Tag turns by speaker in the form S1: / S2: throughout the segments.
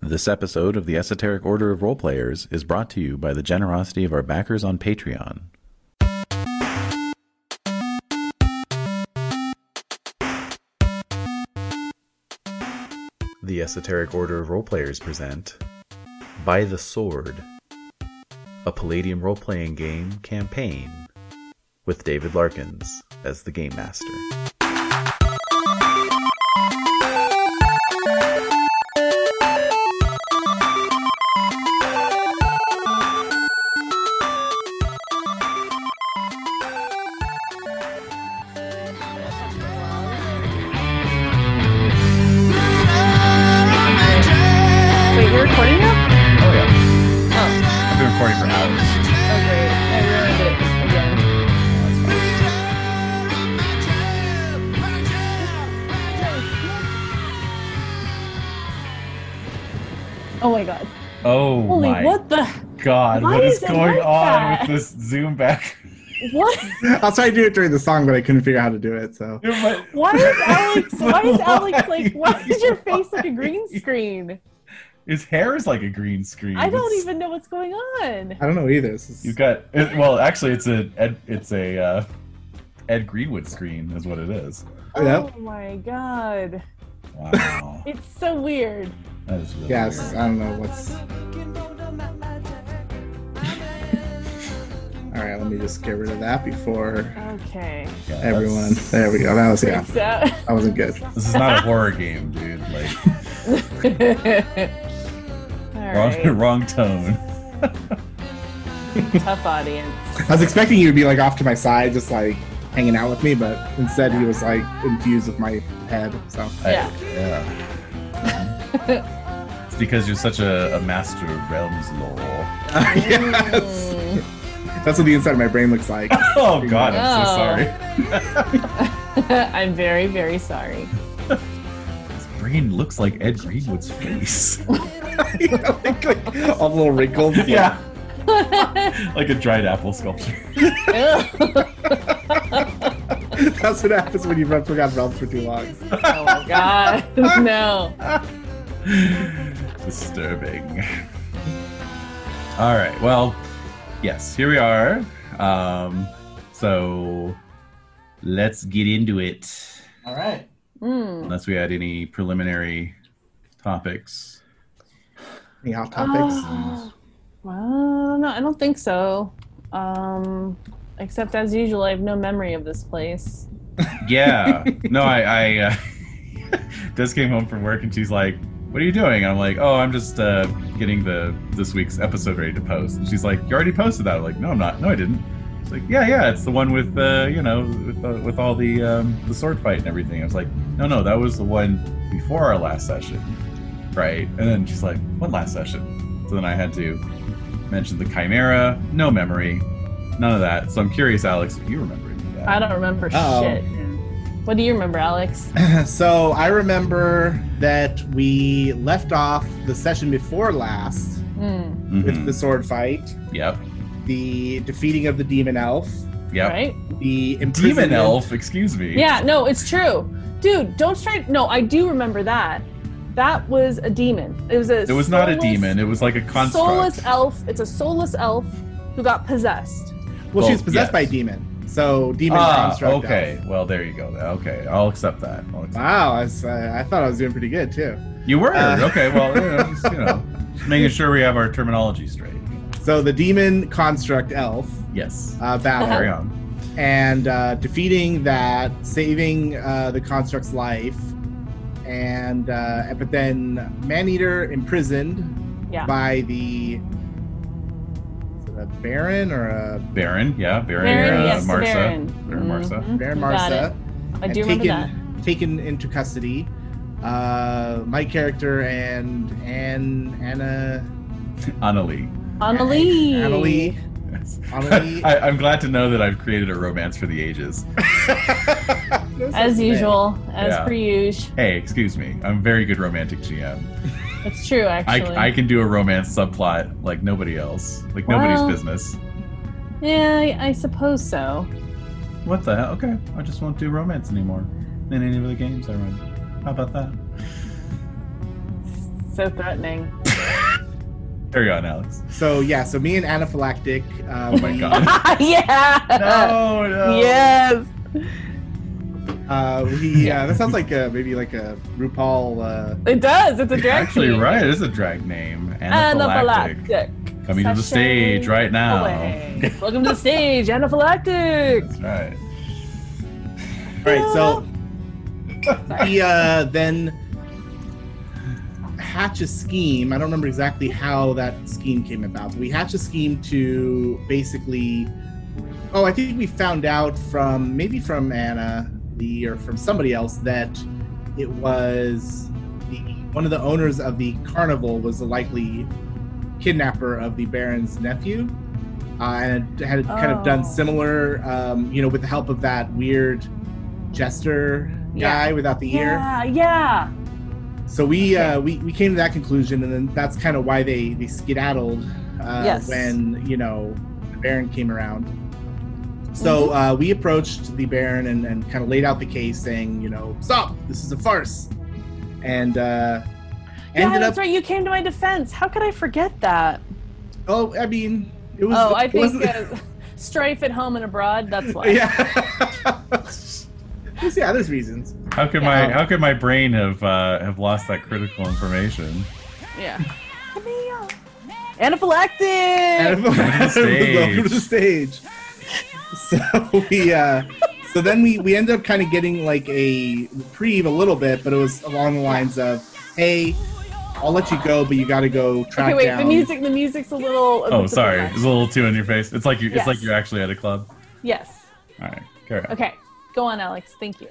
S1: This episode of the Esoteric Order of Roleplayers is brought to you by the generosity of our backers on Patreon. The Esoteric Order of Roleplayers present By the Sword, a Palladium role-playing game campaign with David Larkins as the game master.
S2: Wait, you're recording now?
S3: Oh yeah,
S2: Oh,
S3: I've been recording for hours.
S2: oh great. I ruined it again. Oh my god.
S3: Oh
S2: Holy,
S3: my
S2: what the?
S3: god,
S2: Why
S3: what is
S2: is it
S3: going
S2: like
S3: on
S2: that?
S3: with this Zoom back?
S2: What?
S4: I was trying to do it during the song, but I couldn't figure out how to do it. So
S2: Why is Alex, why is Alex like, why is your face like a green
S3: Why?
S2: screen?
S3: His hair is like a green screen.
S2: I don't
S3: It's-
S2: even know what's going on.
S4: I don't know either. This is-
S3: You've got it, well, actually, it's a Ed, it's a uh, Ed Greenwood screen is what it is.
S4: Yeah.
S2: Oh my god.
S3: Wow,
S2: It's so weird.
S3: that is really
S4: yes,
S3: weird.
S4: I don't know what's. All right, let me just get rid of that before
S2: Okay.
S3: Yeah, that's-
S4: everyone. There we go. That was yeah.
S2: Freaks out.
S4: That wasn't good.
S3: This is not a horror game, dude. Like
S2: All
S3: wrong,
S2: right.
S3: wrong tone.
S2: Tough audience.
S4: I was expecting you to be like off to my side, just like hanging out with me, but instead he was like infused with my head. So
S3: I-
S2: Yeah.
S3: yeah. it's because you're such a, a master of realms lore.
S4: yes,
S2: Mm.
S4: that's what the inside of my brain looks like.
S3: Oh god, I'm so
S2: Oh.
S3: sorry.
S2: I'm very, very sorry.
S3: His brain looks like Ed Greenwood's face.
S4: You know, like, like, all the little wrinkles.
S3: yeah. like a dried apple sculpture.
S2: oh
S4: that's what happens when you've been forgotten realms for too long.
S2: Oh my god. no.
S3: Disturbing. All right. Well, yes, here we are. Um, so let's get into it.
S4: All right.
S2: Mm.
S3: Unless we had any preliminary topics.
S4: Any hot topics?
S2: Ah, well, no, I don't think so. Um, except as usual, I have no memory of this place.
S3: Yeah. No, I, I uh, Des came home from work and she's like, "What are you doing?" I'm like, "Oh, I'm just uh, getting the this week's episode ready to post." And she's like, "You already posted that?" I'm like, "No, I'm not. No, I didn't." She's like, "Yeah, yeah, it's the one with uh, you know with, uh, with all the um, the sword fight and everything." I was like, "No, no, that was the one before our last session, right?" And then she's like, "What last session?" So then I had to mention the chimera. No memory, none of that. So I'm curious, Alex, if you remember any of that.
S2: I don't remember
S4: Oh.
S2: shit. What do you remember, Alex?
S4: so I remember that we left off the session before last
S2: Mm,
S4: with
S3: Mhm.
S4: the sword fight,
S3: Yep.
S4: the defeating of the demon elf,
S3: Yep.
S2: Right?
S4: the imprisonment-
S3: Demon elf, excuse me.
S2: Yeah, no, it's true. Dude, don't try. No, I do remember that. That was a demon. It was a.
S3: It was not a
S2: soulless-
S3: demon. It was like a construct.
S2: Soulless uh, elf. It's a soulless elf who got possessed.
S4: Well, she was
S3: Oh,
S4: possessed
S3: yes.
S4: by a demon, so demon
S3: ah,
S4: construct.
S3: okay.
S4: elf.
S3: Well, there you go. Okay, I'll accept that. I'll accept
S4: Wow, I, was- I thought I was doing pretty good too.
S3: You were
S4: Uh,
S3: okay. Well, you know, just, you know, just making sure we have our terminology straight.
S4: So the demon construct elf
S3: Yes.
S4: uh,
S3: Carry
S4: battle
S3: on.
S4: and uh, defeating that, saving uh, the construct's life, and uh, but then Maneater imprisoned
S2: Yeah.
S4: by the is it a Baron or a
S3: Baron. Yeah, Baron.
S2: Baron,
S3: uh,
S2: yes,
S3: Marsa.
S2: Baron.
S3: Baron Marsa.
S2: Mhm,
S4: Baron
S2: you got
S4: Marsa,
S2: it. I
S4: and
S2: do remember that.
S4: taken taken into custody. Uh, my character and and Anna
S2: Mm-hmm.
S3: Annalie.
S2: Annalie.
S4: Annalie.
S3: Yes.
S4: Annalie.
S3: I, I'm glad to know that I've created a romance for the ages.
S2: As usual, as
S3: Yeah.
S2: per usual.
S3: Hey, excuse me. I'm a very good romantic GM.
S2: It's true, actually.
S3: I, I can do a romance subplot like nobody else, like
S2: Well-
S3: nobody's business.
S2: yeah, I, I suppose so.
S3: What the hell? Okay, I just won't do romance anymore in any of the games I run. How about that?
S2: So threatening.
S3: Carry on, Alex.
S4: So yeah, so me and anaphylactic. Um,
S3: Oh my god.
S2: yeah.
S3: no, no.
S2: Yes.
S4: Uh, we uh, that sounds like a, maybe like a RuPaul. Uh,
S2: It does. It's a
S3: You're
S2: drag
S3: actually
S2: queen.
S3: right. It is a drag name. Anaphylactic. Oh.
S2: Anaphylactic.
S3: Coming to
S2: Sashay
S3: the stage right now.
S2: away. Welcome to the stage, anaphylactic.
S3: That's right.
S4: all right, so he uh, then hatch a scheme. I don't remember exactly how that scheme came about. But we hatch a scheme to basically. Oh, I think we found out from maybe from Anna Lee or from somebody else that it was the one of the owners of the carnival was the likely kidnapper of the Baron's nephew. Uh, and had kind of done
S2: Oh.
S4: similar, um, you know, with the help of that weird jester
S2: Yeah.
S4: guy without the ear.
S2: Yeah, yeah.
S4: So we uh, we we came to that conclusion, and then that's kind of why they they skedaddled uh,
S2: Yes.
S4: when you know the Baron came around. So
S2: Mm-hmm.
S4: uh, we approached the Baron and, and kind of laid out the case, saying, you know, stop, this is a farce, and uh,
S2: yeah,
S4: ended
S2: that's
S4: up.
S2: right. You came to my defense. How could I forget that?
S4: Oh, I mean, it was.
S2: Oh, I
S4: it
S2: think
S4: wasn't-
S2: uh, strife at home and abroad. That's why.
S4: yeah. There's- yeah, there's reasons.
S3: How could
S2: Yeah.
S3: my how could my brain have uh, have lost that critical information?
S2: Yeah. Anaphylactic.
S4: Welcome to the stage. So we, uh, so then we we ended up kind of getting like a reprieve a little bit, but it was along the lines of, "Hey, I'll let you go, but you got to go track
S2: Okay, wait.
S4: down."
S2: The music. The music's a little.
S3: Oh, sorry,
S2: it's a
S3: it's a
S2: little
S3: little too in your face. It's like you
S2: Yes.
S3: it's like you're actually at a club.
S2: much. Yes.
S3: All right, carry on.
S2: Okay. Go on, Alex. Thank you.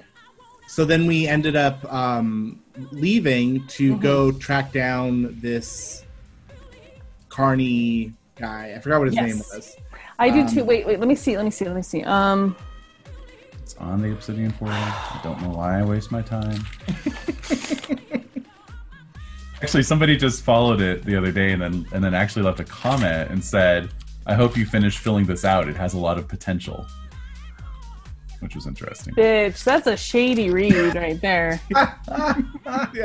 S4: So then we ended up um, leaving to
S2: Mm-hmm.
S4: go track down this Carney guy. I forgot what his
S2: Yes.
S4: name was.
S2: I do
S4: Um,
S2: too. Wait, wait. Let me see. Let me see. Let me see. Um.
S3: It's on the obsidian forehead. I don't know why I waste my time. actually, somebody just followed it the other day and then and then actually left a comment and said, "I hope you finish filling this out. It has a lot of potential," which was interesting.
S2: Bitch, that's a shady read right there.
S4: yeah,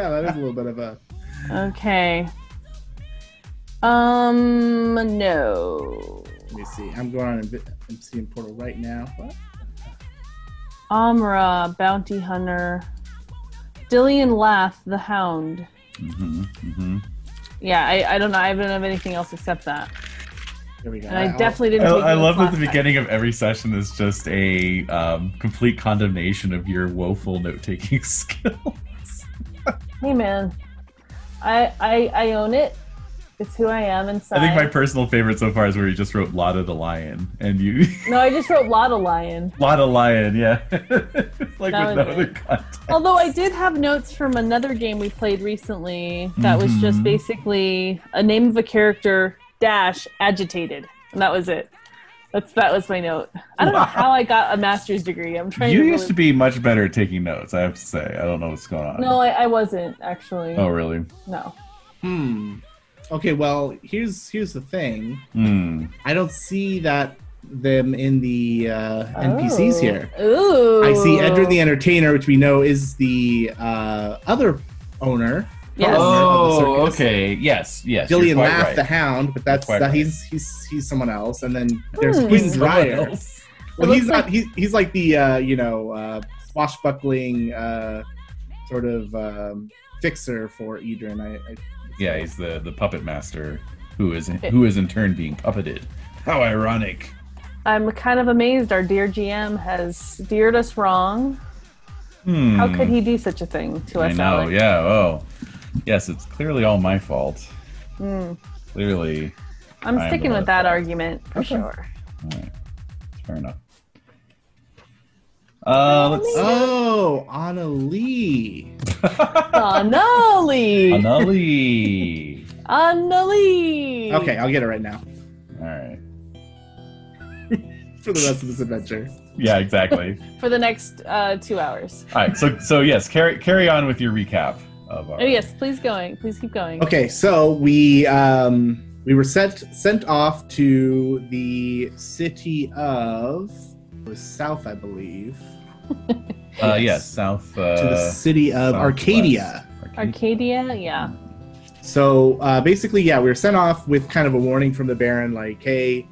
S4: that is a little bit of a.
S2: Okay. Um. No.
S4: Let me see. I'm going on Invi- Obsidian Portal right now. What?
S2: Amra, bounty hunter. Dillian Lath, the hound.
S3: hmm hmm
S2: Yeah, I, I don't know. I don't have anything else except that.
S4: There we go.
S2: And I
S4: I'll-
S2: definitely
S3: I,
S2: didn't. take
S3: I
S2: notes
S3: love that
S2: last
S3: the
S2: time.
S3: beginning of every session is just a um, complete condemnation of your woeful note taking skill.
S2: Hey man, I I I own it. It's who I am inside.
S3: I think my personal favorite so far is where you just wrote Lotta the Lion and you
S2: no, I just wrote Lotta Lion.
S3: Lotta Lion, yeah. like with no
S2: That was it.
S3: other context.
S2: Although I did have notes from another game we played recently that was just
S3: Mhm.
S2: basically a name of a character dash agitated, and that was it. That's that was my note. I don't
S3: Wow.
S2: know how I got a master's degree. I'm trying.
S3: You
S2: to
S3: used
S2: really-
S3: to be much better at taking notes, I have to say. I don't know what's going on.
S2: No, I, I wasn't actually.
S3: Oh really?
S2: No.
S4: Hmm. Okay. Well, here's here's the thing.
S3: Hmm.
S4: I don't see that them in the uh, NPCs
S2: Oh.
S4: here.
S2: Ooh.
S4: I see Edwin the Entertainer, which we know is the uh, other owner.
S2: Yes.
S4: Oh, Of the circus.
S3: okay. Yes, yes.
S4: Dillian Laugh, the Hound, but that's
S3: quite
S4: that
S3: right.
S4: he's he's he's someone else. And then there's
S2: Hmm.
S4: Queen
S3: Someone
S4: Dryer.
S3: else.
S4: Well,
S2: It
S4: he's
S2: looks
S4: not. He's he's like the uh, you know uh, swashbuckling uh, sort of um, fixer for Edrin. I, I
S3: Yeah, he's the, the puppet master who is who is in turn being puppeted. How ironic.
S2: I'm kind of amazed our dear GM has deared us wrong.
S3: Hmm.
S2: How could he do such a thing to us?
S3: I know,
S2: Alex?
S3: yeah, oh. Yes, it's clearly all my fault.
S2: Mm.
S3: Clearly.
S2: I'm
S3: I am
S2: sticking
S3: the
S2: with that
S3: one.
S2: argument for
S3: Okay.
S2: sure.
S3: Alright. Fair enough. Uh let's see.
S4: Oh, Anna Lee.
S2: Anali!
S3: Anali.
S2: Anali!
S4: Okay, I'll get it right now
S3: Alright.
S4: for the rest of this adventure.
S3: Yeah, exactly.
S2: For the next uh, two hours.
S3: Alright, so so yes, carry carry on with your recap of our
S2: Oh, yes, please going. Please keep going.
S4: Okay, so we um, we were sent sent off to the city of it was South, I believe,
S3: uh yes, south uh
S4: to the city of
S3: southwest.
S4: Arcadia.
S3: Arcadia.
S2: Arcadia, yeah.
S4: So uh, basically, yeah, we were sent off with kind of a warning from the Baron, like, hey,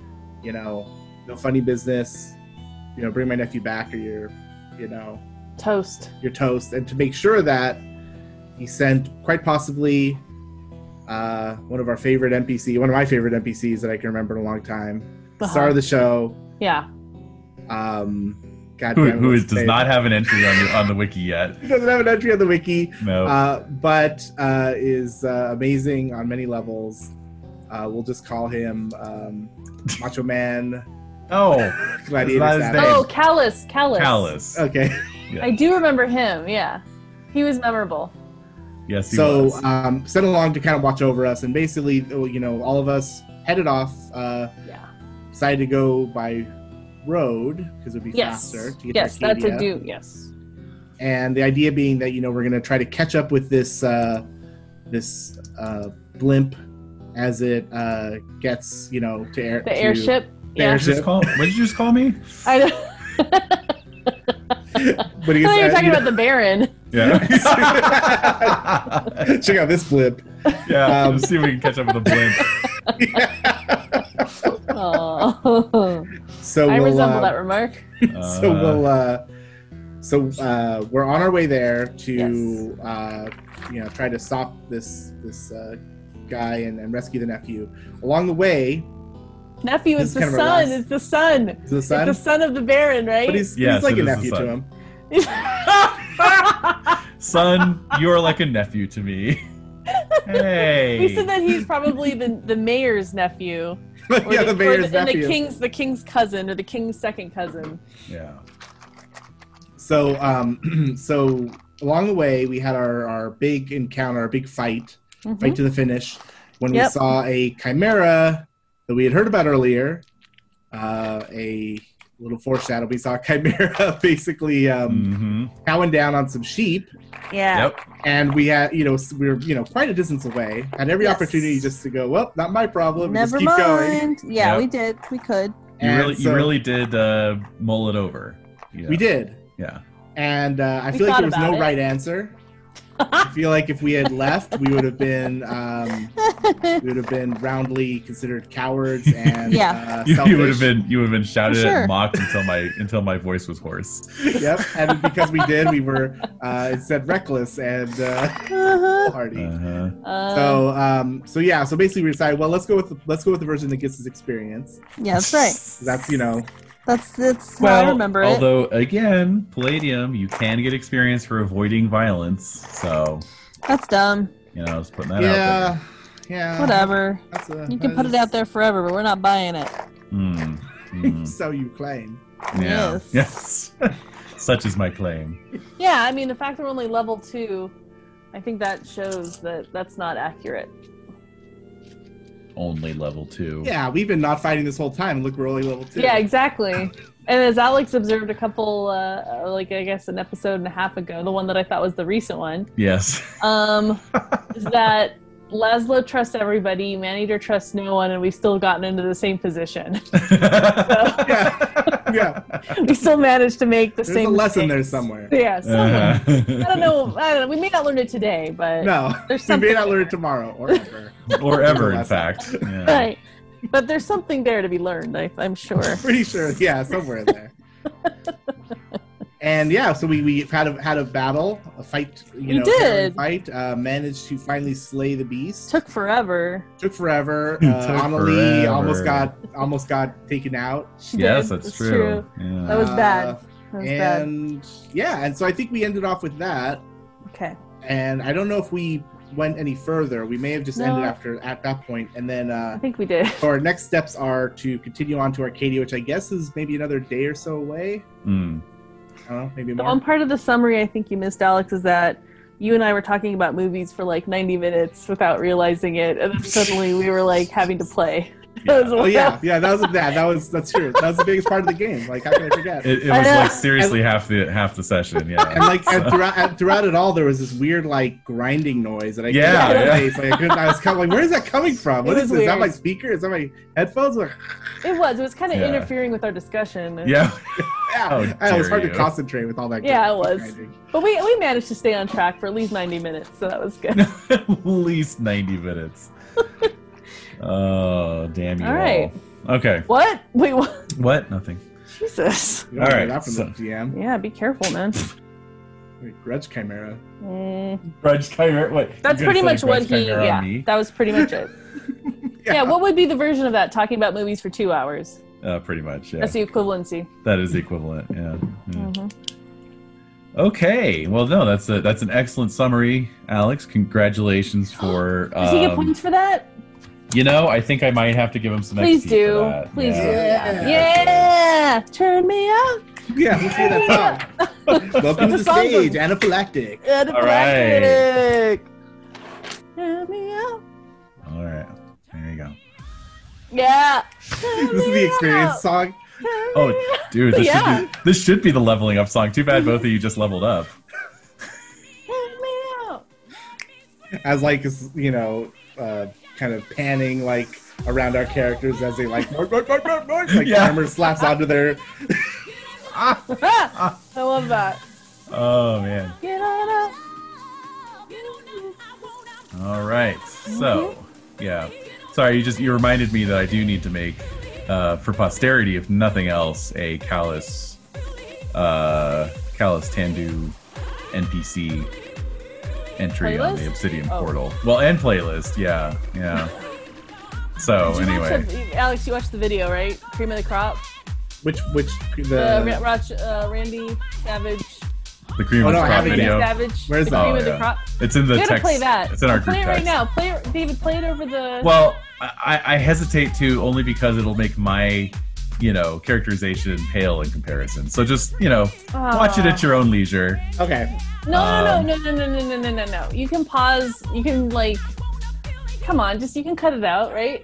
S4: you know, no funny business. You know, bring my nephew back, or you're, you know,
S2: Toast.
S4: your toast and to make sure that he sent quite possibly uh, one of our favorite npc one of my favorite npcs that i can remember in a long time
S2: Uh-huh.
S4: star of the show
S2: Yeah.
S4: um god
S3: Who,
S4: damn it,
S3: who
S4: what's
S3: is,
S4: his
S3: does
S4: name?
S3: not have an entry on the, on the wiki yet?
S4: he doesn't have an entry on the wiki
S3: No.
S4: uh, but uh, is uh, amazing on many levels uh, we'll just call him um, macho man
S3: oh,
S4: gladiator
S3: not his
S4: Savage.
S3: Hey. name.
S2: Oh, Callus. Callus.
S3: Callus.
S4: okay
S2: I do remember him. Yeah. He was memorable.
S3: Yes, he
S4: so
S3: was.
S4: um, sent along to kind of watch over us and basically you know all of us headed off uh,
S2: Yeah.
S4: decided to go by road because it would be
S2: Yes.
S4: faster to get
S2: Yes,
S4: to
S2: that's a
S4: Arcadia.
S2: do. Yes.
S4: And the idea being that you know we're going to try to catch up with this uh, this uh, blimp as it uh, gets you know to air
S2: The
S4: to-
S2: airship.
S4: the
S2: yeah.
S4: airship.
S3: Just call, what did you just call me?
S2: I know.
S4: But he's,
S2: I thought you were
S4: uh,
S2: talking
S4: you know,
S2: about the Baron.
S3: Yeah.
S4: check out this blimp.
S3: yeah.
S4: Um,
S3: let's see if we can catch up with a blimp.
S2: Oh.
S4: So
S2: I
S4: we'll,
S2: resemble
S4: uh,
S2: that remark.
S4: so we'll uh so uh we're on our way there to
S2: Yes.
S4: uh you know try to stop this this uh guy and, and rescue the nephew along the way
S2: Nephew is
S4: This is
S2: the
S4: kind of our
S2: son.
S4: last-
S2: It's the son.
S4: to the son
S2: It's the son of the Baron, right?
S4: but he's,
S3: Yeah,
S4: he's like
S3: so
S4: a
S3: this is
S4: nephew
S3: the
S4: to
S3: son.
S4: him
S3: Son, you're like a nephew to me. Hey.
S2: we said that he's probably the, the mayor's nephew. or
S4: yeah the mayor's
S2: or the, and
S4: nephew
S2: the king's the king's cousin or the king's second cousin.
S3: Yeah.
S4: so um so along the way we had our our big encounter our big fight
S5: Mm-hmm.
S4: right to the finish when we
S2: Mm-hmm. Yep.
S4: saw a chimera that we had heard about earlier uh a little foreshadow we saw a chimera basically um
S3: hmm
S4: cowing down on some sheep,
S2: Yeah.
S3: Yep.
S4: and we had, you know, s- we were, you know, quite a distance away. Had every
S2: Yes.
S4: opportunity just to go, well, not my problem. and
S5: Never
S4: just keep going.
S5: mind. Yeah,
S3: Yep.
S5: we did. We could.
S3: You
S4: And
S3: really,
S4: so
S3: you really did uh, mull it over. Yeah.
S4: we did.
S3: Yeah.
S4: And uh, I
S2: We
S4: feel like
S2: thought
S4: there was
S2: about
S4: no
S2: it.
S4: right answer. I feel like if we had left, we would have been, um, we would have been roundly considered cowards and
S5: Yeah.
S4: uh,
S3: You,
S4: selfish.
S3: you would have been, you would have been shouted at
S5: sure.
S3: and mocked until my, until my voice was hoarse.
S4: Yep. And because we did, we were uh, instead reckless and uh,
S5: Uh-huh.
S4: hardy.
S3: Uh-huh.
S2: Uh,
S4: so, um, so yeah. So basically, we decided, well, let's go with the, let's go with the version that gets us experience.
S5: Yeah, that's right.
S4: That's you know
S5: That's that's how I remember it.
S3: although again, Palladium, you can get experience for avoiding violence. So
S5: That's dumb.
S3: you know, I was putting that out
S4: yeah, yeah.
S5: Whatever.
S4: That's a-
S5: You can
S4: that
S5: put
S4: is-
S5: it out there forever, but we're not buying it.
S3: there. Mm, mm,
S4: so you claim.
S3: yeah.
S5: Yes.
S3: Yes. Such is my claim.
S2: yeah, I mean the fact that we're only level two, I think that shows that that's not accurate.
S3: Only level two.
S4: Yeah, we've been not fighting this whole time. Look, we're only level two.
S2: Yeah, exactly. And as Alex observed a couple, uh, like I guess an episode and a half ago, the one that I thought was the recent one,
S3: Yes.
S2: um, is that Laszlo trusts everybody, Maneater trusts no one, and we've still gotten into the same position.
S3: Uh-huh.
S4: yeah. yeah.
S2: we still managed to make the
S4: There's
S2: same.
S4: a lesson there
S2: mistakes.
S4: somewhere.
S2: Yeah, somewhere.
S3: Uh-huh.
S2: I don't know. I don't know. We may not learn it today, but
S4: No,
S2: there's
S4: we
S2: something.
S4: may not learn it tomorrow or ever.
S3: or ever, in
S4: Lesson.
S3: fact. Yeah.
S2: Right. But there's something there to be learned. I, I'm sure.
S4: Pretty sure, yeah, somewhere in there. And yeah, so we we had a had a battle, a fight. You,
S2: You
S4: know, harrowing
S2: did.
S4: fight. Uh, managed to finally slay the beast.
S2: Took forever.
S4: Took forever.
S3: It
S4: Uh,
S3: took
S4: Amelie almost got
S3: forever.
S4: almost got taken out.
S2: She
S3: Yes,
S2: did.
S3: that's, true. Yeah.
S2: That was bad. That was bad.
S4: Uh, and yeah, and so I think we ended off with that.
S2: Okay.
S4: And I don't know if we went any further. We may have just
S2: No.
S4: ended after at that point, and then
S2: I
S4: uh,
S2: think we did.
S4: so our next steps are to continue on to Arcadia, which I guess is maybe another day or so away.
S3: Mm.
S4: I don't know, maybe
S2: The
S4: more.
S2: one part of the summary I think you missed, Alex, is that you and I were talking about movies for like 90 minutes without realizing it, and then suddenly we were like having to play.
S3: Yeah.
S4: oh yeah, yeah, that was that. That was that's true. That was the biggest part of the game. Like how can I forget?
S3: It, it
S2: I
S3: was
S2: know.
S3: like seriously half the half the session.
S4: and
S3: Yeah.
S4: like and throughout, and throughout it all, there was this weird like grinding noise that I couldn't
S3: Yeah,
S4: get out of
S3: yeah.
S4: my face. Like, I, couldn't, I was kind of like, where is that coming from?
S2: It
S4: What is
S2: was
S4: this? Is that my
S2: weird.
S4: speaker? Is that my headphones? Like,
S2: It was. It was kind of
S3: Yeah.
S2: interfering with our discussion.
S3: Yeah.
S4: yeah,
S3: Oh,
S4: it was
S3: dare
S4: hard
S3: you.
S4: to concentrate with all that.
S2: Yeah, it
S4: good
S2: was.
S4: magic.
S2: But we, we managed to stay on track for at least 90 minutes, so that was good.
S3: At least 90 minutes. oh, damn you
S2: All right.
S3: all. Okay.
S2: What? Wait, what?
S3: What? Nothing.
S2: Jesus.
S4: You don't hear
S3: All right,
S4: that from
S3: so-
S4: the GM.
S2: Yeah, be careful, man.
S4: Like, Grudge chimera.
S2: Mm,
S3: Grudge Chimera. Wait.
S2: that's
S3: you're gonna
S2: pretty
S3: play
S2: much what
S3: Grudge
S2: he.
S3: Chimera on
S2: Yeah,
S3: me?
S2: that was pretty much it. yeah. what would be the version of that? Talking about movies for two hours.
S3: Uh, pretty much. Yeah.
S2: That's e- the equivalency.
S3: That is equivalent. Yeah. yeah.
S2: Mhm. Oh.
S3: Okay. Well, no, that's a that's an excellent summary, Alex. Congratulations for.
S2: Does he get
S3: um,
S2: points for that?
S3: You know, I think I might have to give him some.
S2: Please
S3: XP for
S2: do.
S3: that.
S2: Please
S3: Yeah.
S2: do.
S4: Yeah.
S2: Yeah. Turn me up.
S4: yeah, let's hear that song. Welcome to
S2: The
S4: the
S2: song
S4: stage, anaphylactic.
S2: All
S3: right.
S2: Turn me up.
S3: All right. There you go.
S2: Yeah.
S4: this is the experience song.
S3: Oh, dude, this,
S2: Yeah.
S3: should be, this should be the leveling up song. Too bad both of you just leveled up.
S2: Turn me up.
S4: as like is you know uh, kind of panning like around our characters as they like "Mark, mark, mark, mark, mark," like
S3: Yeah.
S4: armor slaps onto their
S2: Ah, I love that.
S3: Oh man.
S2: Get on up.
S3: All right. So,
S2: Mm-hmm.
S3: yeah. Sorry, you just you reminded me that I do need to make uh, for posterity, if nothing else, a callous uh, callous Tandu NPC entry on the
S2: Playlist?
S3: Obsidian
S2: Oh.
S3: portal. Well, and playlist. Yeah, yeah. So
S2: Did you watch
S3: anyway,
S2: the- Alex, you watched the video, right? Cream of the crop.
S4: which which
S2: The
S4: the
S2: Ra- Rach- uh, Randy Savage.
S3: the cream
S4: Oh,
S3: of
S4: no,
S3: the
S4: I
S3: crop
S4: haven't yet.
S3: video.
S2: Savage.
S4: Where's
S2: the
S4: that?
S2: cream
S3: Oh,
S2: of
S3: yeah.
S2: the crop.
S3: It's in the
S2: You gotta
S3: text.
S2: play that.
S3: It's in our
S2: play
S3: group
S2: it right
S3: text.
S2: now. Play it, David. Play it over the.
S3: Well, I, I hesitate to only because it'll make my, you know, characterization pale in comparison. So just you know,
S2: Ah.
S3: watch it at your own leisure.
S4: okay
S2: No,
S3: Um,
S2: no, no, no, no, no, no, no, no, no. You can pause. You can like, come on, just you can cut it out, right?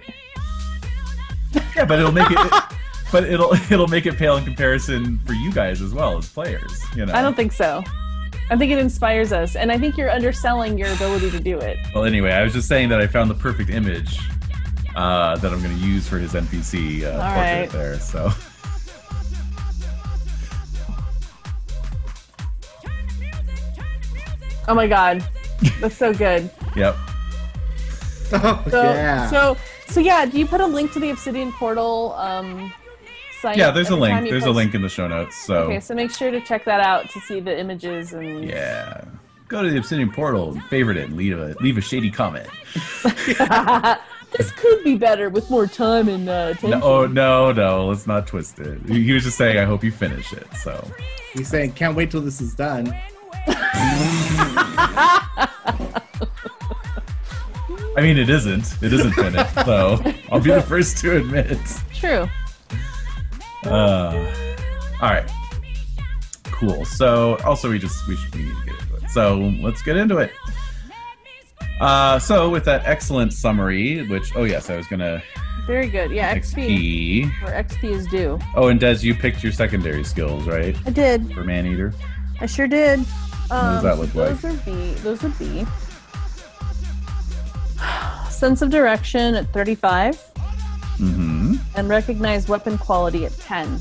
S3: Yeah, but it'll make it. But it'll it'll make it pale in comparison for you guys as well as players. You know.
S2: I don't think so. I think it inspires us, and I think you're underselling your ability to do it.
S3: well, anyway, I was just saying that I found the perfect image uh, that I'm going to use for his NPC uh,
S2: All
S3: portrait
S2: right.
S3: there. So.
S2: Oh my god, that's so good.
S3: Yep.
S4: oh
S2: So,
S4: yeah
S2: so, so yeah. Do you put a link to the Obsidian Portal? Um, site
S3: Yeah, there's a
S2: every time
S3: link.
S2: you
S3: There's a
S2: post?
S3: link in the show notes. So.
S2: Okay, so make sure to check that out to see the images and.
S3: Yeah. Go to the Obsidian Portal, and favorite it, and leave a leave a shady comment.
S2: this could be better with more time and uh, attention.
S3: No, oh, no, no, let's not twist it. He he was just saying, I hope you finish it. So,
S4: he's saying can't wait till this is done
S3: I mean, it isn't. It isn't finished. so, I'll be the first to admit.
S2: True.
S3: Uh, all right. Cool. So, also, we just we, should, we need to get into it. So, let's get into it. Uh, so, with that excellent summary, which oh yes, I was gonna
S2: Very good. Yeah, XP.
S3: XP.
S2: Where XP is due.
S3: Oh, and Des, you picked your secondary skills, right?
S5: I did.
S3: For man eater.
S5: I sure did.
S3: does
S2: Um,
S3: that look like?
S2: Those would be. Those would be. Sense of direction at 35
S3: Mm-hmm.
S2: and recognize weapon quality at 10.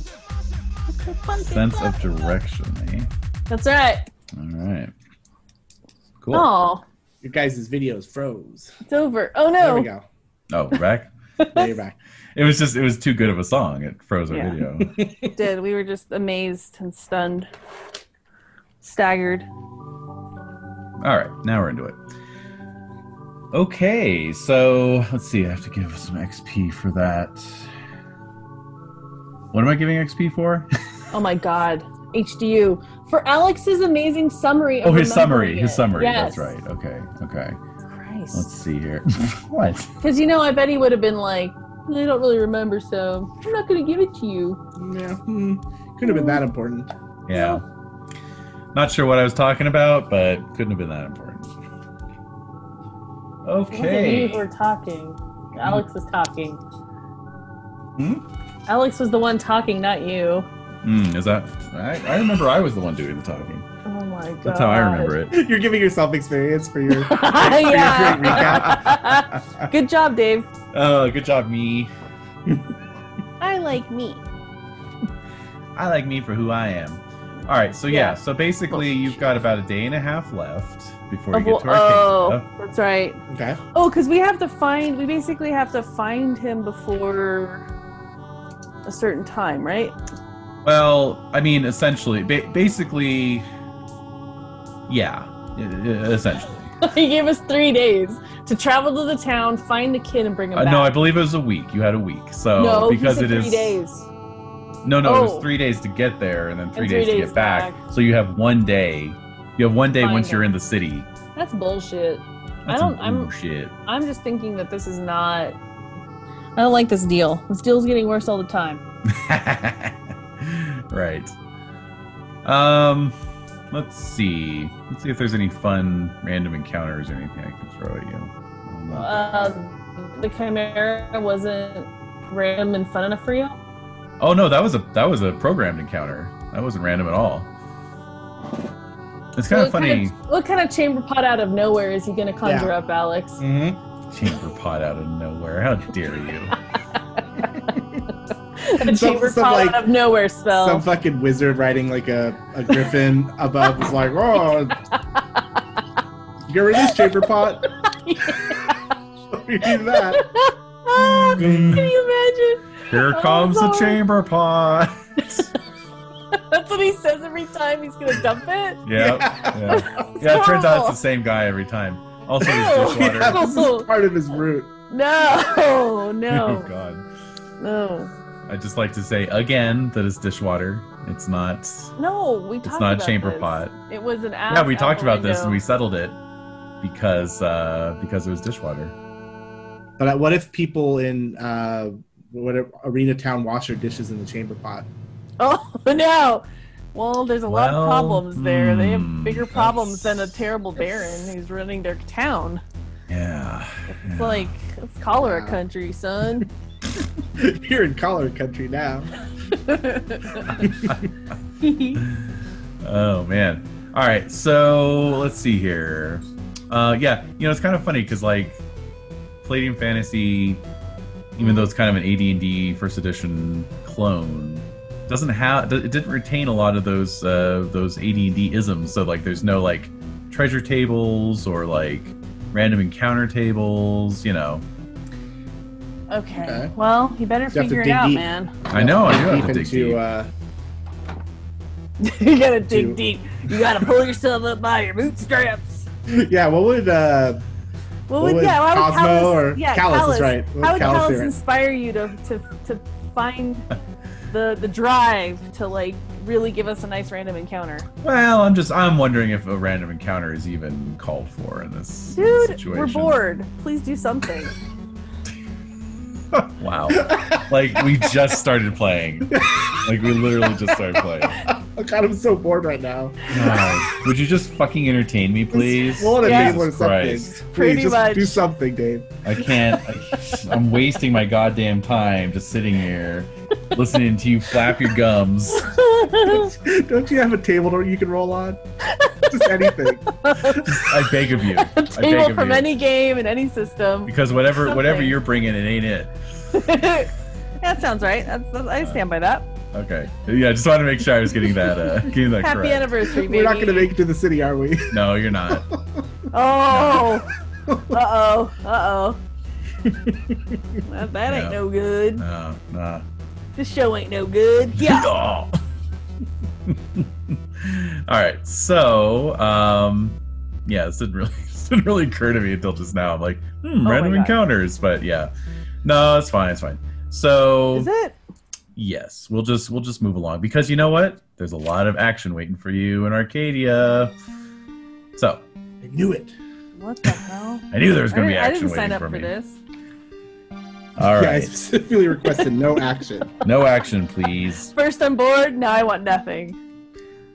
S3: Sense of direction, eh?
S2: That's right.
S3: All right. Cool.
S2: Oh,
S4: your guys' videos froze
S2: it's over. Oh
S4: there we
S2: no.
S4: go
S3: Oh, wreck.
S4: now you're back
S3: It was just it was too good of a song. It froze our
S2: Yeah.
S3: video.
S2: It did. We were just amazed and stunned. Staggered.
S3: All right, now we're into it. Okay, so let's see. I have to give some XP for that. What am I giving XP for?
S2: Oh my god. HDU. For Alex's amazing summary of
S3: oh,
S2: remembering
S3: his summary. His
S2: it.
S3: summary.
S2: Yes.
S3: That's right. Okay. Okay.
S2: Christ.
S3: Let's see here. what?
S2: Because you know, I bet he would have been like, I don't really remember, so I'm not gonna give it to you.
S4: yeah hmm. couldn't have been that important
S3: Yeah. Not sure what I was talking about, but couldn't have been that important. Okay.
S2: We're talking. Alex is talking.
S3: Hmm?
S2: Alex was the one talking, not you.
S3: Mm, is that? I, I remember I was the one doing the talking.
S2: Oh my god.
S3: That's how I remember it.
S4: you're giving yourself experience for your
S2: yeah. Good job, Dave.
S3: Oh, good job, me.
S5: I like me.
S3: I like me for who I am. All right, so yeah,
S2: Yeah.
S3: so basically, you've got about a day and a half left before you
S2: Of-
S3: get to
S2: oh,
S3: Arcadia.
S2: that's right.
S4: Okay.
S2: Oh, because we have to find. We basically have to find him before a certain time, right? oh.
S3: Well, I mean, essentially, ba- basically, yeah, e- e- essentially.
S2: he gave us three days to travel to the town, find the kid, and bring him
S3: Uh,
S2: back.
S3: no, I believe it was a week. You had a week, so
S2: no, he
S3: Oh, because
S2: said
S3: it
S2: three
S3: is
S2: days.
S3: no, no, it
S2: Oh.
S3: was three days to get there and then three,
S2: And
S3: days, to get back. So you have one day. You have one day
S2: Find
S3: once you're
S2: him.
S3: in the city.
S2: That's bullshit.
S3: That's
S2: don't-
S3: some
S2: I'm-
S3: bullshit.
S2: I'm just thinking that this is not.
S5: I don't like this deal. This deal's getting worse all the time.
S3: right. Um, let's see. Let's see if there's any fun random encounters or anything I can throw at you. I'm not-
S2: Uh, the chimera wasn't random and fun enough for you.
S3: Oh no, that was a that was a programmed encounter. That wasn't random at all. It's kind of
S2: What
S3: funny.
S2: kind of- what kind of chamber pot out of nowhere is he going to conjure up, Alex?
S3: Mm.
S4: Mm-hmm.
S3: Chamber pot out of nowhere. How dare you?
S2: a chamber
S4: some,
S2: pot
S4: like-
S2: out of nowhere spell.
S4: Some fucking wizard riding like a, a griffin above was like, oh, get rid of this chamber pot. We need that.
S2: Ah, can
S3: Mm.
S2: you imagine?
S3: Here
S2: Oh,
S3: comes the
S2: Lord.
S3: chamber pot.
S2: That's what he says every time he's going to dump it.
S3: Yeah, yeah. yeah it turns out it's the same guy every time. Also,
S2: No.
S3: his dishwater.
S4: Yeah, this is part of his route.
S2: No,
S3: Oh
S2: no,
S3: God.
S2: no,
S3: I just like to say again that it's dishwater. It's not. It's
S2: no. We talked
S3: not
S2: about
S3: chamber
S2: this.
S3: pot.
S2: It was an ass
S3: Yeah, we talked
S2: apple
S3: about this
S2: window.
S3: and we settled it because uh, because it was dishwater.
S4: But uh, what if people in uh, what if arena town wash their dishes in the chamber pot?
S2: Oh no. Well, there's a lot
S3: Well,
S2: of problems there. They
S3: hmm,
S2: have bigger problems than a
S3: that's-
S2: terrible baron who's running their town.
S3: Yeah.
S2: It's
S3: yeah.
S2: like it's cholera
S4: Wow.
S2: country, son.
S4: You're in collar country now.
S3: Oh man. All right, so let's see here. Uh, yeah, you know it's kind of funny because like Palladium Fantasy, even though it's kind of an AD&D first edition clone, doesn't have it didn't retain a lot of those uh, those AD&D isms. So like, there's no like treasure tables or like random encounter tables. You know,
S2: okay.
S4: Okay.
S2: Well, you better
S4: have to
S2: figure it
S4: dig
S2: out,
S4: deep.
S2: man.
S3: I know I do have to
S4: Even
S3: dig deep.
S4: Uh,
S2: you gotta dig
S4: Dude.
S2: deep. You gotta pull yourself up by your bootstraps.
S4: yeah, what would uh,
S2: Well,
S4: what would
S2: yeah, why would
S4: Cosmo
S2: Callus,
S4: or
S2: yeah,
S4: Callus,
S2: Callus.
S4: is right? What
S2: How would
S4: Callus
S2: Callus
S4: do?
S2: inspire you to, to to find the the drive to like really give us a nice random encounter?
S3: Well, I'm just I'm wondering if a random encounter is even called for in this, in this
S2: Dude,
S3: situation.
S2: we're bored. Please do something.
S3: Wow. like we just started playing. Like we literally just started playing.
S4: Oh God, I'm so bored right now.
S3: God. Would you just fucking entertain me, please?
S4: I want to
S2: Yeah.
S4: be more
S3: Jesus Christ.
S4: something.
S2: Pretty
S4: Please, just
S2: much.
S4: do something, Dave.
S3: I can't. I, am wasting my goddamn time just sitting here listening to you flap your gums.
S4: Don't you have a table that you can roll on? Just anything.
S3: I beg of you. I beg
S2: Table
S3: of
S2: from
S3: you.
S2: any game and any system.
S3: because whatever whatever
S2: Something.
S3: you're bringing, it ain't it.
S2: that sounds right. That's, that's, I stand by that.
S3: Okay. Yeah, I just wanted to make sure I was getting that uh, getting that
S2: Happy
S3: correct.
S2: anniversary, baby.
S4: We're not going to make it to the city, are we?
S3: No, you're not.
S2: Oh. uh oh. Uh oh. that that ain't
S3: No.
S2: no good.
S3: No, no.
S2: This show ain't no good. Yeah.
S3: All right. So, um, yeah, this didn't really this didn't really occur to me until just now. I'm like, hmm,
S2: Oh my
S3: random
S2: God.
S3: encounters, but yeah, no, it's fine, it's fine. So,
S2: Is it?
S3: yes, we'll just we'll just move along because you know what? There's a lot of action waiting for you in Arcadia. So
S4: I knew it.
S2: What the hell?
S3: I knew there was
S2: I
S3: going to be
S2: didn't- I
S3: action
S2: didn't sign
S3: waiting
S2: up
S3: for
S2: for
S3: me.
S2: this.
S3: All
S4: Yeah, I
S3: right,
S4: specifically requested no action.
S3: no action, please.
S2: First I'm bored, now I want nothing.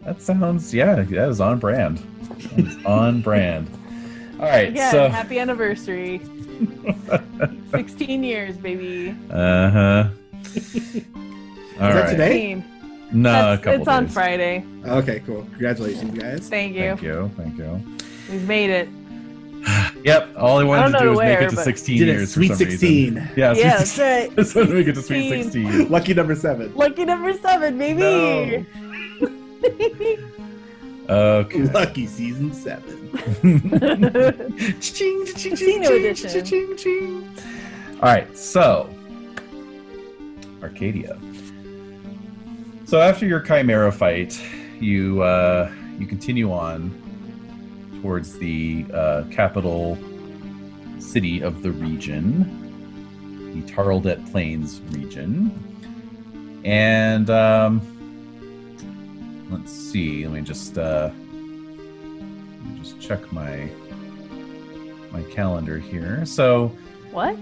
S3: That sounds yeah, that is on brand. That is on brand. All right,
S2: Again,
S3: so
S2: happy anniversary. 16 years, baby.
S3: Uh huh. All
S4: that
S3: right.
S4: today? Hey.
S2: 16.
S3: No,
S2: That's-
S3: Uh, a couple
S2: it's on
S3: days.
S2: Friday.
S4: Okay, cool. Congratulations, guys.
S2: Thank you.
S3: Thank you. Thank you.
S2: We've made it.
S3: Yep. All I
S2: I
S3: wanted
S2: don't
S3: to do
S2: know
S3: was make
S2: where,
S3: it to
S2: but-
S3: 16
S4: Did it
S3: years
S4: sweet
S3: for some reason.
S4: sixteen.
S3: Yeah, sweet
S2: Yeah,
S3: 16.
S2: that's right.
S3: That's when we get to sweet 16.
S4: Lucky number seven.
S2: Lucky number seven, baby.
S3: Okay.
S4: Lucky season seven.
S3: Ching, ching,
S2: Casino
S3: ching,
S2: edition.
S3: ching, ching. All right, so Arcadia. So after your Chimera fight, you uh, you continue on towards the uh, capital city of the region, the Tarldet Plains region, and um, let's see. Let me just uh, let me just check my my calendar here. So
S2: what?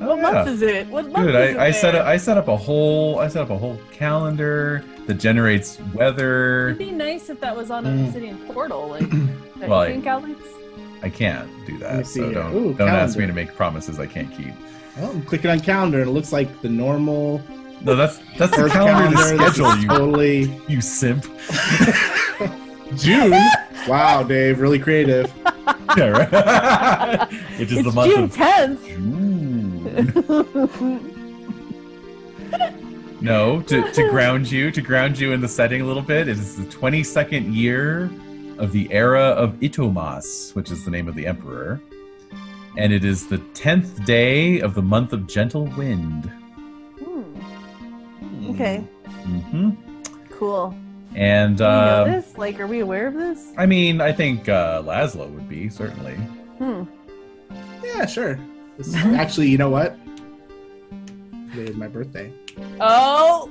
S3: oh,
S2: What month is it? What month
S3: dude,
S2: is it?
S3: I, I set
S2: there?
S3: up I set up a whole I set up a whole calendar that generates weather.
S5: It'd be nice if that was on
S4: Mm.
S5: an obsidian portal. Like, don't
S3: Well, I-
S5: you think, Alex?
S3: I can't do
S4: Let me
S3: that,
S4: see
S3: so
S4: here.
S3: don't
S4: Ooh,
S3: don't ask me
S4: calendar.
S3: to make promises I can't keep.
S4: Oh, I'm clicking on calendar and it looks like the normal
S3: No, that's that's the
S4: first
S3: calendar,
S4: calendar.
S3: to
S4: This
S3: schedule
S4: is
S3: you
S4: totally
S3: you simp.
S4: June. wow, Dave, really creative.
S3: Yeah, right? Which is
S2: It's
S3: the month
S2: June
S3: of
S2: tenth. Hmm.
S3: June. No, to, to ground you, to ground you in the setting a little bit, it is the 22nd year of the era of Itomas, which is the name of the emperor. And it is the 10th day of the month of gentle wind.
S2: okay,
S3: hmm
S2: cool.
S3: And
S2: Do we know
S3: um,
S2: this? Like, are we aware of this?
S3: I mean, I think uh, Laszlo would be, certainly.
S2: Hmm.
S4: Yeah, sure. This is
S2: Uh-huh.
S4: actually, you know what? Today is my birthday.
S2: Oh,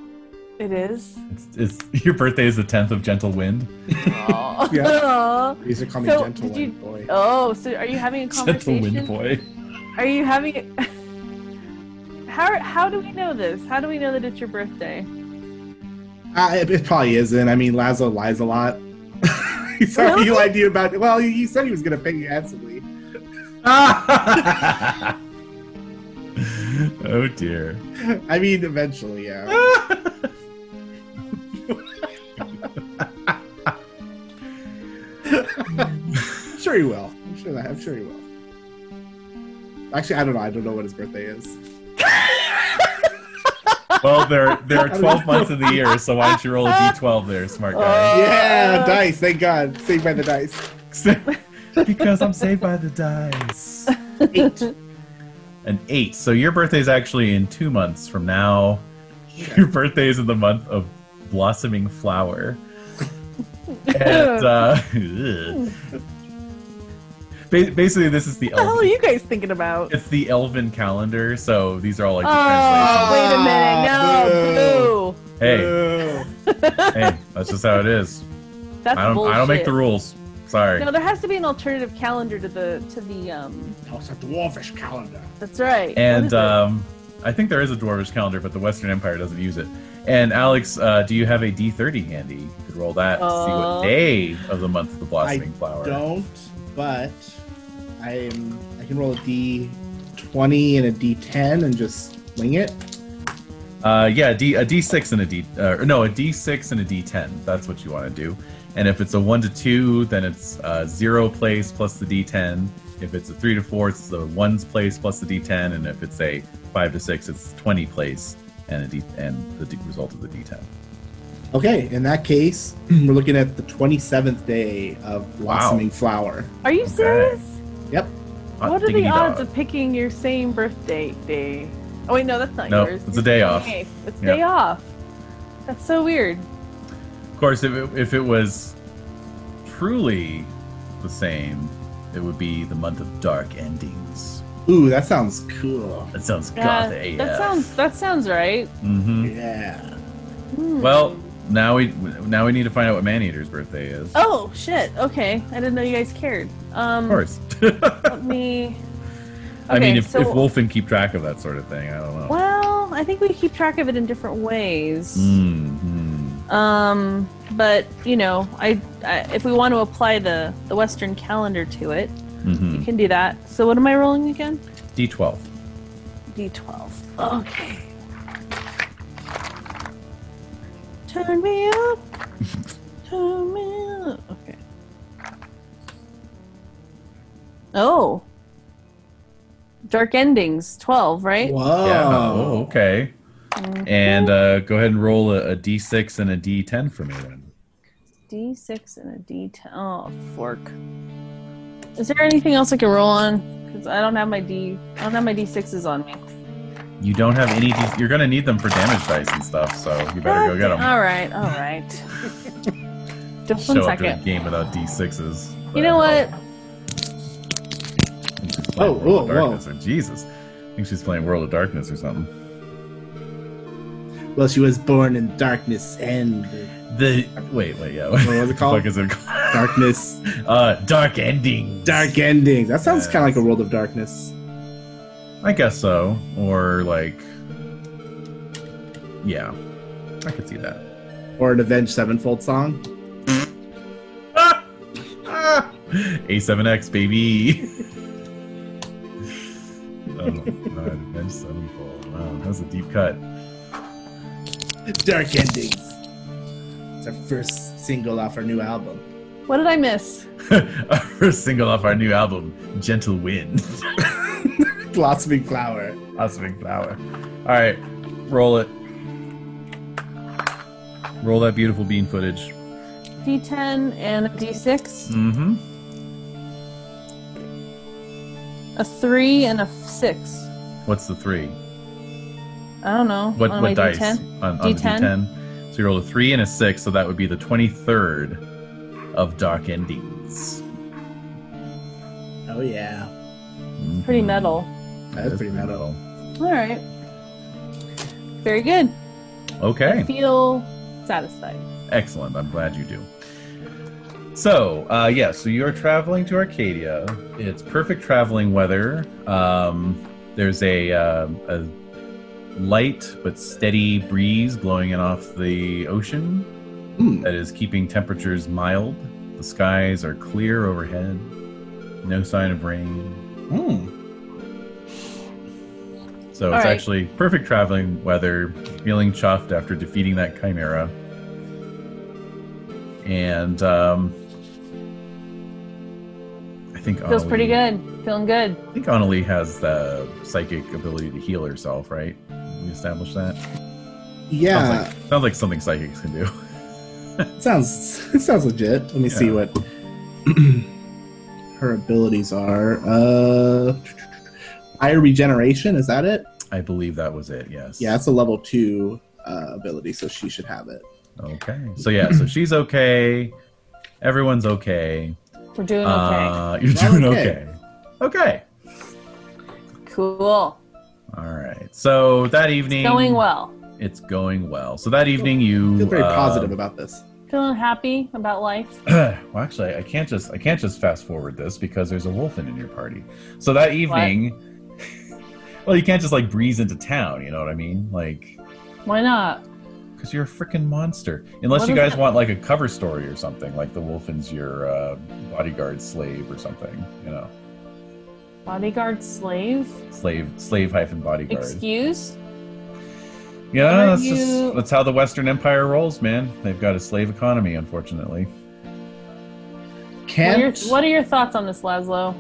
S2: it is.
S3: It's, it's, your birthday is the 10th of gentle wind.
S2: Oh.
S4: Yeah.
S2: Aw.
S4: These are called me
S2: So,
S4: gentle
S2: did
S4: wind,
S2: you-
S4: boy.
S2: Oh, so are you having a
S3: Gentle wind
S2: conversation?
S3: boy.
S2: Are you having? How how do we know this? How do we know that it's your birthday?
S4: Uh, it, it probably isn't. I mean, Lazo lies a lot. he said
S2: Really?
S4: he lied to you about. Well, he, he said he was going to pay you handsomely.
S3: oh, dear.
S4: I mean, eventually, yeah. I'm sure he will. I'm sure that. I'm sure he will. Actually, I don't know. I don't know what his birthday is.
S3: Well, there there are 12 months of the year, so why don't you roll a d12 there, smart guy?
S4: Yeah, dice. Thank God. Saved by the dice.
S2: Uh,
S3: because I'm saved by the dice.
S4: Eight.
S3: An eight. So your birthday is actually in two months from now. Your birthday is in the month of blossoming flower. And uh, ba- basically, this is the
S2: What the hell are
S3: elven.
S2: you guys thinking about?
S3: Oh. It's the elven calendar. So these are all like the
S2: Oh, wait a minute. No,
S4: Ah,
S2: boo.
S3: translations.
S4: Oh.
S3: Hey, hey, that's just how it is.
S2: That's
S3: I don't
S2: bullshit.
S3: I don't make the rules. Sorry.
S2: No, there has to be an alternative calendar to the to the um.
S4: Oh, it's a dwarfish calendar.
S2: That's right. What is it?
S3: And um, I think there is a dwarvish calendar, but the Western Empire doesn't use it. And Alex, uh, do you have a D30 handy? You could roll that to see
S2: Uh,
S3: what day of the month of the blossoming flower.
S4: Don't, but I am. I can roll a d twenty and a d ten and just wing it.
S3: Uh, yeah, D, a D6 and a D. Uh, no, a D6 and a D10. That's what you want to do. And if it's a one to two, then it's uh, zero place plus the D10. If it's a three to four, it's the ones place plus the D10. And if it's a five to six, it's twenty place and a D and the D, result of the D10.
S4: Okay, in that case, we're looking at the twenty seventh day of blossoming flower.
S2: are you serious?
S4: Yep.
S3: Hot
S2: what are the
S3: diggity
S2: odds
S3: dog.
S2: of picking your same birthday day? Oh wait, no, that's not
S3: No,
S2: yours.
S3: it's a day off.
S2: 28th. It's
S3: Yeah.
S2: day off. That's so weird.
S3: Of course, if it, if it was truly the same, it would be the month of dark endings.
S4: Ooh, that sounds cool.
S3: That sounds
S2: Yeah,
S3: goth AF.
S2: that sounds that sounds right.
S3: hmm
S4: Yeah.
S2: Hmm.
S3: Well, now we now we need to find out what Man Eater's birthday is.
S2: Oh shit. Okay, I didn't know you guys cared. Um,
S3: Of course.
S2: Let me.
S3: I mean,
S2: Okay,
S3: if,
S2: so-
S3: if Wolfen keep track of that sort of thing, I don't know.
S2: Well, I think we keep track of it in different ways.
S3: Hmm. Mhm.
S2: Um, but you know, I, I if we want to apply the the Western calendar to it,
S3: Mhm.
S2: we can do that. So what am I rolling again?
S3: D12.
S2: D12. Okay. Turn me up. Turn me up. Okay. Oh. Dark Endings, 12, right?
S4: Whoa.
S3: Yeah. Oh, okay.
S2: Mhm.
S3: And uh, go ahead and roll a, a d6 and a d10 for me then.
S2: D6 and a D10. Oh, fork. Is there anything else I can roll on? Because I don't have my D. I don't have my D6s on me.
S3: You don't have any. D- you're gonna need them for damage dice and stuff, so you better go get them.
S2: All right, all right. Just one
S3: Show up to a
S2: second.
S3: game without d6s.
S2: You know what?
S3: She's playing
S4: Oh,
S3: World
S4: whoa,
S3: of Darkness. Or, Jesus, I think she's playing World of Darkness or something.
S4: Well, she was born in darkness and
S3: The wait, wait, yeah.
S4: what was it
S3: What
S4: called?
S3: the fuck is it called?
S4: darkness,
S3: Uh, dark ending.
S4: dark E- endings. That sounds kind of like
S3: Yes.
S4: a world of darkness.
S3: I guess so. Or like, yeah, I could see that.
S4: or an Avenged Sevenfold song.
S3: Ah! Ah! A7X, baby. oh, God. Avenged Sevenfold. Wow, that was a deep cut.
S4: Dark Endings. It's our first single off our new album.
S2: What did I miss?
S3: our first single off our new album, Gentle Wind.
S4: Blossoming Flower.
S3: Cosmic Flower. All right, roll it. Roll that beautiful bean footage.
S2: D10 and a D6.
S3: Mm-hmm.
S2: A 3 and a f- 6.
S3: What's the three?
S2: Um, I don't know.
S3: What
S2: On
S3: what
S2: my
S3: dice?
S2: D10?
S3: On, on
S2: D10?
S3: the D10. So you roll a three and a six, so that would be the twenty-third of Dark Endings.
S4: Oh yeah,
S2: Pretty
S3: Mhm.
S2: metal.
S3: That
S4: that's
S3: is
S4: pretty metal.
S2: All right. Very good.
S3: metal. Okay.
S2: I feel satisfied.
S3: Excellent. I'm glad you do. So, uh, yeah, so you are traveling to Arcadia. It's perfect traveling weather. Um, there's a, um a light but steady breeze blowing in off the ocean
S4: Hmm.
S3: that is keeping temperatures mild. The skies are clear overhead, no sign of rain.
S4: Hmm.
S3: So,
S2: All
S3: it's
S2: right.
S3: actually perfect traveling weather, feeling chuffed after defeating that chimera. And um, I think
S2: Feels
S3: Annalie-
S2: pretty good. Feeling good.
S3: I think Annalie has the psychic ability to heal herself, right? We established that.
S4: Yeah,
S3: Sounds, like, sounds like something psychics can do.
S4: sounds it sounds legit. Let me see
S3: Yeah.
S4: what her abilities are. Uh, fire regeneration is that it?
S3: I believe that was it. Yes.
S4: Yeah, that's a level two uh, ability, so she should have it.
S3: Okay. So yeah. So she's okay. Everyone's okay.
S2: We're doing okay.
S3: Uh, you're
S4: Well,
S3: doing
S4: okay.
S3: okay. Okay.
S2: cool.
S3: All right. So that evening,
S2: Going well.
S3: It's going well. So that evening, you
S4: I feel very
S3: uh,
S4: positive about this.
S2: Feeling happy about life.
S3: well, actually, I can't just I can't just fast forward this because there's a wolfen in your party. So that evening, well, you can't just like breeze into town. You know what I mean? Like,
S2: Why not?
S3: because you're a freaking monster. Unless
S2: What
S3: you
S2: is
S3: guys
S2: that?
S3: want like a cover story or something, like the wolfen's your uh, bodyguard slave or something. You know,
S2: Bodyguard slave?
S3: slave slave hyphen bodyguard.
S2: Excuse?
S3: yeah,
S2: Are
S3: that's
S2: you-
S3: just that's how the Western Empire rolls, man. They've got a slave economy, unfortunately.
S2: What are,
S4: Can't.
S2: your, what are your thoughts on this, Laszlo?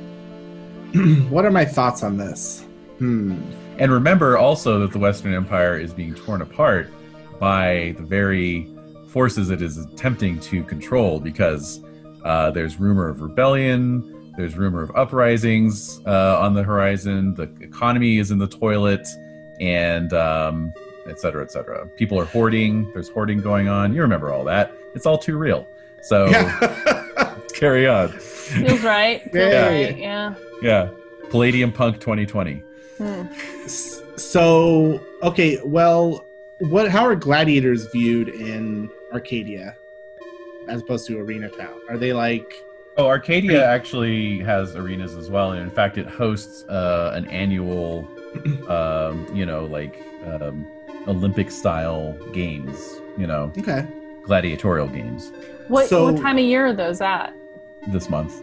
S4: what are my thoughts on this? Hmm.
S3: And remember also that the Western Empire is being torn apart by the very forces it is attempting to control because uh, there's rumor of rebellion, there's rumor of uprisings uh, on the horizon, the economy is in the toilet, and um, et cetera, et cetera. People are hoarding, there's hoarding going on. You remember all that. It's all too real. So
S4: Yeah.
S3: carry on.
S2: Feels right. Feels
S4: Yeah.
S2: right. Yeah.
S3: yeah. Palladium Punk 2020.
S2: Hmm.
S4: S- so okay well what how are gladiators viewed in arcadia as opposed to arena town are they like
S3: Oh, Arcadia actually has arenas as well, and in fact, it hosts uh, an annual, um, you know, like um, Olympic-style games, you know,
S4: okay
S3: gladiatorial games
S2: What,
S4: So-
S2: what time of year are those at?
S3: this month.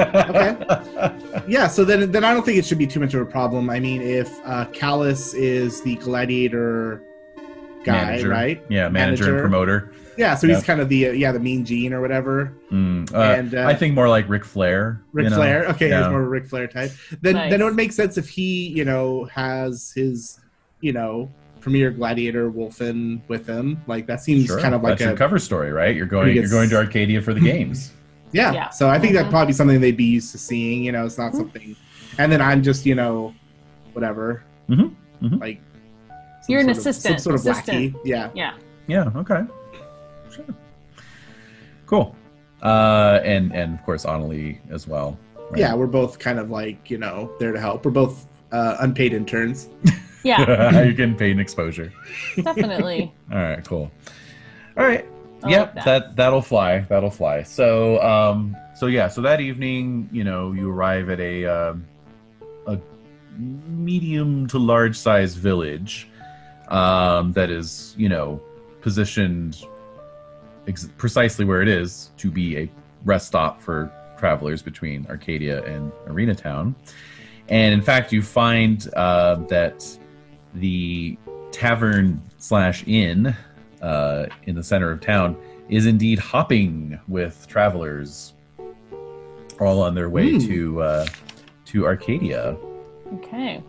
S4: yeah so then then i don't think it should be too much of a problem i mean if uh callus is the gladiator guy
S3: Manager.
S4: right
S3: Yeah, manager,
S4: Manager.
S3: and promoter.
S4: Yeah, so
S3: Yeah.
S4: he's kind of the uh, yeah the mean gene or whatever.
S3: Mm, uh,
S4: And, uh,
S3: I think more like Ric Flair.
S4: Ric
S3: you know?
S4: Flair. Okay, he's
S3: Yeah.
S4: more of a Ric Flair type. Then
S2: Nice.
S4: then it would make sense if he, you know, has his, you know, premier gladiator Wolfen with him. Like that seems
S3: Sure.
S4: kind of like
S3: That's your
S4: a
S3: cover story, right? You're going.
S4: He
S3: You're
S4: gets-
S3: going to Arcadia for the games.
S4: yeah.
S2: Yeah.
S4: So I think
S2: Mhm.
S4: that'd probably be something they'd be used to seeing. You know, it's not
S2: Mhm.
S4: something. And then I'm just you know, whatever.
S3: Mhm. Mhm.
S4: Like some
S2: You're an
S4: sort of-
S2: assistant.
S4: Some sort of
S2: Assistant.
S4: blackie. Yeah.
S2: Yeah.
S3: yeah. Okay. Sure. Cool. Uh, and and of course Annalie as well. right?
S4: Yeah. We're both kind of like you know there to help. We're both uh, unpaid interns.
S2: Yeah,
S3: you're getting paid in exposure.
S2: definitely.
S3: All right. Cool. All right.
S2: I
S3: yep
S2: like that.
S3: that that'll fly that'll fly so um so yeah so that evening you know you arrive at a um a medium to large size village um that is you know positioned ex- precisely where it is to be a rest stop for travelers between arcadia and arena town and in fact you find uh that the tavern slash inn uh, in the center of town is indeed hopping with travelers all on their way
S4: Hmm.
S3: to uh, to Arcadia.
S2: Okay,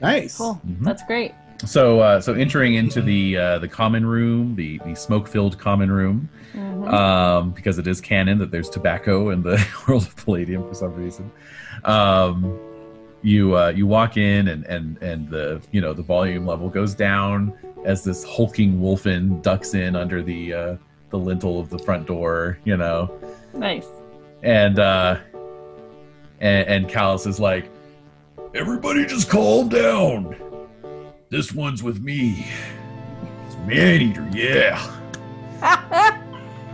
S4: Nice.
S2: cool.
S3: Mhm.
S2: That's great.
S3: So uh, so entering into the uh, the common room, the the smoke filled common room,
S5: Mm-hmm.
S2: Mhm.
S3: um, because it is canon that there's tobacco in the world of Palladium for some reason. Um, you uh, you walk in and and and the you know the volume level goes down as this hulking wolfen ducks in under the uh, the lintel of the front door. You know,
S2: nice.
S3: and uh, and, and Callus is like, everybody just calm down. This one's with me. It's man eater, yeah.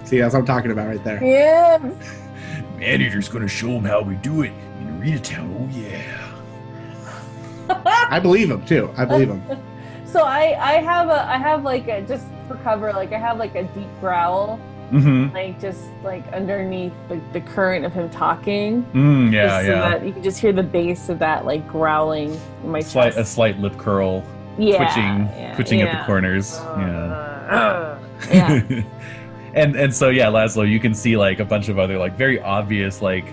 S4: See, that's what I'm talking about right there.
S5: Yes.
S3: Man eater's gonna show him how we do it in Arena Town. Oh yeah.
S4: I believe him too. I believe
S2: Uh,
S4: him.
S5: So I I have a I have like a just for cover like I have like a deep growl
S3: Mm-hmm.
S5: like just like underneath the, the current of him talking.
S3: Mm, yeah,
S5: just so
S3: yeah.
S5: That you can just hear the bass of that like growling in my
S3: Slight, a
S5: chest.
S3: slight lip curl,
S5: yeah,
S3: twitching,
S5: yeah,
S3: twitching at
S5: yeah.
S3: the corners.
S5: Uh,
S3: yeah.
S5: yeah.
S3: and and so yeah, Laszlo, you can see like a bunch of other like very obvious like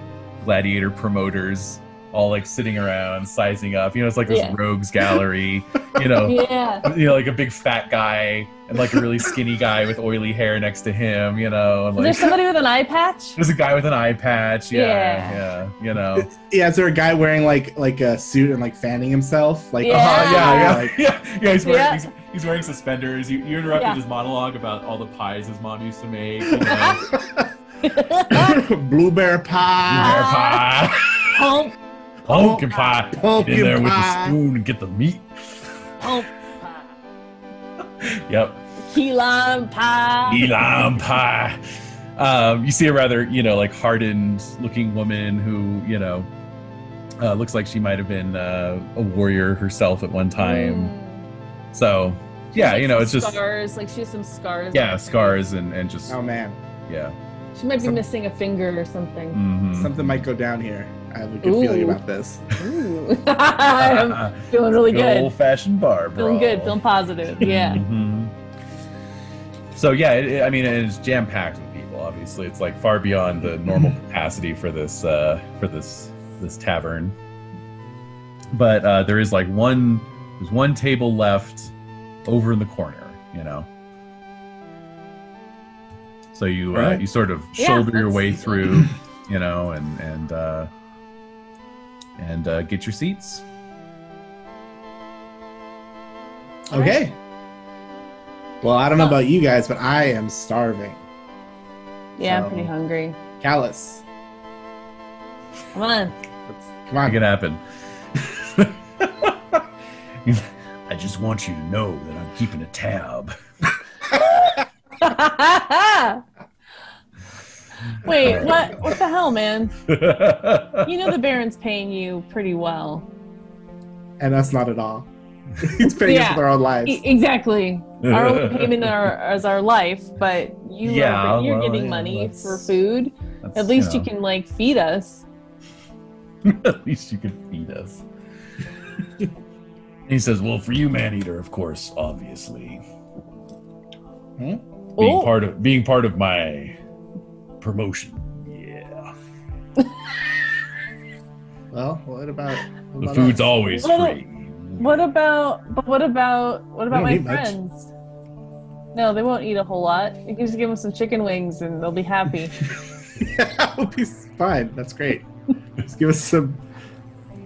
S3: gladiator promoters all like sitting around sizing up. You know, it's like this
S5: Yeah.
S3: rogues gallery. You know,
S5: yeah.
S3: you know, like a big fat guy and like a really skinny guy with oily hair next to him. You know, and,
S5: Is
S3: like
S5: there somebody with an eye patch?
S3: There's a guy with an eye patch. Yeah, yeah,
S5: Yeah.
S3: you know.
S4: Yeah, is there a guy wearing like like a suit and like fanning himself? Like
S5: Yeah.
S3: Uh-huh, yeah, yeah,
S4: Like,
S3: yeah, yeah. He's wearing
S5: Yeah.
S3: He's, he's wearing suspenders. You, you interrupted
S5: Yeah.
S3: his monologue about all the pies his mom used to make. You know,
S4: blueberry pie,
S3: Bear
S5: Uh-huh.
S3: pie,
S5: Pump,
S3: pumpkin pie. Get
S4: Oh, pumpkin
S3: in there with the
S4: pie.
S3: spoon and get the meat.
S5: pump,
S3: Yep,
S5: key lime pie.
S3: elam pie. Um, you see a rather you know like hardened looking woman who you know uh, looks like she might have been uh, a warrior herself at one time.
S5: Mm.
S3: So yeah,
S5: Like
S3: you know
S5: some
S3: it's just
S5: scars. Like she has some scars. on
S3: yeah
S5: her
S3: scars and and just
S4: Oh man,
S3: yeah.
S5: face. She might be
S4: Some-
S5: missing a finger or something.
S3: Mhm.
S4: something might go down here. I have a good
S5: Ooh.
S4: feeling about this.
S3: Mm.
S5: Ooh. I'm feeling really good.
S3: Old fashioned bar, bro.
S5: Feeling good. Feeling positive. Yeah.
S3: Mhm. So yeah, it, it- I mean, it's jam packed with people. Obviously, it's like far beyond the normal
S5: Mm-hmm.
S3: capacity for this uh, for this this tavern. But uh, there is like one there's one table left over in the corner, you know. So you uh,
S4: Alright.
S3: you sort of
S5: Yeah,
S3: shoulder your
S5: let's-
S3: way through, you know, and and uh, and uh, get your seats.
S4: Okay. Well, I don't know about you guys, but I am starving.
S5: Yeah.
S4: So-
S5: I'm pretty hungry.
S4: Callus,
S5: Come on.
S4: let's- come
S3: Make it
S4: on.
S3: happen. I just want you to know that I'm keeping a tab.
S2: Wait, what? What the hell, man?
S3: yeah,
S2: You know the Baron's paying you pretty well.
S4: And us not at all. He's paying us
S2: Yeah.
S4: with our own lives.
S2: E- exactly. Our only payment are, is our life, but you
S3: Yeah,
S2: are, you're
S3: well,
S2: getting
S3: yeah,
S2: money
S3: that's-
S2: for food. At least you, can like feed us.
S3: can. um, At least you can feed us. he says, "Well, for you, man eater, of course, obviously."
S4: Hmm?
S6: being
S7: Oh.
S6: part of being part of my promotion. Yeah,
S4: Well, what about what
S6: the
S4: about
S6: food's
S4: us?
S6: always
S2: uh, What-
S6: free.
S2: What about? But what about? What about
S4: don't
S2: my
S4: eat much.
S2: friends? No, they won't eat a whole lot. You can just give them some chicken wings, and they'll be happy.
S4: Yeah, we'll be fine. That's great. Just give us some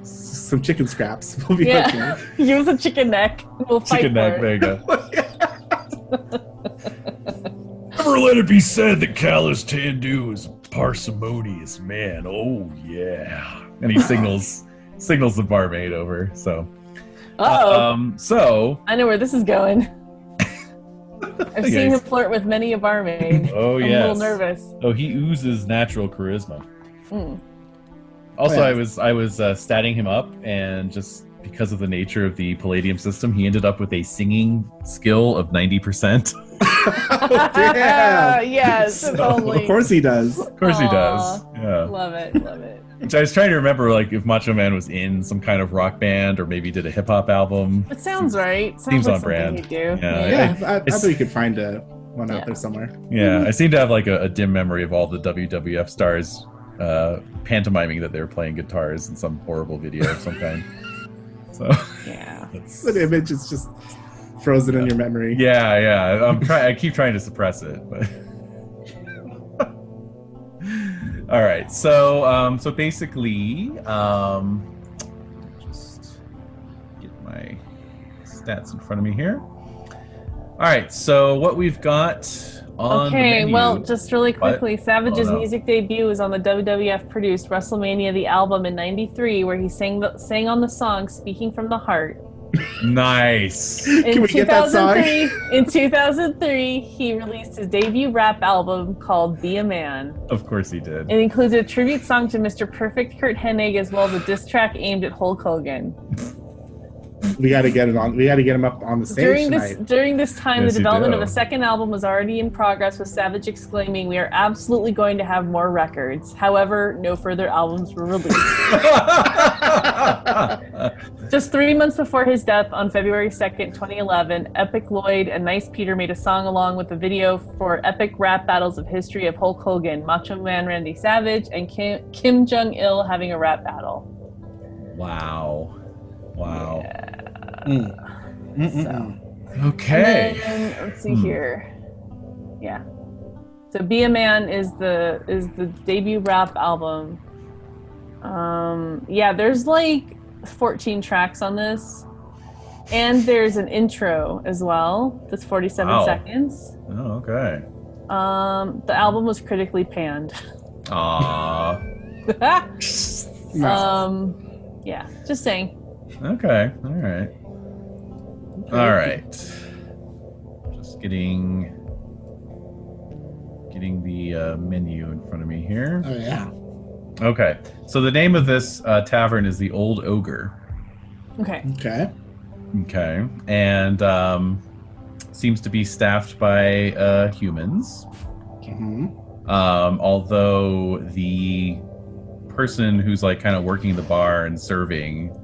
S4: some chicken scraps. We'll be
S2: Yeah. Give us a chicken neck. and We'll fight
S3: Chicken
S2: for
S3: neck,
S2: it.
S3: there you go.
S4: okay.
S6: Never let it be said that Callus Tandu is a parsimonious man. Oh yeah.
S3: And he signals signals the barmaid over. So
S2: Uh-oh.
S3: um so
S2: I know where this is going. I've
S3: Okay.
S2: seen him flirt with many a barmaid.
S6: Oh
S2: I'm a
S6: yes.
S2: little nervous.
S6: Oh, he oozes natural charisma.
S2: Mm.
S3: Also,
S4: Oh, yeah.
S3: I was I was uh, statting him up, and just because of the nature of the palladium system, he ended up with a singing skill of ninety percent.
S4: oh, damn.
S7: yes, if only.
S4: Of course he does.
S3: Of course, he
S2: Aw.
S3: does. Yeah.
S2: Love it. Love it.
S3: Which I was trying to remember, like if Macho Man was in some kind of rock band, or maybe did a hip hop album.
S2: It sounds right. Sounds
S3: Seems
S2: like
S3: on
S2: something
S3: brand.
S2: You do.
S3: Yeah,
S4: Yeah, I, I
S3: It's-
S4: thought we could find a one out
S2: Yeah.
S4: there somewhere.
S3: Yeah, I seem to have like a, a dim memory of all the WWF stars uh, pantomiming that they were playing guitars in some horrible video of some kind. So
S2: yeah.
S3: that's,
S4: That image is just frozen in your memory.
S3: Yeah, yeah. I'm try- I keep trying to suppress it, but all right. So, um, so basically, um, just get my stats in front of me here. All right. So, what we've got on the
S2: Okay,
S3: menu-
S2: well, just really
S3: What?
S2: quickly, Savage's
S3: Oh, no.
S2: music debut was on the WWF produced WrestleMania the album in 93 where he sang the, sang on the song Speaking from the Heart.
S3: nice.
S2: In
S4: Can we get that song?
S2: 2003 in 2003, he released his debut rap album called Be a Man.
S3: Of course, he did.
S2: It includes a tribute song to Mr. Perfect Kurt Hennig as well as a diss track aimed at Hulk Hogan.
S4: We got to get it on. We got to get him up on the stage
S2: During
S4: tonight.
S2: this during this time,
S3: Yes,
S2: the
S3: you
S2: development
S3: do.
S2: of a second album was already in progress, with Savage exclaiming, "We are absolutely going to have more records." However, no further albums were released. Just three months before his death, on February second, 2011, Epic Lloyd and Nice Peter made a song along with the video for epic rap battles of history of Hulk Hogan, Macho Man Randy Savage, and Kim, Kim Jong Il having a rap battle.
S3: wow. Wow.
S4: Mm. Mm-mm-mm.
S3: Okay.
S2: And then, let's see
S3: Hmm.
S2: here. Yeah. So "Be a Man" is the is the debut rap album. Um, yeah, there's like 14 tracks on this, and there's an intro as well. That's 47
S3: Wow.
S2: seconds.
S3: Oh, okay.
S2: Um, the album was critically panned.
S3: Aw.
S2: um, yeah, just saying.
S3: Okay. All right. All right. Just getting getting the uh, menu in front of me here.
S4: Oh yeah.
S3: Okay. So the name of this uh, tavern is the Old Ogre.
S2: Okay.
S4: Okay.
S3: Okay. And um, seems to be staffed by uh, humans.
S4: Mhm.
S3: Um, although the person who's like kind of working the bar and serving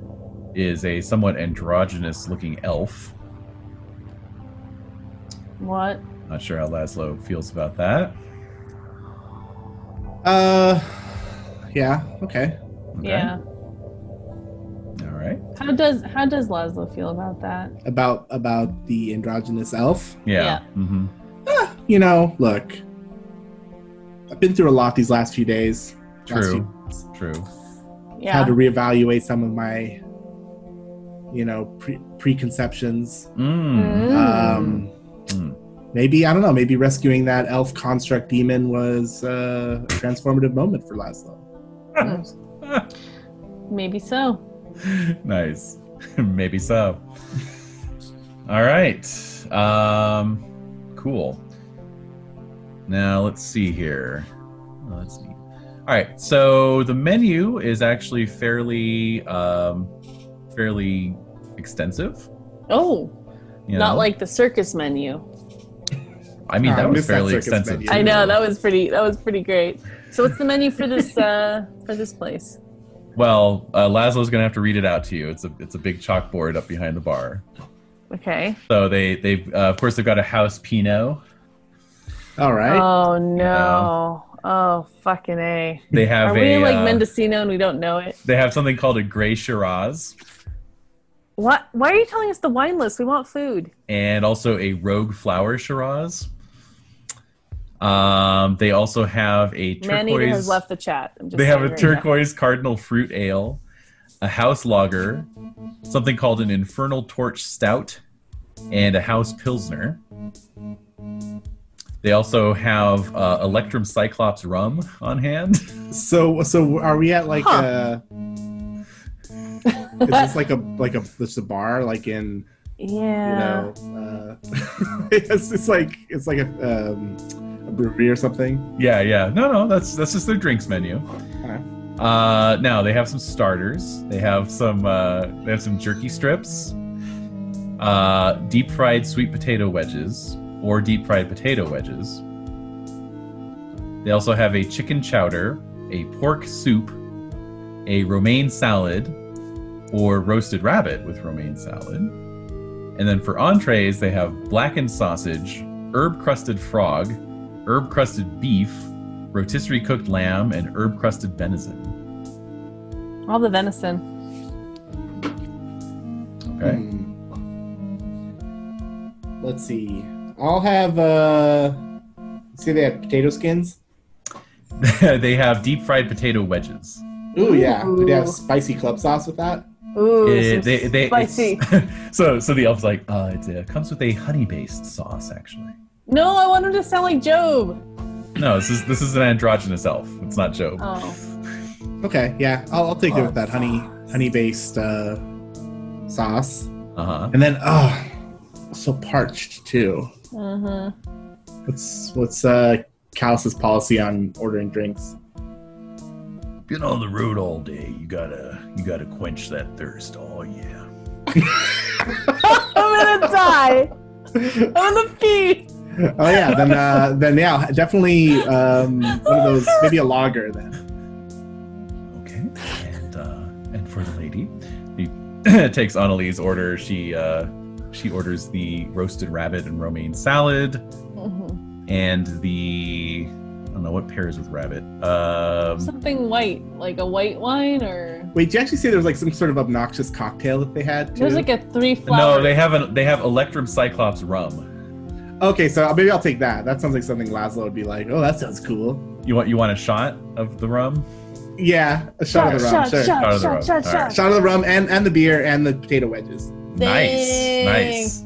S3: is a somewhat androgynous looking elf.
S2: What?
S3: Not sure how Laszlo feels about that.
S4: Uh, yeah. Okay.
S3: Okay.
S2: Yeah.
S3: All right.
S2: How does how does Laszlo feel about that?
S4: About about the androgynous elf.
S3: Yeah.
S2: Yeah.
S3: hmm
S4: You know, look. I've been through a lot these last few days. Last
S3: True.
S4: few-
S3: True.
S2: Yeah.
S4: Had to reevaluate some of my, you know, pre- preconceptions.
S3: Mm.
S2: Hmm.
S4: Um,
S3: Mm.
S4: maybe I don't know. Maybe rescuing that elf construct demon was uh, a transformative moment for Laszlo.
S2: Maybe so. Mm-hmm.
S3: nice. Maybe so. All right. Um, cool. Now let's see here. Oh, Let's see. All right. So the menu is actually fairly, um, fairly extensive.
S2: Oh,
S3: you know?
S2: not like the circus menu.
S3: I mean
S4: Oh, I
S3: that was
S4: miss that
S3: fairly
S4: circus
S3: extensive.
S4: menu.
S2: I know that was pretty. That was pretty great. So, what's the menu for this uh, for this place?
S3: Well, uh, Laszlo's gonna have to read it out to you. It's a it's a big chalkboard up behind the bar.
S2: Okay.
S3: So they they uh, of course they've got a house Pinot,
S4: All right.
S2: Oh no. Oh fucking a.
S3: They have
S2: Are we
S3: a
S2: like
S3: uh,
S2: Mendocino and we don't know it?
S3: they have something called a Grey Shiraz
S2: What? Why are you telling us the wine list? We want food.
S3: and also a Rogue Flower Shiraz. Um, they also have a
S2: Manny has
S3: turquoise.
S2: left the chat. I'm just
S3: they have
S2: saying
S3: a
S2: right now.
S3: turquoise cardinal fruit ale, a house lager, something called an infernal torch stout, and a house pilsner. They also have uh, Electrum Cyclops rum on hand.
S4: So so are we at like
S2: Huh.
S4: a? Is this like a like a just a bar like in you
S2: Yeah.
S4: know? Uh, it's, it's like it's like a, um, a brewery or something.
S3: Yeah, yeah. No, no, that's that's just their drinks menu.
S4: Okay.
S3: Uh, now they have some starters. They have some uh, they have some jerky strips, uh, deep fried sweet potato wedges, or deep fried potato wedges. They also have a chicken chowder, a pork soup, a romaine salad, or roasted rabbit with romaine salad. And then for entrees, they have blackened sausage, herb crusted frog, herb crusted beef, rotisserie cooked lamb, and herb crusted venison.
S2: All the venison.
S3: Okay.
S4: Hmm. Let's see. I'll have uh. See, they have potato skins.
S3: they have deep fried potato wedges.
S4: Ooh, yeah. Would you have
S2: Ooh.
S4: spicy club sauce with that?
S2: Ooh,
S3: Eh,
S2: some
S3: they- they- it's-
S2: spicy.
S3: so, so the elf's like, uh, it uh, comes with a honey based sauce, actually.
S2: No, I want him to sound like Job.
S3: No, this is this is an androgynous elf. It's not Job.
S2: Oh.
S4: Okay, yeah. I'll, I'll take it with that honey honey based uh, sauce.
S3: Uh huh.
S4: And then oh so parched too.
S2: Mm-hmm.
S4: What's what's uh Callus's policy on ordering drinks?
S8: Been on the road all day. You gotta, you gotta quench that thirst. Oh yeah.
S2: I'm gonna die. I'm gonna pee.
S4: Oh yeah, then uh then yeah, definitely um one of those maybe a lager then.
S3: Okay. And uh, and for the lady, he takes Annalise order. She uh, she orders the roasted rabbit and romaine salad
S2: Mhm.
S3: and the I don't know what pairs with rabbit. Um,
S2: Something white, like a white wine, or
S4: Wait, did you actually say there was like some sort of obnoxious cocktail that they had too?
S2: there's like a three flower.
S3: No, they have an, they have Electrum Cyclops rum.
S4: okay, so maybe I'll take that. That sounds like something Laszlo would be like, Oh that sounds cool.
S3: You want you want a shot of the rum?
S4: Yeah, a shot, of the rum, sure. Shot.
S3: Shot of the rum. All right.
S4: of the rum and, and the beer and the potato wedges.
S3: Nice, nice.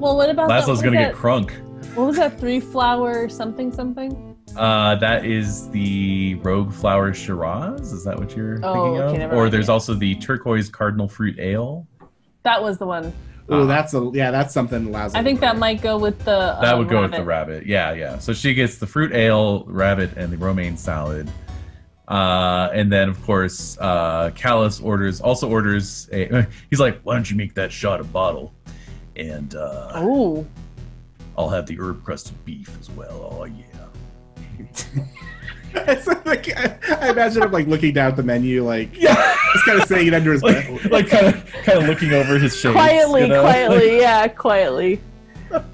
S2: Well, what about that?
S3: Laszlo's
S2: What,
S3: gonna
S2: was
S3: get
S2: that,
S3: crunk.
S2: what was that three flower something something?
S3: Uh, that is the Rogue Flower Shiraz. Is that what you're
S2: Oh, okay,
S3: thinking of?
S2: never
S3: Or
S2: mind,
S3: there's
S2: yeah.
S3: also the Turquoise Cardinal Fruit Ale.
S2: That was the one.
S4: Ooh,
S3: Ah.
S4: that's a yeah, that's something Laszlo.
S2: I think
S4: would
S2: that
S4: order.
S2: might go with the.
S3: That
S2: um,
S3: would go with the rabbit. Yeah, yeah. So she gets the fruit ale, rabbit, and the romaine salad. Uh, and then of course, uh, Callus orders also orders a. He's like,
S8: Why don't you make that shot a bottle? And uh,
S2: Ooh.
S8: I'll have the herb crusted beef as well. Oh yeah.
S4: It's like, I, I imagine him like looking down at the menu, like
S3: yeah.
S4: just kind of saying it under his breath.
S3: like, like kind of kind of looking over his shades.
S2: Quietly,
S3: you know?
S2: quietly, yeah, quietly.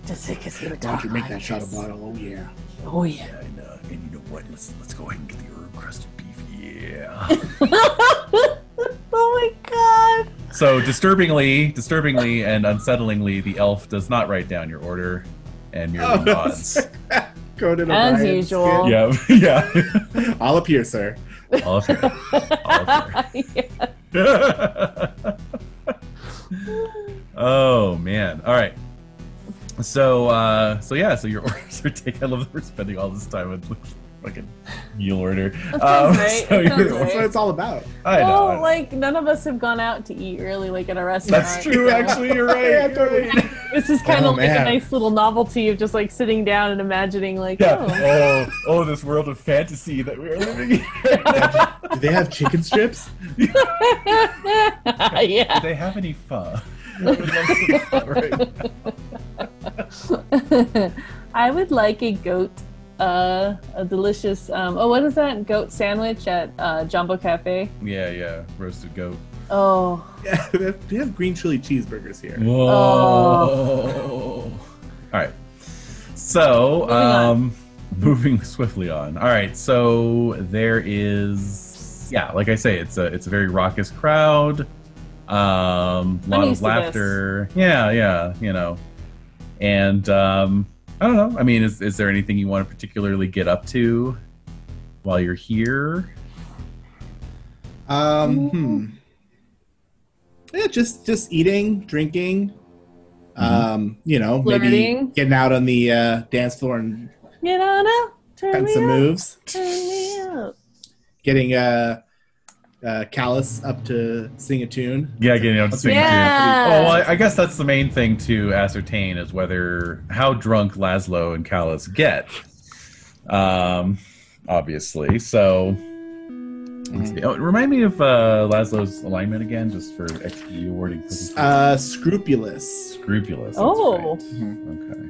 S2: Jessica is gonna
S4: Why don't
S2: talk
S4: you make
S2: like
S4: that shot of
S2: this.
S4: bottle? Oh yeah.
S2: Oh yeah.
S8: And, uh, and you know what? Let's let's go ahead and get the herb crusted beef. Yeah.
S2: oh my god.
S3: So disturbingly, disturbingly, and unsettlingly, the elf does not write down your order and merely
S4: Oh,
S3: nods.
S4: Conan
S2: As
S4: O'Brien,
S2: usual.
S3: Yeah, yeah.
S4: skin. I'll appear, sir.
S3: All fair. All fair.
S2: Yeah.
S3: oh man. All right. So uh so yeah, so your orders are taken. I love that we're spending all this time with fucking meal order. Um,
S2: sounds great. Oh, That sounds
S3: your-
S4: That's what it's all about.
S3: I know. I
S2: Well,
S3: know.
S2: like none of us have gone out to eat really, like at a restaurant.
S3: That's true.
S2: you know?
S3: Actually, you're right.
S4: Yeah,
S3: you're
S4: totally.
S3: right.
S2: This is kind
S4: Oh,
S2: of like
S4: man.
S2: a nice little novelty of just like sitting down and imagining, like, oh,
S3: Yeah. Oh, oh, this world of fantasy that we're living in.
S4: Do they have chicken strips?
S3: Do
S2: oh. yeah.
S3: they have any pho? I would love some pho right now.
S2: I would like a goat, uh, a delicious. Um, oh, what is that goat sandwich at uh, Jumbo Cafe?
S3: Yeah, yeah. Roasted goat.
S2: Oh,
S4: Yeah, they have, they have green chili cheeseburgers here.
S3: Whoa. All right. So,
S2: Moving on.
S3: um, moving swiftly on. All right, so there is, yeah, like I say, it's a it's a very raucous crowd. Um, a lot
S2: used
S3: of
S2: to this.
S3: laughter. Yeah, yeah, you know, and um, I don't know. I mean, is is there anything you want to particularly get up to while you're here?
S4: Um, hmm. Yeah, just just eating, drinking.
S3: Mm-hmm.
S4: Um, you know, maybe
S2: Flirting.
S4: getting out on the uh, dance floor and
S9: You don't know. Turn
S4: find
S9: me
S4: some
S9: up.
S4: moves.
S9: Turn me up.
S4: Getting uh, uh, Callus up to sing a tune.
S3: Yeah, getting up to sing.
S2: Yeah.
S3: Oh, well, I, I guess that's the main thing to ascertain is whether how drunk Laszlo and Callus get. Um, obviously. So, let's see. Oh, remind me of uh, Laszlo's alignment again, just for XP awarding purposes.
S4: Uh, scrupulous.
S3: Scrupulous. that's
S2: Oh.
S3: right. Okay.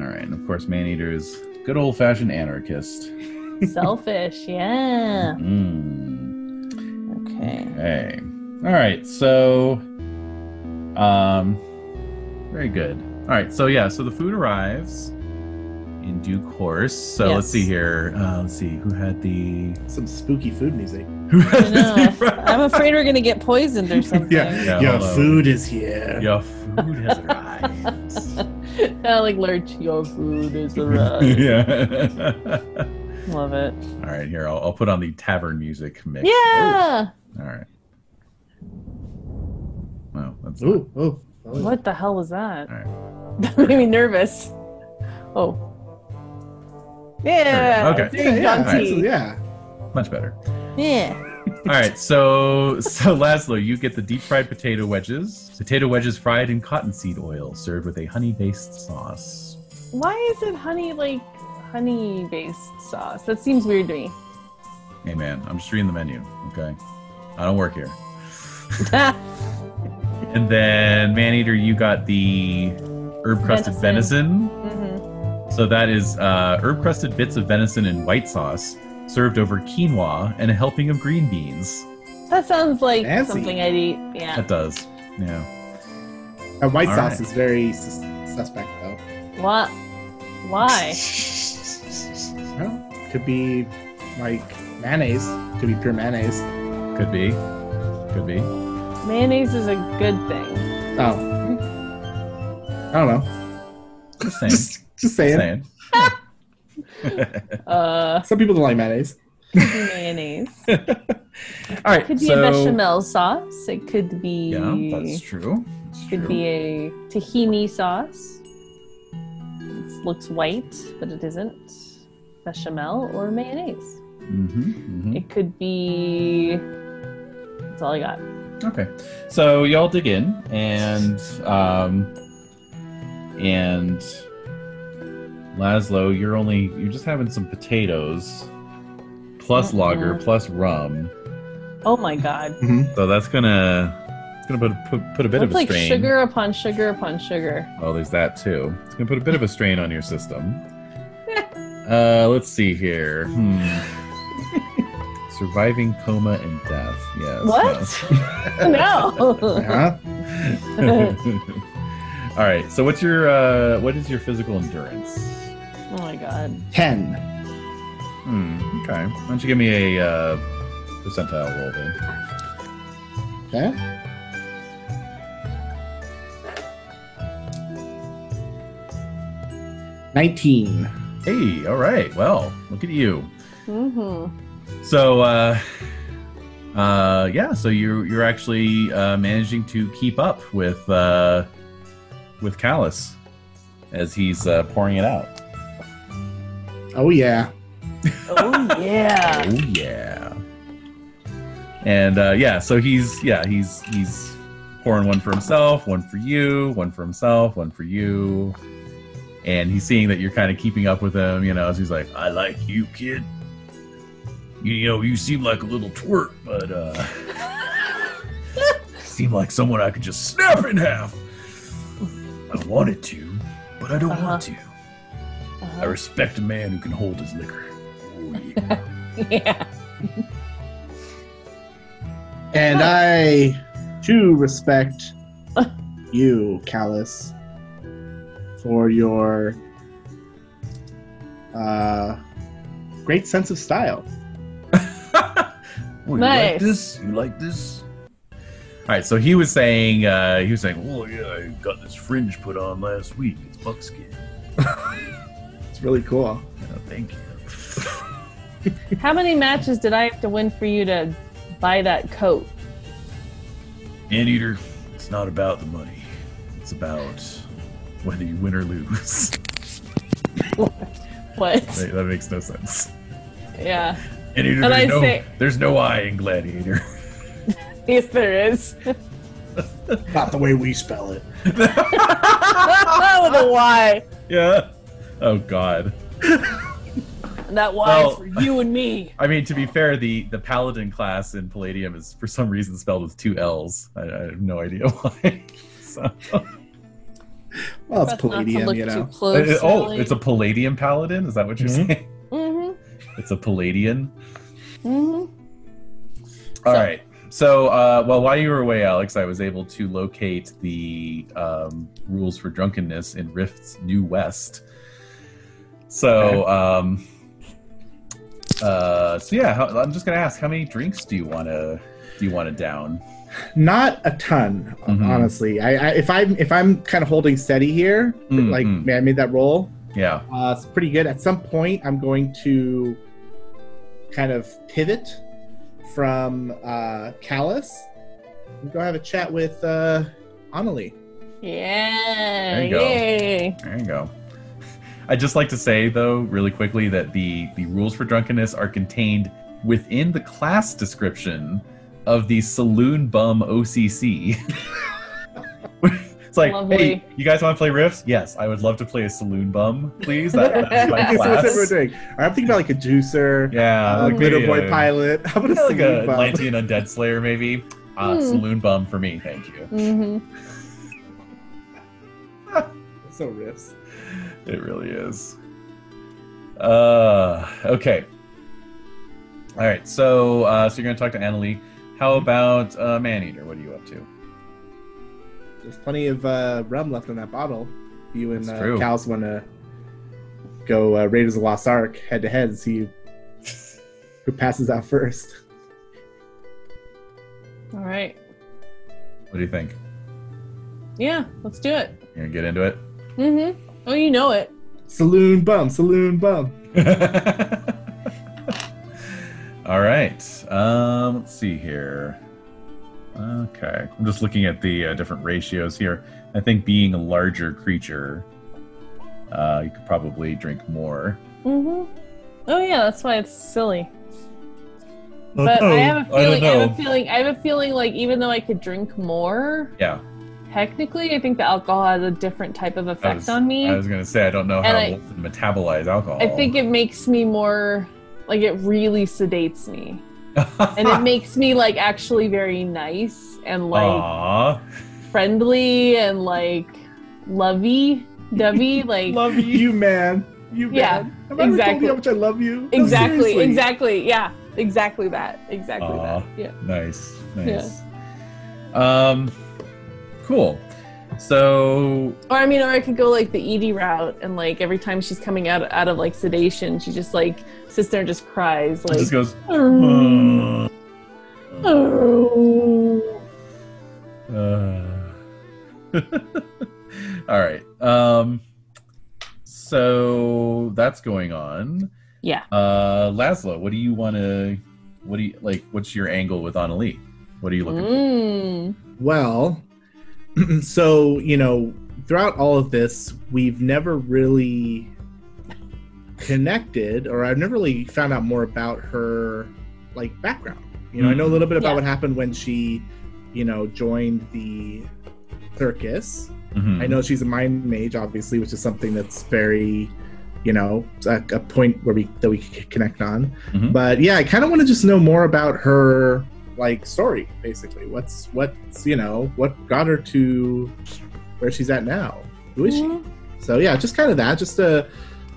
S3: All right, and of course, Maneater is good old-fashioned anarchist.
S2: Selfish, yeah.
S3: Mm.
S2: Okay.
S3: Okay. All right. So, um, very good. All right. So yeah. So the food arrives in due course. So let's
S2: Yes.
S3: see here. Uh, let's see who had the
S4: Some spooky food music.
S3: who had
S2: I know.
S3: the-
S2: I'm afraid we're gonna get poisoned or something.
S3: Yeah,
S4: Your
S3: hello.
S4: food is here.
S3: Your food has arrived.
S2: I like lurch. Your food is arrived.
S3: yeah.
S2: Love it.
S3: All right. Here, I'll, I'll put on the tavern music mix.
S2: Yeah.
S3: All right. Wow. That's
S4: Ooh, oh.
S2: What the hell was that?
S3: All
S2: that made me nervous. Oh. Yeah.
S3: Okay.
S2: Very
S4: Yeah, yeah,
S2: jaunty.
S4: so, yeah.
S3: much better.
S2: Yeah.
S3: All right, so so Laszlo, you get the deep fried potato wedges. Potato wedges fried in cottonseed oil, served with a honey based sauce.
S2: Why is it honey like honey based sauce? That seems weird to me.
S3: Hey man, I'm just reading the menu. Okay, I don't work here. And then Maneater, you got the herb crusted venison.
S2: Mhm.
S3: So that is uh, herb crusted bits of venison in white sauce, served over quinoa and a helping of green beans.
S2: That sounds like
S4: Fancy.
S2: something I'd eat. Yeah.
S3: That does, yeah.
S4: And white
S3: All
S4: sauce
S3: right.
S4: is very sus- suspect, though.
S2: What? Why?
S4: Well, could be like mayonnaise. Could be pure mayonnaise.
S3: Could be, could be.
S2: Mayonnaise is a good thing.
S4: Oh. I don't know.
S3: Just saying. Just
S4: Just, just saying.
S3: saying.
S2: Uh,
S4: Some people don't like mayonnaise.
S2: mayonnaise. It
S3: All right,
S2: could be
S3: so-
S2: a bechamel sauce. It could be.
S3: Yeah, that's true. That's
S2: Could
S3: true.
S2: be a tahini sauce. It looks white, but it isn't. Bechamel or mayonnaise.
S3: Mhm,
S2: It could be. That's all I got.
S3: mhm. Okay, so y'all dig in, and um, and Laszlo, you're only you're just having some potatoes, plus
S2: Mhm.
S3: lager, plus rum.
S2: Oh my god.
S3: So that's gonna it's gonna put put, put a bit
S2: That's
S3: of a
S2: like
S3: strain.
S2: sugar upon sugar upon sugar.
S3: Oh, there's that too. It's gonna put a bit of a strain on your system. uh, let's see here. Hmm. Surviving coma and death. Yes.
S2: What?
S3: Oh.
S2: no.
S4: Huh?
S3: All right. So, what's your uh, what is your physical endurance?
S2: Oh my god.
S4: Ten.
S3: Hmm. Okay. Why don't you give me a uh, percentile roll then?
S4: Okay. Nineteen.
S3: Hey. All right. Well, look at you.
S2: Mm-hmm.
S3: So, uh, uh, yeah. So you're you're actually uh, managing to keep up with uh, with Callus as he's uh, pouring it out.
S4: Oh yeah.
S2: Oh yeah.
S3: Oh yeah. And uh, yeah, so he's yeah he's he's pouring one for himself, one for you, one for himself, one for you, and he's seeing that you're kind of keeping up with him, you know. So he's like,
S10: I like you, kid. You, you know, you seem like a little twerp, but uh,
S2: Uh-huh.
S10: seem like someone I could just snap in half. I wanted to, but I don't want to. I
S2: Uh-huh.
S10: respect a man who can hold his liquor. Oh, yeah.
S2: Yeah.
S4: And I too respect you, Callus, for your Uh, great sense of style.
S11: Oh, you like
S2: Nice.
S11: this? You like this?
S3: All right, so he was saying uh, he was saying
S11: Oh yeah, I got this fringe put on last week. It's buckskin.
S4: It's really cool.
S11: Yeah, thank you.
S2: How many matches did I have to win for you to buy that coat?
S11: Anteater, it's not about the money. It's about whether you win or lose.
S2: What?
S3: that that makes no sense.
S2: Yeah.
S11: Anteater,
S2: And I
S11: there's no,
S2: say-
S11: there's no I in gladiator.
S2: Yes, there is. With
S4: Not the way we spell it.
S2: a Oh, Y.
S3: Yeah. Oh God.
S2: That Y
S3: Well-
S2: is for you and me.
S3: I mean, to be fair, the the paladin class in Palladium is for some reason spelled with two L's. I, I have no idea why. So-
S4: Well,
S2: Best
S4: it's
S2: not to
S4: palladium,
S2: look
S4: you know.
S2: Too close,
S3: oh, it's a Palladium paladin. Is that what you're
S11: Mhm.
S3: saying?
S2: hmm
S3: It's a Palladian.
S2: hmm
S3: All right. So, uh, well, while you were away, Alex, I was able to locate the um, rules for drunkenness in Rift's New West. So, um, uh, so yeah, how, I'm just gonna ask, how many drinks do you wanna do you wanna down?
S4: Not a ton,
S3: Mhm.
S4: honestly. I, I if I'm if I'm kind of holding steady here,
S3: Mm,
S4: like
S3: mm.
S4: man, I made that roll.
S3: Yeah.
S4: Uh, it's pretty good. At some point, I'm going to kind of pivot from uh, Callus and go have a chat with uh, Annalie.
S2: Yeah.
S3: There you go.
S2: Yay.
S3: There you go. I'd just like to say though, really quickly, that the the rules for drunkenness are contained within the class description of the saloon bum OCC. it's like, hey,
S2: Lovely.
S3: you guys want to play riffs? Yes, I would love to play a saloon bum, please. That, that's my
S4: Okay, so what's everyone
S3: class.
S4: doing? All right, I'm thinking about like a juicer,
S3: Yeah,
S4: uh,
S3: like
S4: middle
S3: maybe
S4: boy
S3: a-
S4: pilot. I'm gonna
S3: yeah, like a
S4: salute Bob.
S3: Atlantean undead slayer, maybe. Uh,
S2: Hmm.
S3: Saloon bum for me, thank you.
S2: hmm
S4: So riffs.
S3: It really is. Uh, okay. All right. So, uh, so you're gonna talk to Annalie. How about uh, Maneater? What are you up to?
S4: There's plenty of uh, rum left in that bottle. You and
S3: That's
S4: uh,
S3: true.
S4: Cal's want to go uh, Raiders of the Lost Ark head to head and see who passes out first.
S2: All right.
S3: What do you think?
S2: Yeah, let's do it.
S3: You gonna get into it?
S2: hmm Oh, you know it.
S4: Saloon bum, saloon bum.
S3: All right. Um, let's see here. Okay, I'm just looking at the uh, different ratios here. I think being a larger creature, uh, you could probably drink more.
S2: hmm Oh yeah, that's why it's silly. But I have a feeling. Oh, I, have a feeling. I have a feeling like even though I could drink more,
S3: Yeah.
S2: technically, I think the alcohol has a different type of
S3: I
S2: effect
S3: was-
S2: on me.
S3: I was gonna say I don't know
S2: And
S3: how
S2: I-
S3: wolves metabolize alcohol.
S2: I think it makes me more like it really sedates me, and it makes me like actually very nice and like
S3: Aw,
S2: friendly and like lovey dovey. like
S4: Love you, man. You
S2: Yeah,
S4: man. Have I ever told
S2: exactly.
S4: you how much I love you? No,
S2: exactly,
S4: seriously.
S2: exactly, yeah, exactly that, exactly
S3: Aw.
S2: that, yeah.
S3: nice, nice. Um, cool. So
S2: Or I mean, or I could go like the Edie route, and like every time she's coming out out of like sedation, she just like sits there and just cries,
S3: it
S2: like.
S3: just goes.
S2: "Oh, oh."
S3: Uh. All right. Um, so that's going on.
S2: Yeah.
S3: Uh, Laszlo, what do you want to? What do you like? What's your angle with Annalie? What are you looking for?
S2: Mm.
S4: Well, so, you know, throughout all of this, we've never really connected, or I've never really found out more about her, like, background. You know, I know a little bit about
S2: Yeah.
S4: what happened when she, you know, joined the circus.
S3: Mhm.
S4: I know she's a mind mage, obviously, which is something that's very, you know, a, a point where we that we c- connect on.
S3: Mhm.
S4: But yeah, I kind of want to just know more about her like story, basically. What's what's you know what got her to where she's at now? Who is she? So yeah, just kind of that. Just uh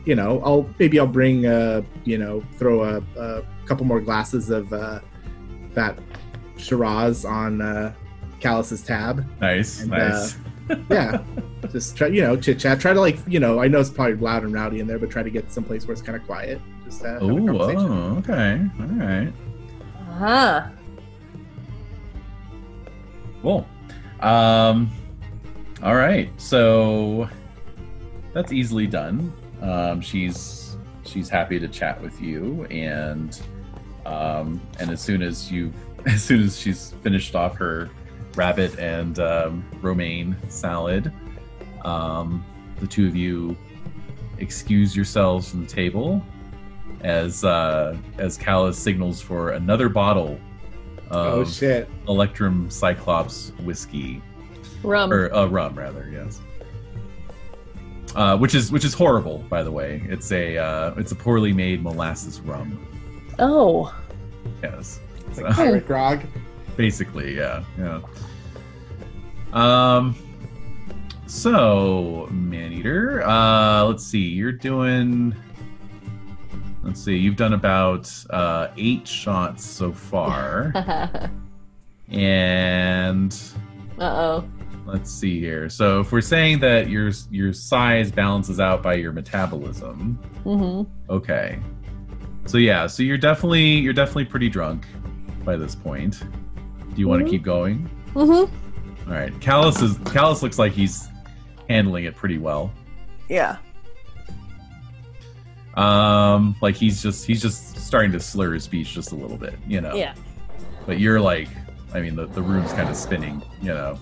S4: you know, I'll maybe I'll bring uh, you know, throw a, a couple more glasses of uh, that Shiraz on uh, Callus's tab.
S3: Nice,
S4: And,
S3: nice.
S4: yeah just try, you know, chit chat. Try to like, you know, I know it's probably loud and rowdy in there, but try to get someplace where it's kind of quiet. Just uh, have a
S3: Ooh,
S4: conversation.
S3: oh, okay. All right.
S2: Uh-huh.
S5: Huh.
S3: Cool. Um, all right. So that's easily done. Um, she's she's happy to chat with you, and um, and as soon as you as soon as she's finished off her rabbit and um, romaine salad, um, the two of you excuse yourselves from the table as uh, as Callus signals for another bottle. Of,
S4: Oh shit!
S3: Electrum Cyclops whiskey
S2: Oh.
S5: Rum.
S3: or uh, rum rather, yes. Uh, which is which is horrible, by the way. It's a uh, it's a poorly made molasses rum.
S5: oh.
S3: Yes,
S4: It's
S3: So-
S4: like pirate grog.
S3: basically, yeah, yeah. Um, so Maneater, uh, let's see, you're doing. Let's see, you've done about uh, eight shots so far,
S5: uh
S3: and
S5: oh.
S3: Let's see here. So if we're saying that your your size balances out by your metabolism,
S5: Mm-hmm.
S3: okay. So yeah, so you're definitely you're definitely pretty drunk by this point. Do you want to
S5: Mhm.
S3: keep going?
S5: Mm-hmm.
S3: All right. Callus is Callus looks like he's handling it pretty well.
S2: Yeah.
S3: Um, like he's just he's just starting to slur his speech just a little bit, you know.
S5: Yeah.
S3: But you're like, I mean, the the room's kind of spinning, you know.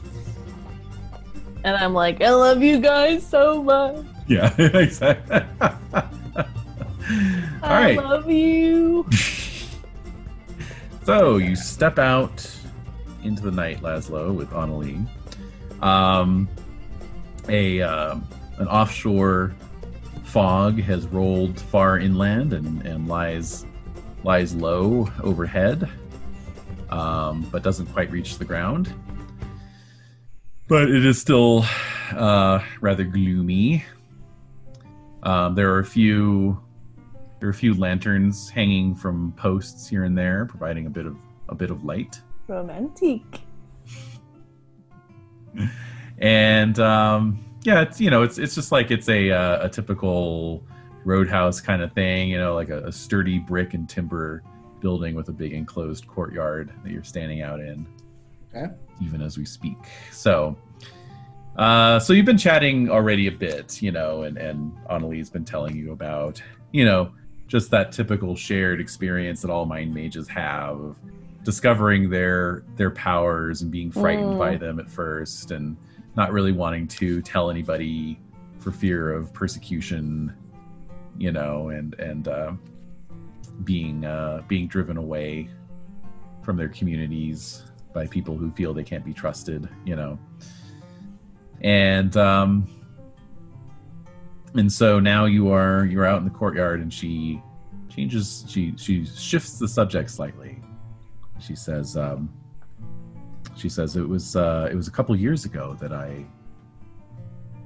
S5: And I'm like, I love you guys so much.
S3: Yeah, exactly. All
S5: I
S3: right.
S2: Uh,
S5: love you.
S3: So you step out into the night, Laszlo, with Annalie. Um, a um an offshore fog has rolled far inland and, and lies lies low overhead, um, but doesn't quite reach the ground. But it is still uh, rather gloomy. Um, there are a few there are a few lanterns hanging from posts here and there, providing a bit of a bit of light.
S5: Romantic.
S3: And um, yeah, it's you know, it's it's just like it's a uh, a typical roadhouse kind of thing, you know, like a, a sturdy brick and timber building with a big enclosed courtyard that you're standing out in.
S4: Okay.
S3: Even as we speak, so. Uh, so you've been chatting already a bit, you know, and and Annalie's been telling you about, you know, just that typical shared experience that all mind mages have of discovering their their powers and being frightened
S5: Mm.
S3: by them at first and not really wanting to tell anybody for fear of persecution you know and and uh, being uh, being driven away from their communities by people who feel they can't be trusted you know and um and so now you are you're out in the courtyard and she changes she she shifts the subject slightly she says um she says it was uh it was a couple years ago that i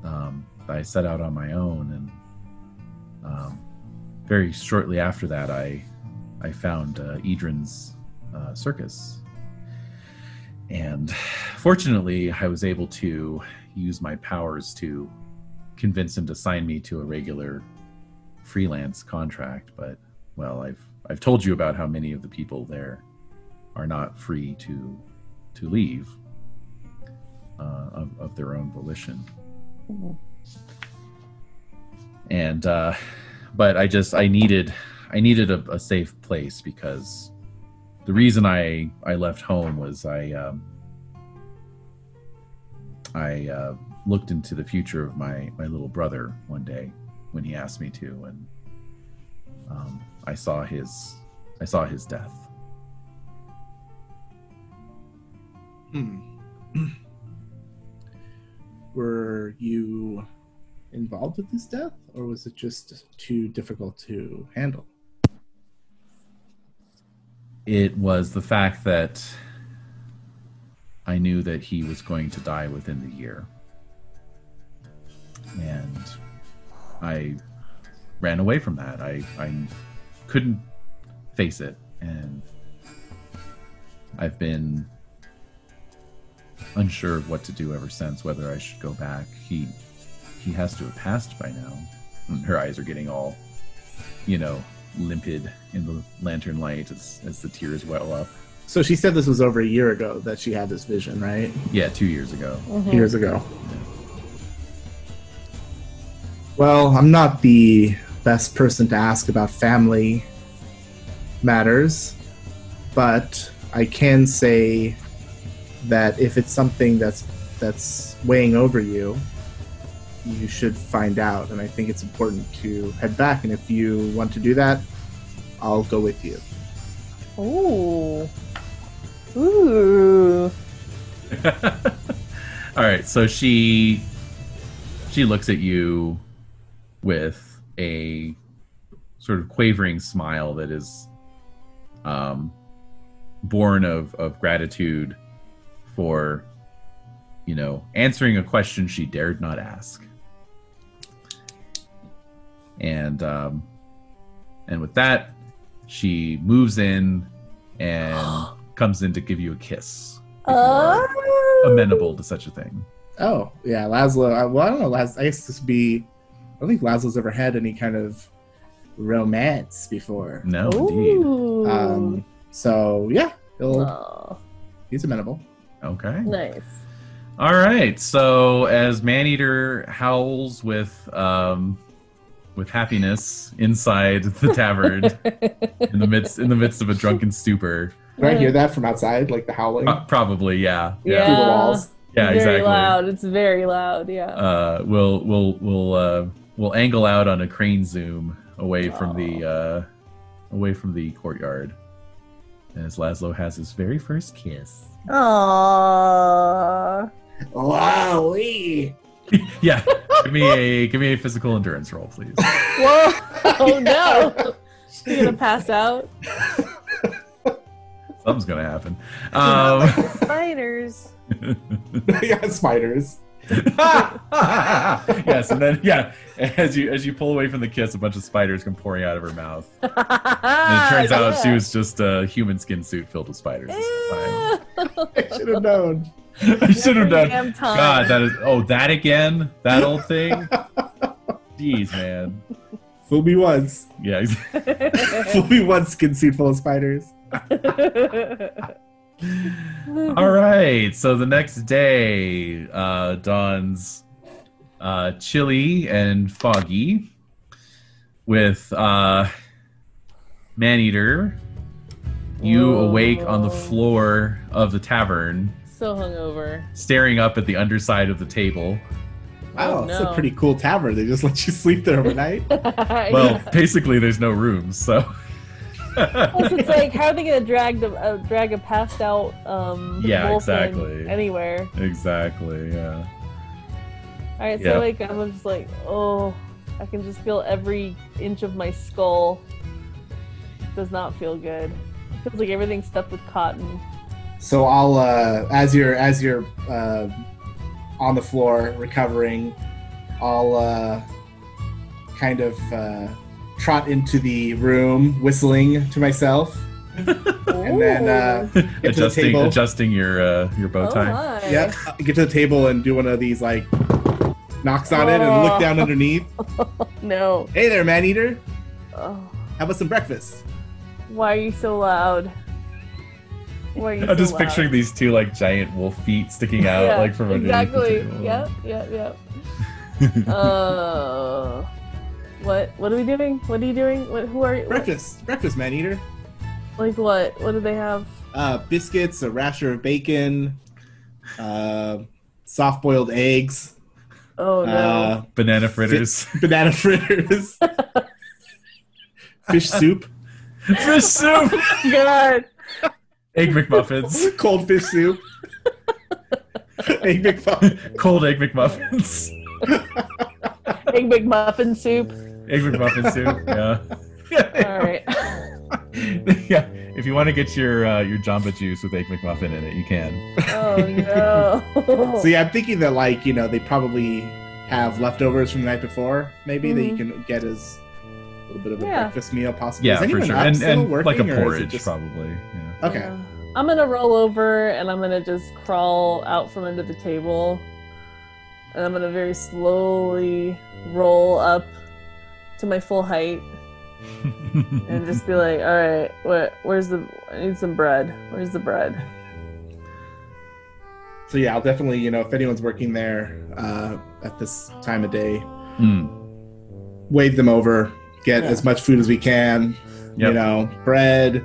S3: um i set out on my own and um very shortly after that i i found uh edrin's uh, circus and fortunately i was able to use my powers to convince him to sign me to a regular freelance contract but well i've i've told you about how many of the people there are not free to to leave uh, of, of their own volition
S5: Mhm.
S3: and uh but i just i needed i needed a, a safe place because the reason i i left home was i um i uh looked into the future of my my little brother one day when he asked me to and um, i saw his i saw his death
S4: Hmm. Were you involved with this death, or was it just too difficult to handle?
S3: it was the fact that I knew that he was going to die within the year. And I ran away from that. I, I couldn't face it. And I've been unsure of what to do ever since, whether I should go back. He He has to have passed by now. And Her eyes are getting all, you know, limpid in the lantern light as, as the tears well up.
S4: So she said this was over a year ago that she had this vision, right?
S3: Yeah, two years ago.
S4: Years ago. Well, I'm not the best person to ask about family matters, but I can say that if it's something that's that's weighing over you, you should find out, and I think it's important to head back. And if you want to do that, I'll go with you.
S2: Ooh. Ooh.
S3: All right, so she she looks at you with a sort of quavering smile that is um, born of, of gratitude for you know answering a question she dared not ask and um, and with that she moves in and comes in to give you a kiss if you are
S2: Oh.
S3: amenable to such a thing
S4: Oh yeah, Laszlo. I, well, I don't know. Laz, I guess this would be. I don't think Laszlo's ever had any kind of romance before.
S3: no Oh, indeed
S2: Ooh.
S4: Um, so yeah, he'll,
S2: Oh,
S4: he's amenable.
S3: okay
S2: nice.
S3: All right. So as Maneater howls with um, with happiness inside the tavern in the midst in the midst of a drunken stupor,
S4: Can I hear that from outside, like the howling
S3: Pro- probably yeah,
S4: through the
S2: Yeah.
S4: walls?
S3: yeah,
S2: very
S3: exactly.
S2: loud. It's very loud. Yeah.
S3: Uh, we'll we'll we'll uh, we'll angle out on a crane zoom away from the uh, away from the courtyard as Laszlo has his very first kiss.
S2: Aww.
S4: Wow,
S3: yeah, give me a give me a physical endurance roll, please.
S2: Whoa. Oh no. She's gonna pass out.
S3: Something's gonna happen. Um,
S2: Spiders.
S4: yeah, spiders.
S3: yes, and then yeah, as you as you pull away from the kiss, a bunch of spiders come pouring out of her mouth.
S2: and
S3: And it turns out
S2: Ah, yeah.
S3: she
S2: Eh,
S3: was just a human skin suit filled with spiders. It's fine.
S2: Ew.
S4: I should have known.
S3: I should have done.
S2: Damn time.
S3: God, that is oh that again, that old thing. Jeez, man.
S4: Fool me once.
S3: Yeah, ex-
S4: Fool me once. Conceit full of spiders.
S3: All right. So the next day uh, dawns uh, chilly and foggy with uh, Maneater. You
S2: Whoa.
S3: awake on the floor of the tavern,
S2: so hungover.
S3: staring up at the underside of the table.
S4: Wow,
S2: Oh,
S4: it's a
S2: no.
S4: pretty cool tavern. They just let you sleep there overnight.
S3: Well, basically, there's no rooms, so.
S2: Plus, it's like how are they gonna drag the uh, drag a passed out um
S3: Yeah,
S2: wolf in
S3: exactly.
S2: anywhere?
S3: exactly, yeah.
S2: All right,
S3: Yeah.
S2: so like I'm just like oh, I can just feel every inch of my skull. Does not feel good. It feels like everything's stuffed with cotton.
S4: So I'll uh, as you're as you're uh, on the floor recovering, I'll uh, kind of uh, trot into the room whistling to myself, and then uh, get to the
S3: Adjusting,
S4: table.
S3: adjusting your uh, your bow
S2: oh
S3: tie.
S2: my.
S4: yep, get to the table and do one of these like knocks on it and
S2: Oh.
S4: look down underneath.
S2: No.
S4: Hey there, man eater.
S2: Oh,
S4: How about some breakfast?
S2: why are you so loud? Why are you so
S3: I'm just
S2: loud?
S3: picturing these two like giant wolf feet sticking out
S2: Yeah,
S3: like from underneath the
S2: exactly.
S3: table.
S2: Yep, yep, yep. uh, what? What are we doing? What are you doing? What? Who are you? what-
S4: Breakfast, breakfast, man eater.
S2: like what? What do they have?
S4: Uh, biscuits, a rasher of bacon, uh, soft boiled eggs,
S2: Oh no!
S4: uh,
S3: Banana fritters.
S4: banana fritters, fish soup,
S3: Fish soup.
S2: God,
S3: Egg McMuffins.
S4: cold fish soup, egg McMuffin.
S3: Cold egg McMuffins.
S2: egg McMuffin soup.
S3: Egg McMuffin soup.
S2: All
S3: Yeah.
S2: right.
S3: yeah. If you want to get your uh, your Jamba Juice with egg McMuffin in it, you can.
S2: Oh no!
S4: So yeah, I'm thinking that like you know they probably have leftovers from the night before, maybe that you can get as a little bit of a
S2: Yeah.
S4: breakfast meal possibly.
S3: Yeah,
S4: Is
S3: for
S4: anyone
S3: sure.
S4: up
S3: And,
S4: still
S3: and like a
S4: working, or is it
S3: porridge,
S4: just-
S3: probably. Yeah.
S4: Okay,
S2: I'm gonna roll over and I'm gonna just crawl out from under the table. and I'm gonna very slowly roll up to my full height and just be like, "All right, where, where's the? I need some bread. Where's the bread?"
S4: So yeah, I'll definitely, you know, if anyone's working there uh, at this time of day,
S3: Mm.
S4: wave them over, get as much food as we can. You
S3: Yep.
S4: know, bread,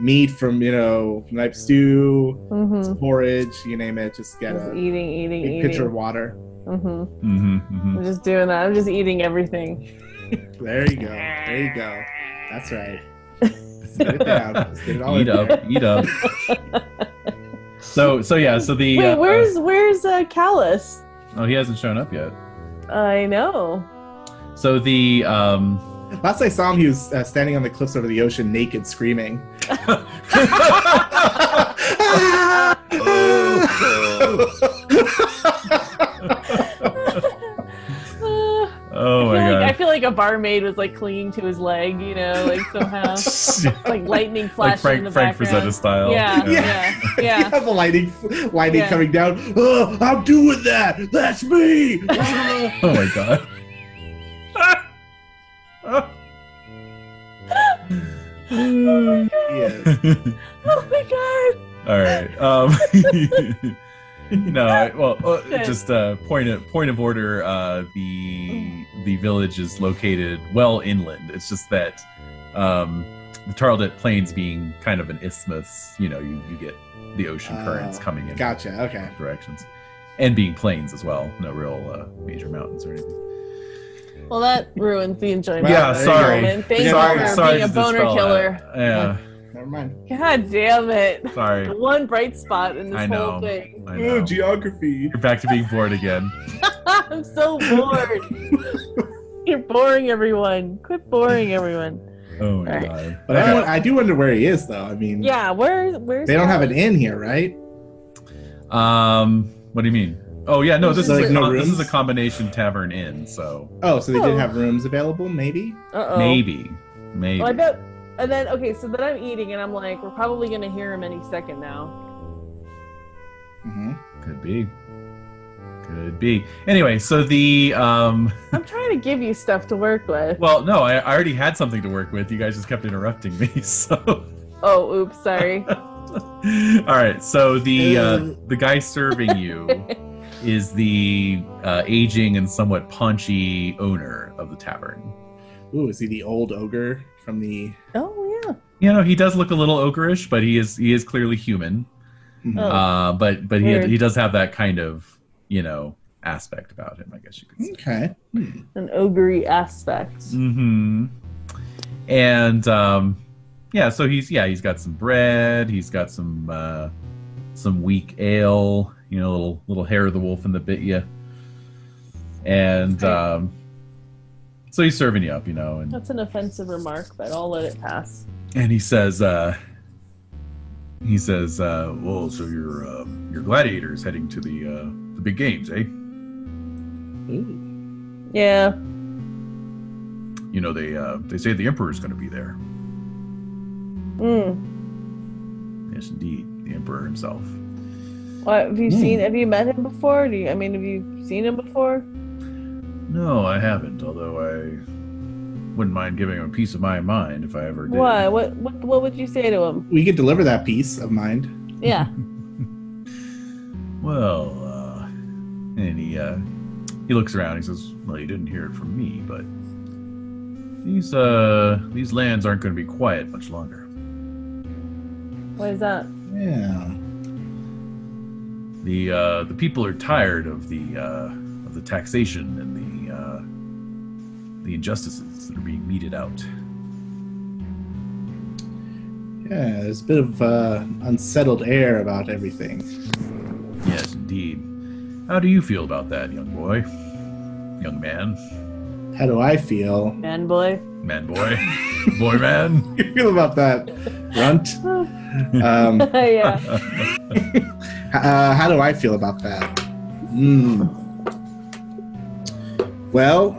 S4: meat from you know night stew,
S2: Mm-hmm.
S4: porridge, you name it. Just get
S2: Just
S4: a
S2: eating, eating,
S4: big
S2: eating.
S4: pitcher of water.
S2: hmm
S3: hmm hmm
S2: I'm just doing that. I'm just eating everything.
S4: There you go. There you go. That's right. Just get it down. Just get it all
S3: Eat
S4: in there.
S3: up, eat up. so, so yeah, so the
S2: Wait,
S3: uh,
S2: where's where's uh, Callus?
S3: oh, he hasn't shown up yet.
S2: I know.
S3: So the um,
S4: Last I saw him, he was uh, standing on the cliffs over the ocean, naked, screaming.
S3: Oh.
S2: Uh,
S3: oh
S2: I, feel like, I
S3: my
S2: feel like a barmaid was like clinging to his leg, you know, like somehow,
S3: god,
S2: like lightning flashing
S3: like
S2: in the
S3: Frank Frank Frazetta
S2: background.
S3: style.
S2: Yeah, yeah, yeah.
S4: You have the lighting, lighting
S2: Yeah.
S4: coming down. Oh, I'm doing that. That's me. Ah.
S3: Oh my god.
S4: yes.
S2: Oh my god!
S3: All right. Um, no, I- well, uh, just uh, point of point of order. Uh, the the village is located well inland. It's just that um, the Tarlet Plains being kind of an isthmus, you know, you, you get the ocean currents
S4: Ah,
S3: coming in
S4: Gotcha. Okay.
S3: directions, and being plains as well. No real uh, major mountains or anything.
S2: Well, that ruins the enjoyment.
S3: Yeah,
S2: of the
S3: sorry.
S2: moment. Thank you
S3: sorry,
S2: for
S3: sorry
S2: being a
S3: to
S2: boner
S3: dispel
S2: killer.
S3: that. Yeah,
S4: Never mind.
S2: God damn it!
S3: sorry.
S2: One bright spot in this
S3: I
S2: whole
S3: know.
S2: thing.
S4: Oh,
S3: I know.
S4: geography.
S3: You're back to being bored again.
S2: I'm so bored. You're boring everyone. Quit boring everyone.
S3: Oh my
S2: All right.
S3: god.
S4: But I, want- I do wonder where he is, though. I mean,
S2: Yeah, where where's
S4: they don't have
S2: Callus?
S4: an inn here, right?
S3: Um, what do you mean? Oh yeah, no, this
S4: Like,
S3: is a,
S4: no
S3: com- this
S4: rooms?
S3: is a combination tavern inn, so
S4: Oh, so they
S2: Oh.
S4: did have rooms available, maybe?
S2: Uh-oh.
S3: maybe, maybe.
S2: Oh. Well, I bet. And then okay, so then I'm eating, and I'm like, we're probably gonna hear him any second now.
S4: hmm
S3: Could be, could be. Anyway, so the um,
S2: I'm trying to give you stuff to work with.
S3: well, no, I, I already had something to work with. You guys just kept interrupting me, so.
S2: Oh, oops, sorry.
S3: All right, so the uh,
S4: Um.
S3: the guy serving you is the uh, aging and somewhat paunchy owner of the tavern.
S4: uh, Ooh, is he the old ogre from the.
S2: oh yeah.
S3: You know, he does look a little ogreish, but he is he is clearly human.
S4: Mhm.
S2: Oh.
S3: Uh, but but he
S2: Weird.
S3: he does have that kind of you know aspect about him, I guess you could say.
S4: Okay. Hmm.
S2: An ogre aspect.
S3: Mm-hmm. And um, yeah, so he's yeah he's got some bread, he's got some uh, some weak ale, you know, little little hair of the wolf in the bit you, and um, so he's serving you up, you know, and
S2: That's an offensive remark, but I'll let it pass.
S3: and he says uh he says uh well so your uh, your gladiators heading to the uh the big games eh
S4: Ooh.
S2: Yeah.
S3: you know they uh they say the emperor's gonna be there
S2: Mm.
S3: yes indeed the emperor himself
S2: What, have you
S4: Hmm.
S2: seen? Have you met him before? Do you, I mean, have you seen him before?
S3: no i haven't although i wouldn't mind giving him a piece of my mind if i ever did
S2: Why? What? What? What would you say to him?
S4: We could deliver that piece of mind.
S2: Yeah.
S3: well uh and he uh he looks around he says well you didn't hear it from me but these uh these lands aren't gonna be quiet much longer
S2: What is that?
S4: Yeah.
S3: the uh, the people are tired of the uh, of the taxation and the uh, the injustices that are being meted out.
S4: Yeah, there's a bit of uh, unsettled air about everything.
S3: Yes, indeed. How do you feel about that, young boy, young man,
S4: How do I feel?
S2: Man, boy.
S3: man boy, boy man?
S4: How do you feel about that, Runt? Um, h-
S2: yeah.
S4: uh, how do I feel about that? Mm. Well,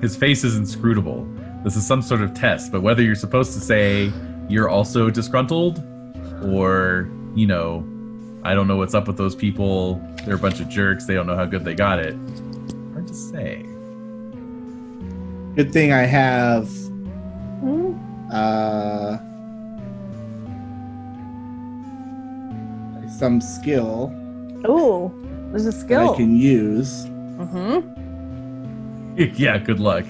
S3: His face is inscrutable. This is some sort of test, but whether you're supposed to say you're also disgruntled or you know I don't know what's up with those people. They're a bunch of jerks. They don't know how good they got it. Hard to say.
S4: Good thing I have.
S2: Hmm?
S4: Uh, some skill
S2: Oh, there's a
S4: that
S2: skill.
S4: I can use.
S2: mm-hmm.
S3: yeah, good luck.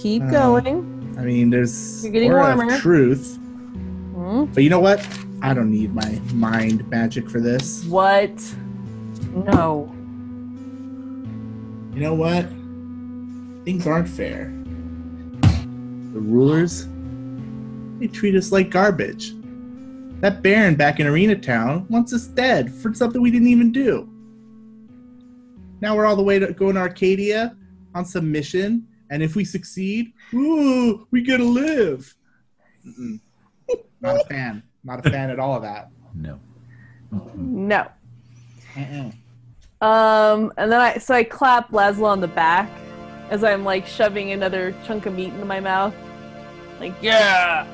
S2: Keep
S4: Uh,
S2: going.
S4: I mean, there's
S2: You're getting
S4: aura
S2: warmer.
S4: of truth,
S2: Hmm?
S4: but you know what? I don't need my mind magic for this.
S2: What? No.
S4: You know what? Things aren't fair. The rulers, they treat us like garbage. That Baron back in Arena Town wants us dead for something we didn't even do. Now we're all the way to going to Arcadia on some mission, and if we succeed, ooh, we get to live. Mm-mm. Not a fan. Not a fan at all of that.
S3: No.
S2: No.
S4: Mm-mm.
S2: Um, and then I so I clap Laszlo on the back as I'm like shoving another chunk of meat into my mouth. Like, yeah,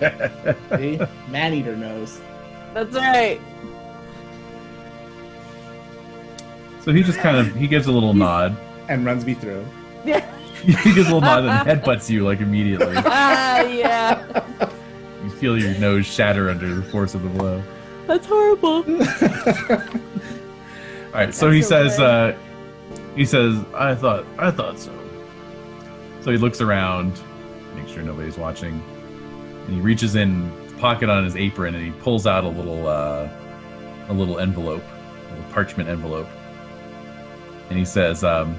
S4: See? Man Eater knows.
S2: that's right.
S3: So he just kind of he gives a little nod.
S4: And runs me through.
S2: Yeah.
S3: He gives a little nod and headbutts you like immediately.
S2: ah, yeah.
S3: You feel your nose shatter under the force of the blow.
S2: That's horrible.
S3: All right, so
S2: That's
S3: he
S2: so
S3: says,
S2: good.
S3: uh, he says, I thought, I thought so. So he looks around, makes sure nobody's watching, and he reaches in the pocket on his apron and he pulls out a little, uh, a little envelope, a little parchment envelope, and he says, um,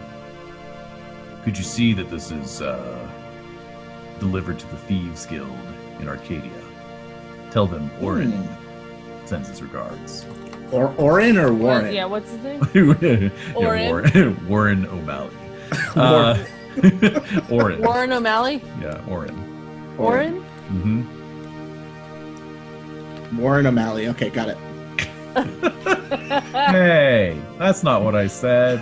S3: "Could you see that this is uh, delivered to the Thieves Guild in Arcadia? Tell them Orin
S2: Hmm.
S3: sends his regards."
S4: Or Orin or Warren.
S5: Yeah, what's his name?
S3: Warren.
S2: Warren.
S3: Warren, Warren O'Malley. Uh, Warren.
S2: Warren O'Malley?
S3: Yeah, Warren.
S2: Warren?
S3: hmm
S4: Warren O'Malley. Okay, got it.
S3: Hey, that's not what I said.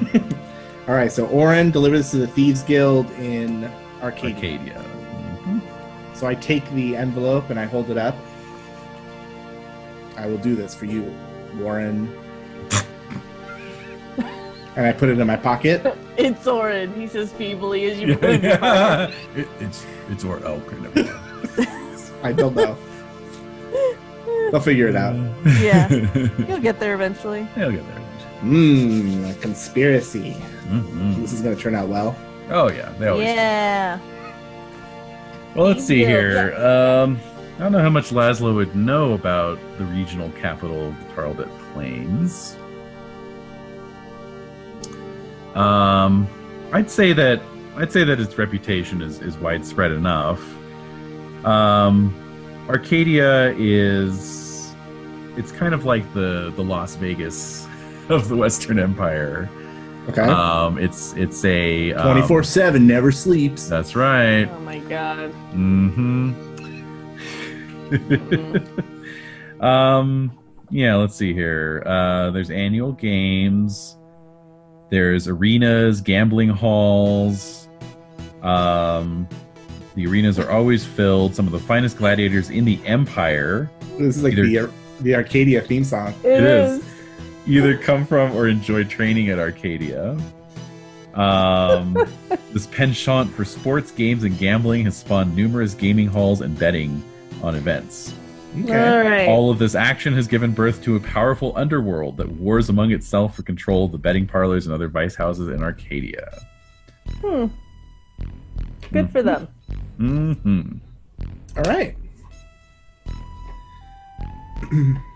S4: All right, so Orin delivers to the Thieves Guild in Arcadia.
S3: Arcadia.
S4: So I take the envelope and I hold it up. I will do this for you, Warren. and I put it in my pocket.
S2: It's Orin, he says feebly as you
S3: Yeah, yeah. It, it's it's or oh, okay, never mind.
S4: I don't know. They'll figure it out.
S2: Yeah.
S3: He'll
S2: You'll get there eventually.
S3: get there.
S4: Mmm, a conspiracy.
S3: hmm
S4: This is going to turn out well.
S3: Oh yeah, they always. do.
S2: Yeah.
S3: Well, let's see
S2: Yeah.
S3: here. Um, I don't know how much Laszlo would know about the regional capital of the Tarlbit Plains. Um, I'd say that I'd say that its reputation is, is widespread enough. Um, Arcadia is it's kind of like the the Las Vegas of the Western Empire.
S4: Okay.
S3: Um, it's it's a um,
S4: 24 7, never sleeps.
S3: That's right.
S2: Oh my god.
S3: Mm-hmm. um, yeah, let's see here. Uh, there's annual games. There's arenas, gambling halls. Um, the arenas are always filled. Some of the finest gladiators in the empire
S4: This is like the,
S3: Either-
S4: the Arcadia theme song.
S3: It
S2: it
S3: is.
S2: is.
S3: either come from or enjoy training at Arcadia. Um, this penchant for sports, games, and gambling has spawned numerous gaming halls and betting on events.
S4: Okay.
S2: Alright.
S3: All of this action has given birth to a powerful underworld that wars among itself for control of the betting parlors and other vice houses in Arcadia.
S2: Hmm. Good for them.
S3: hmm
S4: All right.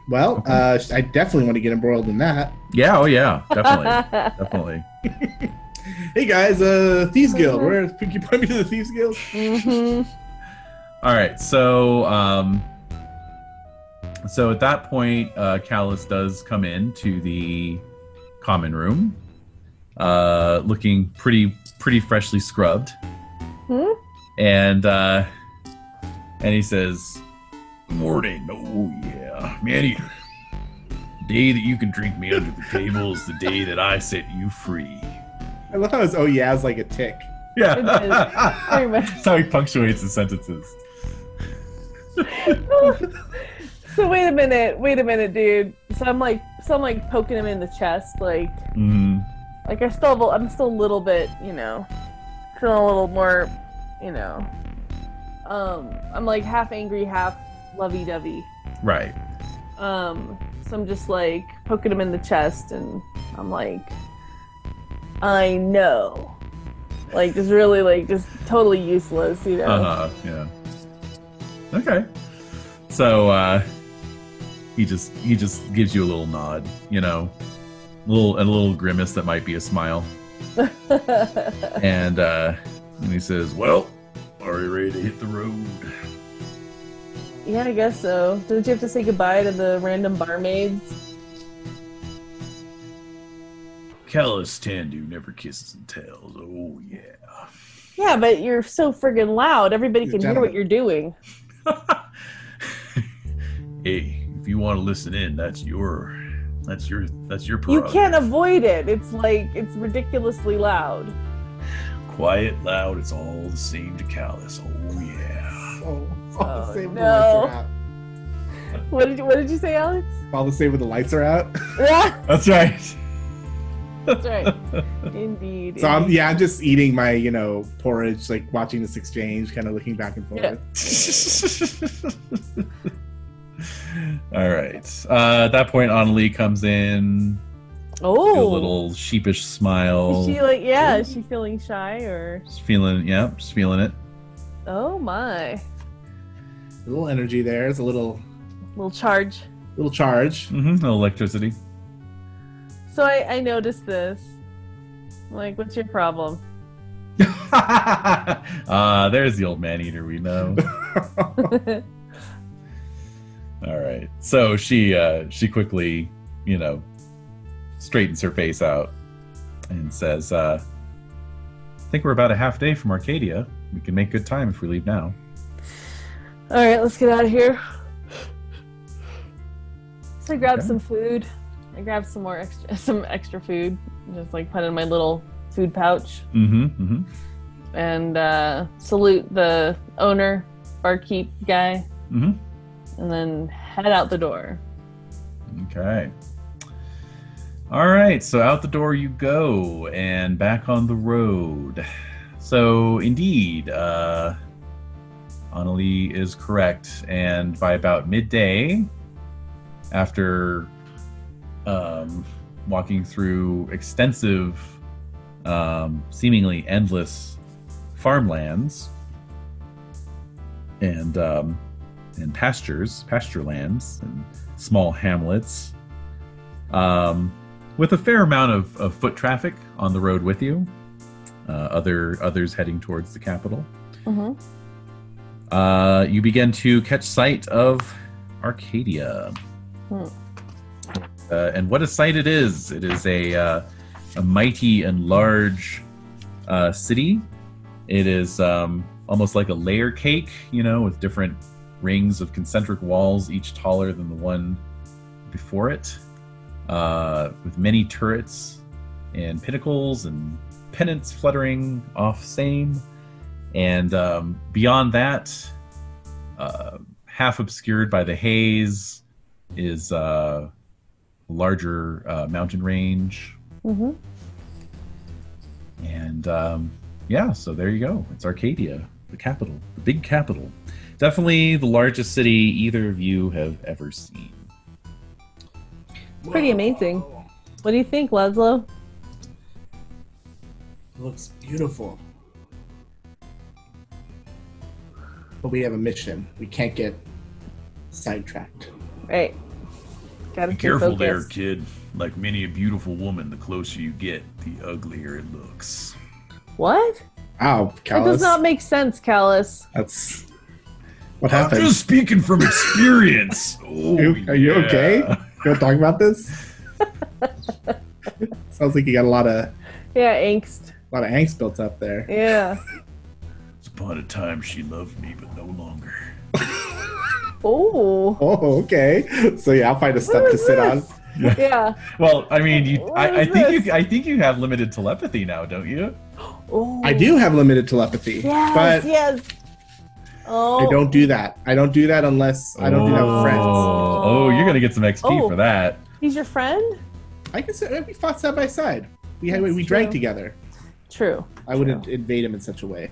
S4: well, uh, I definitely want to get embroiled in that.
S3: Yeah, oh yeah, definitely. definitely.
S4: Hey guys, uh, Thieves
S2: Mm-hmm.
S4: Guild. Where can you point me to the Thieves Guild?
S2: hmm
S3: All right, so um, so at that point, uh, Callus does come in to the common room, uh, looking pretty pretty freshly scrubbed,
S2: Hmm?
S3: and uh, and he says,
S12: Morning. Oh, yeah. Man eater. Day that you can drink me under the table is the day that I set you free.
S4: I love how his oh yeah is like a tick.
S3: "Yeah."
S2: Very much.
S3: That's how he punctuates his sentences.
S2: So wait a minute, wait a minute, dude. So I'm like, so I'm like poking him in the chest, like,
S3: Mm,
S2: like I still, have a, I'm still a little bit, you know, feeling a little more, you know, um, I'm like half angry, half lovey-dovey.
S3: right.
S2: Um, so I'm just like poking him in the chest, and I'm like, I know, like just really like just totally useless, you know.
S12: Uh-huh,
S3: Uh huh. Yeah. Okay. So uh, he just he just gives you a little nod, you know, a little a little grimace that might be a smile, and uh, and he says, "Well,
S12: Are you ready to hit the road?
S2: yeah, I guess so. Didn't you have to say goodbye to the random barmaids?
S12: Callous Tandu never kisses and tells. Oh, yeah.
S2: Yeah, but you're so friggin' loud. Everybody
S4: You're
S2: can hear
S4: gentlemen.
S2: what you're doing.
S12: Hey, if you want to listen in, that's your, that's your, that's your
S2: You
S12: prerogative.
S2: can't avoid it. It's like it's ridiculously loud.
S12: Quiet, loud, it's all the same to Callous. Oh yeah.
S4: Oh, it's all the
S2: Oh,
S4: same when the
S2: no.
S4: lights are out.
S2: What did you, what did you say, Alex?
S4: All the same when the lights are out.
S2: That's
S3: that's right."
S2: right. Indeed.
S4: So I'm
S2: indeed.
S4: yeah, I'm just eating my you know porridge, like watching this exchange, kind of looking back and forth.
S2: Yeah.
S3: All right. Uh, at that point, Annalie comes in, with a
S2: Oh.
S3: little sheepish smile.
S2: Is she like yeah? Is she feeling shy or?
S3: Just feeling, yeah, just feeling it.
S2: Oh my!
S4: A little energy there. It's a little
S2: Little charge.
S4: little charge.
S3: Mm-hmm. Electricity.
S2: So I I noticed this. I'm like, what's your problem?
S3: Ah, there's the old man eater we know. All right. So she uh, she quickly, you know, straightens her face out and says, uh, "I think we're about a half day from Arcadia. We can make good time if we leave now."
S2: All right, let's get out of here. So I grabbed
S3: Okay.
S2: some food. I grabbed some more extra some extra food. Just like put it in my little food pouch
S3: Mm-hmm. Mm-hmm.
S2: and uh, salute the owner, barkeep guy,
S3: Mm-hmm.
S2: and then head out the door.
S3: Okay. All right, so out the door you go and back on the road. So, indeed, uh, Annalie is correct. And by about midday, after um, walking through extensive, um, seemingly endless farmlands and, um, and pastures, pasture lands, and small hamlets, um, with a fair amount of, of foot traffic on the road with you. Uh, other others heading towards the capital.
S2: Mhm.
S3: Uh, you begin to catch sight of Arcadia,
S2: Hmm.
S3: uh, and what a sight it is! It is a uh, a mighty and large uh, city. It is um, almost like a layer cake, you know, with different rings of concentric walls, each taller than the one before it, uh, with many turrets and pinnacles and pennants fluttering off same. And um, beyond that, uh, half obscured by the haze, is uh, a larger uh, mountain range.
S2: Mhm.
S3: And um, yeah, so there you go. It's Arcadia, the capital, the big capital. Definitely the largest city either of you have ever seen.
S2: Pretty amazing. What do you think, Laszlo?
S4: looks beautiful. But we have a mission. We can't get sidetracked.
S2: Right. Gotta
S12: Be
S2: stay
S12: careful there,
S2: focused.
S12: kid. Like many a beautiful woman, the closer you get, the uglier it looks.
S2: What?
S4: Ow,
S2: That does
S4: Callus.
S2: not make sense, Callus.
S4: That's what
S12: I'm
S4: happened.
S12: just speaking from experience. Oh,
S4: You- are you
S12: yeah.
S4: okay? You're talking about this? Sounds like you got a lot of
S2: Yeah, angst.
S4: a lot of angst built up there.
S2: Yeah.
S12: Once upon a time, she loved me, but no longer.
S2: Oh.
S4: Oh, okay. So yeah, I'll find a stuff to sit on.
S2: on. Yeah.
S3: Well, I mean, you,
S2: What
S3: I, I
S2: is
S3: think
S2: this?
S3: you, I think you have limited telepathy now, don't you?
S2: Oh.
S4: I do have limited telepathy,
S2: Yes.
S4: but
S2: yes. Oh.
S4: I don't do that. I don't do that unless I don't do that with friends.
S3: Oh, gonna get some XP
S2: Oh.
S3: for that.
S2: He's your friend?
S4: I can say we fought side by side. We had, we
S2: That's
S4: drank
S2: true.
S4: together.
S2: True.
S4: I wouldn't invade him in such a way.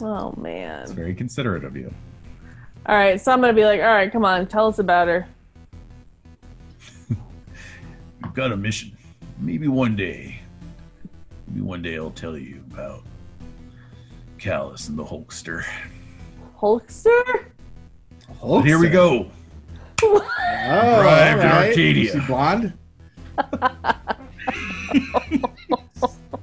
S2: Oh
S3: It's
S2: man.
S3: very considerate of you.
S2: All right, so I'm gonna be like, all right, come on, tell us about her.
S12: I've got a mission. Maybe one day. Maybe one day I'll tell you about Callus and the Hulkster.
S2: Hulkster?
S12: But here we go.
S4: Oh,
S12: Arrived in
S4: all right.
S12: Arcadia.
S4: Is she blonde?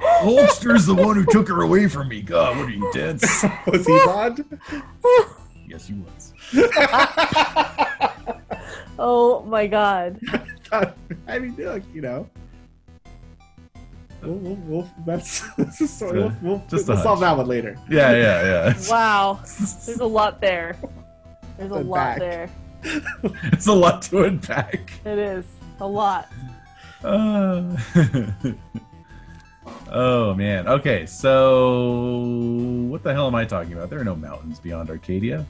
S12: Hulkster's the one who took her away from me. God, what are you dense?
S4: Was he blonde?
S12: Yes, he was.
S2: Oh my god.
S4: I mean, look, you know. We'll, we'll, we'll, that's this is sort of, we'll, we'll,
S3: Just a
S4: we'll solve
S3: hunch.
S4: that one later.
S3: Yeah, yeah, yeah.
S2: Wow. There's a lot there. There's a
S4: The
S2: lot
S4: back.
S2: there.
S3: It's a lot to unpack.
S2: It is. A lot.
S3: Uh, oh man. Okay, so what the hell am I talking about? There are no mountains beyond Arcadia.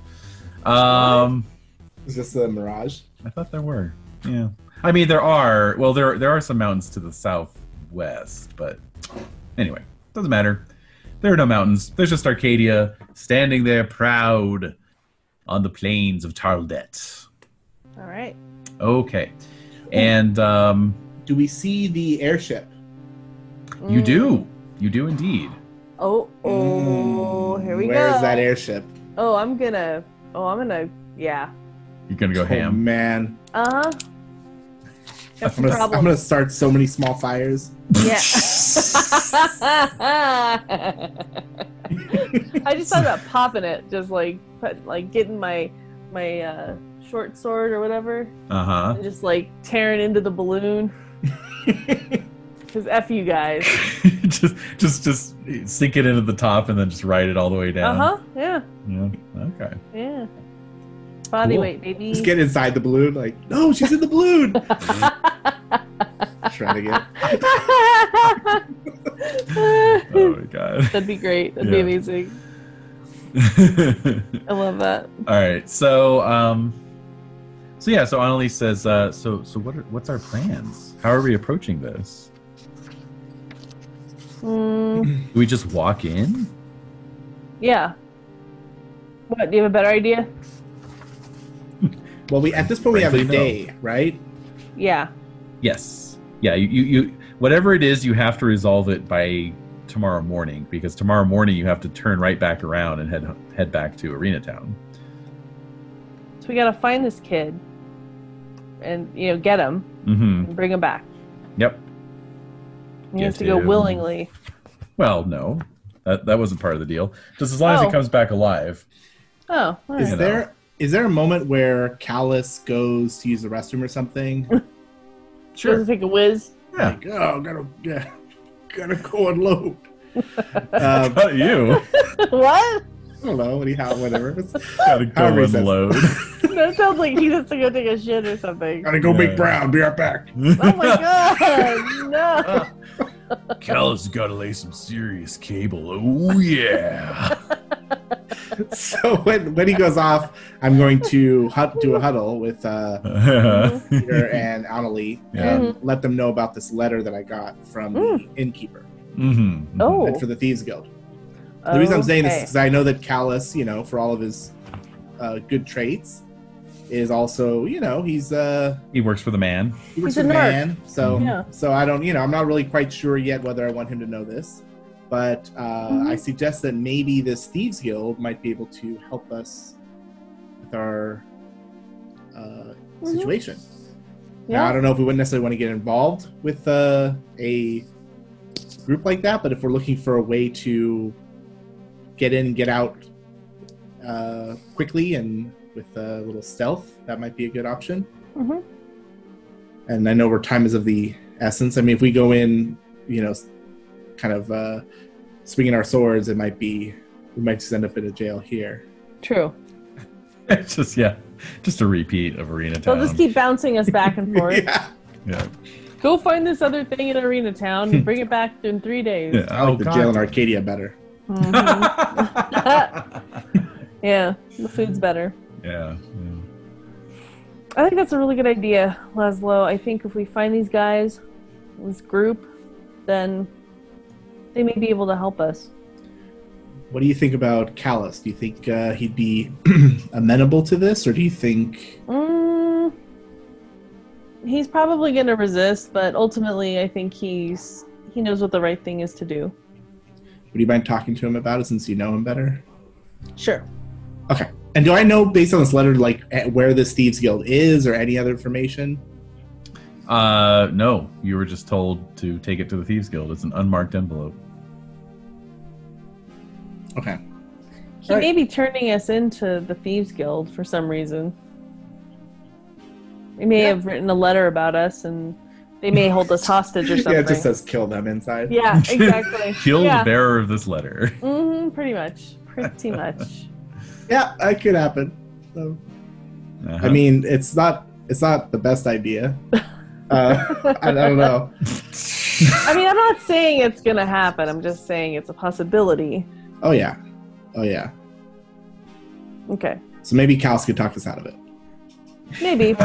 S3: Um,
S4: It's just a mirage.
S3: I thought there were. Yeah. I mean, there are. Well, there there are some mountains to the southwest, but anyway, doesn't matter. There are no mountains. There's just Arcadia standing there, proud on the plains of Tarldet.
S2: All right.
S3: Okay, and um,
S4: Do we see the airship?
S3: you
S2: Mm.
S3: do, you do indeed.
S2: Oh, oh,
S4: Mm,
S2: here we go.
S4: Where is that airship?
S2: Oh, I'm gonna. Oh, I'm gonna. Yeah.
S3: You're gonna go
S4: Oh,
S3: ham.
S4: man.
S2: Uh huh. That's
S4: I'm
S2: the
S4: gonna, I'm
S2: problem.
S4: gonna start so many small fires.
S2: Yeah. I just thought about popping it, just like put, like getting my my uh, short sword or whatever,
S3: Uh huh.
S2: and just like tearing into the balloon. Cause f you guys.
S3: just just just sink it into the top and then just ride it all the way
S2: Uh
S3: down.
S2: huh. Yeah.
S3: Yeah. Okay.
S2: Yeah. Body
S3: Cool.
S2: weight, baby.
S4: Just get inside the balloon. Like, no, she's in the balloon. Try to get.
S3: Oh my god.
S2: That'd be great. That'd be
S3: Yeah.
S2: amazing. I love that.
S3: All right. So, um, so yeah. So Annalise says, uh, so so what? Are, what's our plans? How are we approaching this?
S2: Mm,
S3: Do we just walk in?
S2: yeah. What? Do you have a better idea?
S4: Well, we at this point we have a
S3: Frankly, no.
S4: day, right?
S2: Yeah.
S3: Yes. Yeah. You, you you whatever it is, you have to resolve it by tomorrow morning because tomorrow morning you have to turn right back around and head head back to Arena Town.
S2: So we gotta find this kid, and you know, get him
S3: Mm-hmm.
S2: and bring him back.
S3: Yep.
S2: He has
S3: Get
S2: to go
S3: him.
S2: willingly.
S3: Well, no, that that wasn't part of the deal. Just as long as he
S2: Oh.
S3: comes back alive.
S2: Oh, all right.
S4: Is
S3: know.
S4: there is there a moment where Callus goes to use the restroom or something?
S2: Doesn't take a whiz.
S3: Yeah.
S4: Like, oh, gotta yeah, gotta go unload. um,
S3: Not you.
S2: what?
S4: I don't know, anyhow, whatever. It's-
S3: Gotta go
S4: However he says.
S3: unload.
S2: That sounds like he has to go take a shit or something.
S4: gotta go
S3: Yeah.
S4: make brown. Be right back.
S2: Oh my god! No.
S12: Callus has got to lay some serious cable. Oh, yeah.
S4: So when when he goes off, I'm going to hut, do a huddle with uh, Peter and Annalie
S2: Mm.
S3: Yeah.
S4: and let them know about this letter that I got from the innkeeper
S3: Mhm.
S2: Oh.
S4: and for the thieves guild. The reason I'm saying this is
S2: Okay.
S4: because I know that Callus, you know, for all of his uh, good traits, is also, you know, he's uh,
S3: He works for the man.
S4: he works
S2: He's
S4: with
S2: a nerd.
S4: man. So,
S2: Yeah.
S4: so I don't, you know, I'm not really quite sure yet whether I want him to know this, but uh,
S2: Mm-hmm.
S4: I suggest that maybe this thieves guild might be able to help us with our uh,
S2: Mm-hmm.
S4: situation. Now, I
S2: Yeah.
S4: don't know if we wouldn't necessarily want to get involved with uh, a group like that, but if we're looking for a way to get in and get out uh, quickly and with uh, a little stealth, that might be a good option.
S2: Mhm.
S4: And I know where time is of the essence. I mean, if we go in, you know, s- kind of uh, swinging our swords, it might be we might just end up in a jail here.
S2: True.
S3: It's just yeah, just a repeat of Arena Town.
S2: They'll just keep bouncing us back and forth.
S4: yeah.
S3: yeah.
S2: Go find this other thing in Arena Town and bring it back in three days.
S3: yeah.
S4: I like
S3: Oh,
S4: the
S3: God.
S4: jail in Arcadia better.
S2: Mhm. yeah, the Mm-hmm. food's better.
S3: yeah. yeah.
S2: I think that's a really good idea, Laszlo. I think if we find these guys, this group, then they may be able to help us.
S4: What do you think about Callus? Do you think uh, he'd be amenable to this, or do you think?
S2: Mm, he's probably going to resist, but ultimately, I think he's he knows what the right thing is to do.
S4: Would you mind talking to him about it since you know him better?
S2: Sure.
S4: And do I know based on this letter, like at- where the Thieves Guild is, or any other information?
S3: Uh, no, you were just told to take it to the Thieves Guild. It's an unmarked envelope.
S4: Okay.
S2: He may be turning us into the Thieves Guild for some reason. They may have written a letter about us, and they may hold us hostage or something.
S4: Yeah, it just says kill them inside.
S2: Yeah, exactly.
S3: Kill
S2: yeah.
S3: the bearer of this letter.
S2: hmm pretty much. Pretty much.
S4: Yeah, that could happen. So,
S3: Uh-huh.
S4: I mean, it's not it's not the best idea. Uh, I, I don't know.
S2: I mean, I'm not saying it's gonna happen. I'm just saying it's a possibility.
S4: Oh yeah, oh yeah.
S2: Okay,
S4: So maybe Callus could talk us out of it.
S2: maybe.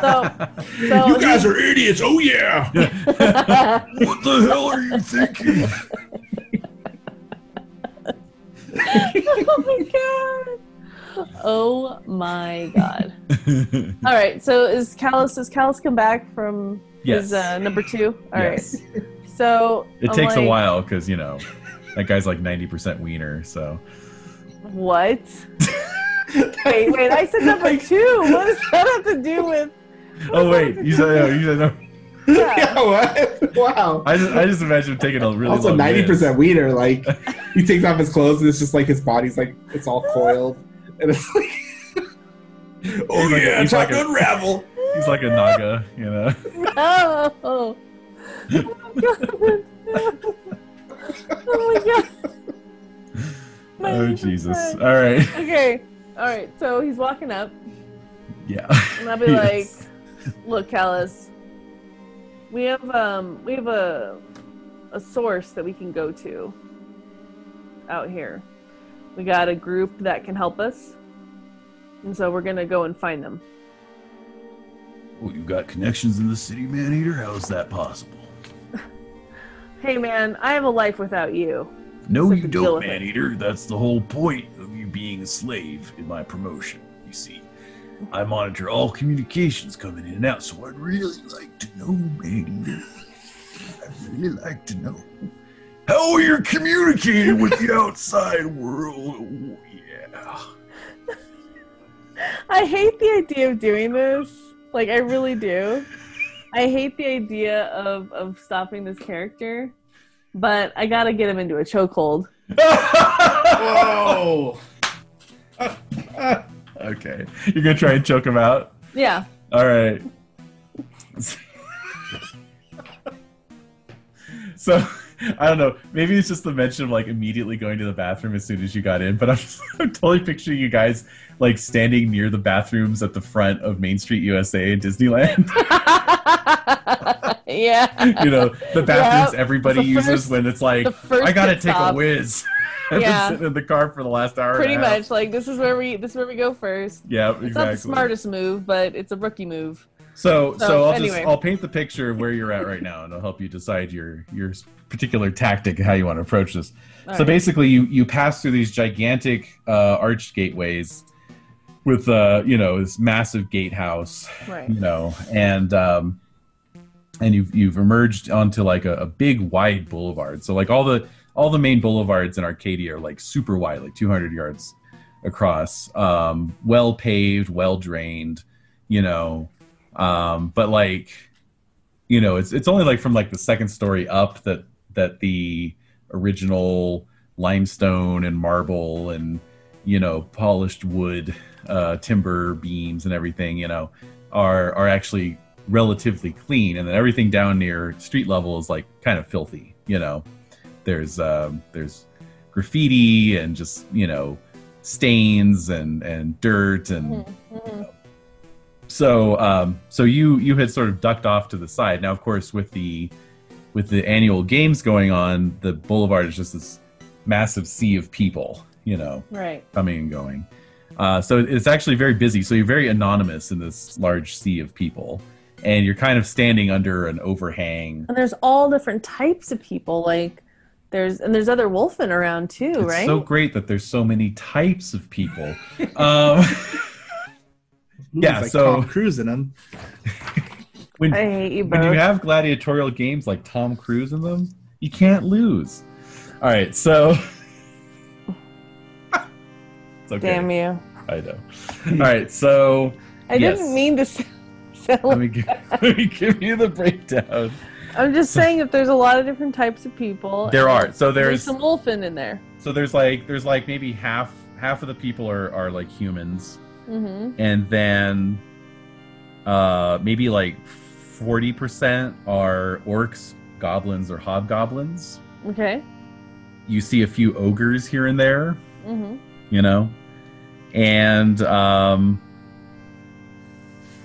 S2: So
S12: you guys are idiots. Oh yeah. What the hell are you thinking?
S2: oh my god! Oh my god! All right. So is Callus? Does Callus come back from
S3: yes.
S2: his uh, number two? All right.
S3: yes.
S2: So
S3: It
S2: I'm
S3: takes a
S2: like,
S3: while because you know that guy's like ninety percent wiener. So
S2: What? wait, wait. I said number two. What does that have to do with?
S3: oh wait, you said no, you said no.
S2: Yeah.
S4: what? Wow.
S3: I just I just imagine him taking a really
S4: also,
S3: long
S4: ninety
S3: whiz.
S4: percent wiener. Like he takes off his clothes and it's just like his body's like it's all coiled and it's like.
S12: Oh
S3: He's like a-
S12: yeah,
S3: he's
S12: time
S3: like
S12: to
S3: a-
S12: unravel.
S3: He's like a naga, you know.
S2: Oh. Oh my god. Oh my god.
S3: oh Jesus! All right,
S2: Okay. All right. So he's walking up,
S3: yeah.
S2: and I'll be
S3: Yes.
S2: like, "Look, Callus, we have um we have a a source that we can go to out here. We got a group that can help us, and so we're gonna go and find them.
S12: Oh, you got connections in the city, man eater. How is that possible?
S2: Hey, man, I have a life without you.
S12: No,
S2: Except
S12: you
S2: to deal
S12: don't,
S2: with it.
S12: man eater. That's the whole point of you being a slave in my promotion. You see, I monitor all communications coming in and out, so I'd really like to know, man eater. I'd really like to know how you're communicating with the outside world. Oh, yeah.
S2: I hate the idea of doing this. Like, I really do. I hate the idea of of stopping this character, but I gotta get him into a chokehold."
S4: Whoa.
S3: okay, you're gonna try and choke him out.
S2: Yeah.
S3: All right. so I don't know. Maybe it's just the mention of like immediately going to the bathroom as soon as you got in, but I'm, I'm totally picturing you guys like standing near the bathrooms at the front of Main Street USA in Disneyland.
S2: yeah.
S3: you know, the bathrooms everybody
S2: The
S3: uses
S2: first-
S3: when it's like,
S2: the first
S3: I gotta
S2: pit
S3: take
S2: stop.
S3: a whiz. I've
S2: Yeah.
S3: been sitting in the car for the last hour. and
S2: Pretty
S3: a half.
S2: much. Like this is where we this is where we go first.
S3: Yeah,
S2: It's
S3: exactly.
S2: not the smartest move, but it's a rookie move.
S3: So, so,
S2: So,
S3: I'll
S2: anyway.
S3: just I'll paint the picture of where you're at right now, and I'll help you decide your your particular tactic and how you want to approach this.
S2: All
S3: so
S2: right.
S3: basically, you you pass through these gigantic uh, arched gateways with uh you know this massive gatehouse,
S2: Right.
S3: you know, and um, and you've you've emerged onto like a, a big wide boulevard. So like all the all the main boulevards in Arcadia are like super wide, like 200 yards across, um, well paved, well drained, you know. Um, but like, you know, it's it's only like from like the second story up that that the original limestone and marble and you know polished wood uh, timber beams and everything, you know, are are actually relatively clean, and then everything down near street level is like kind of filthy, you know. There's um, there's graffiti and just you know stains and and dirt and
S2: Mm-hmm.
S3: so um, so you you had sort of ducked off to the side. Now, of course, with the with the annual games going on, the boulevard is just this massive sea of people, you know,
S2: Right.
S3: coming and going. Uh, so it's actually very busy. So you're very anonymous in this large sea of people, and you're kind of standing under an overhang.
S2: And there's all different types of people. Like there's and there's other wolfen around too,
S3: It's
S2: Oh, right?
S3: so great that there's so many types of people. um, Yeah,
S4: like
S3: so-
S4: Tom Cruise in them.
S3: when
S2: I hate you
S3: when
S2: both.
S3: you have gladiatorial games like Tom Cruise in them, you can't lose. All right, so it's okay.
S2: Damn you!
S3: I know. All right, so
S2: I
S3: Yes.
S2: didn't mean to. s-
S3: let
S2: sound
S3: me give, let me give you the breakdown.
S2: I'm just saying that there's a lot of different types of people.
S3: There
S2: and
S3: are so
S2: There's
S3: there's
S2: some wolfen in there.
S3: so there's like there's like maybe half half of the people are are like humans,
S2: Mm-hmm.
S3: and then uh maybe like forty percent are orcs, goblins, or hobgoblins.
S2: Okay.
S3: You see a few ogres here and there.
S2: Mm-hmm.
S3: you know and um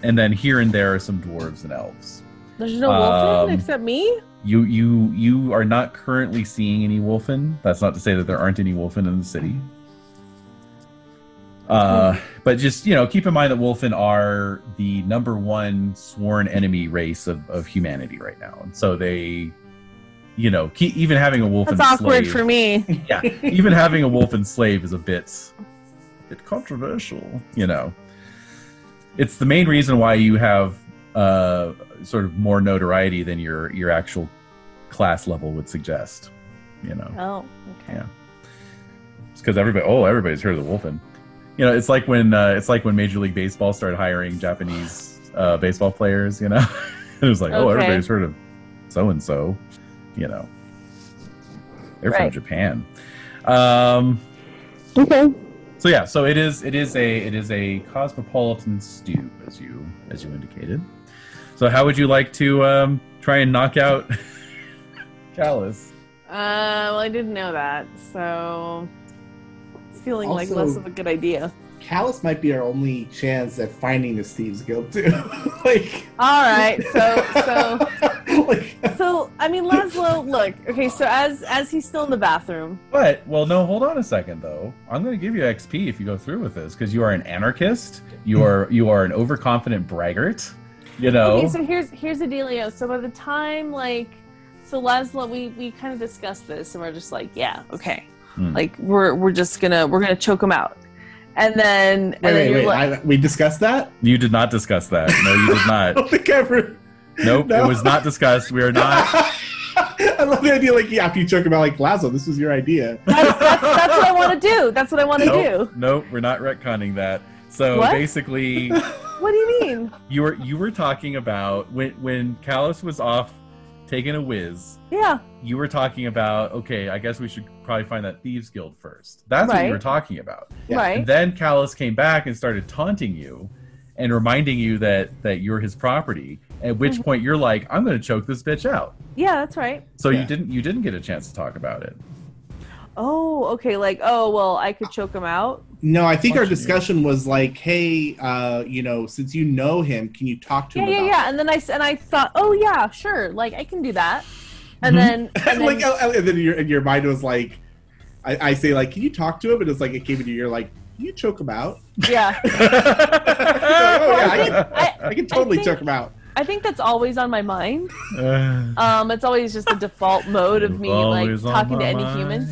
S3: and then here and there are some dwarves and elves
S2: There's no wolfen
S3: Um,
S2: except me.
S3: you you you are not currently seeing any wolfen that's not to say that there aren't any wolfen in the city uh but just you know keep in mind that wolfen are the number one sworn enemy race of, of humanity right now and so they you know keep, even having a wolfen
S2: That's awkward
S3: slave,
S2: for me.
S3: yeah, even having a wolf and slave is a bit, bit controversial. You know, it's the main reason why you have uh, sort of more notoriety than your your actual class level would suggest. You know,
S2: Oh, okay.
S3: Yeah. it's because everybody, oh, everybody's heard of the wolfen. You know, it's like when uh, it's like when Major League Baseball started hiring Japanese uh, baseball players. You know, it was like, oh,
S2: Okay.
S3: everybody's heard of so and so. You know, they're from
S2: Right.
S3: Japan. Um,
S2: Okay.
S3: so yeah, so it is it is a it is a cosmopolitan stew as you as you indicated. So how would you like to um, try and knock out Callus?
S2: Uh, well, I didn't know that, so it's feeling like
S4: Also-
S2: less of a good idea.
S4: Callus might be our only chance at finding this thieves guild too. like,
S2: All right, so so.
S4: like,
S2: So I mean, Laszlo, look. Okay, so as as he's still in the bathroom,
S3: But well, no, hold on a second though. I'm going to give you XP if you go through with this because you are an anarchist. You are you are an overconfident braggart. You know.
S2: Okay, so here's here's the dealio. So by the time like so Laszlo, we we kind of discussed this and we're just like, yeah, okay.
S3: Hmm.
S2: Like we're we're just gonna we're gonna choke him out. And then and
S4: wait,
S2: then
S4: wait,
S2: you're
S4: wait.
S2: like,
S4: I, we discussed that.
S3: you did not discuss that. No, you did
S4: I
S3: not.
S4: don't think I ever.
S3: Nope,
S4: No.
S3: it was not discussed. We are not.
S4: I love the idea. Like, yeah, if you joke about like Lazo, this was your idea.
S2: that's, that's, that's what I wanna do. That's what I wanna
S3: Nope, nope, we're not retconning that. So
S2: What?
S3: basically,
S2: do. What do you mean?
S3: you were you were talking about when when Callus was off taking a whiz.
S2: Yeah.
S3: You were talking about okay, I guess we should probably find that thieves guild first. That's what you
S2: Right.
S3: were talking about.
S4: Yeah.
S2: Right.
S3: And then Callus came back and started taunting you and reminding you that that you're his property. At which point you're like, I'm going to choke this bitch out.
S2: yeah, that's right.
S3: So
S4: Yeah.
S3: you didn't you didn't get a chance to talk about it.
S2: Oh, okay, like, oh well I could choke him out.
S4: No, I think our
S3: Watching you.
S4: discussion was like, hey, uh, you know, since you know him, can you talk to
S2: Yeah,
S4: him?
S2: yeah,
S4: about
S2: yeah. And then I s- and I thought, oh yeah, sure, like I can do that. And
S3: Mhm.
S2: then, and then
S4: Hmm? like, uh, uh, and then your and your mind was like, I, I say like, can you talk to him? And it's like it came into your like, can you choke him out? Oh,
S2: yeah. I,
S4: I can totally
S2: think-
S4: choke him out.
S2: I think that's always on my mind. Um, it's always just the default mode of me like
S3: Always on
S2: talking
S3: my
S2: to any
S3: mind.
S2: human.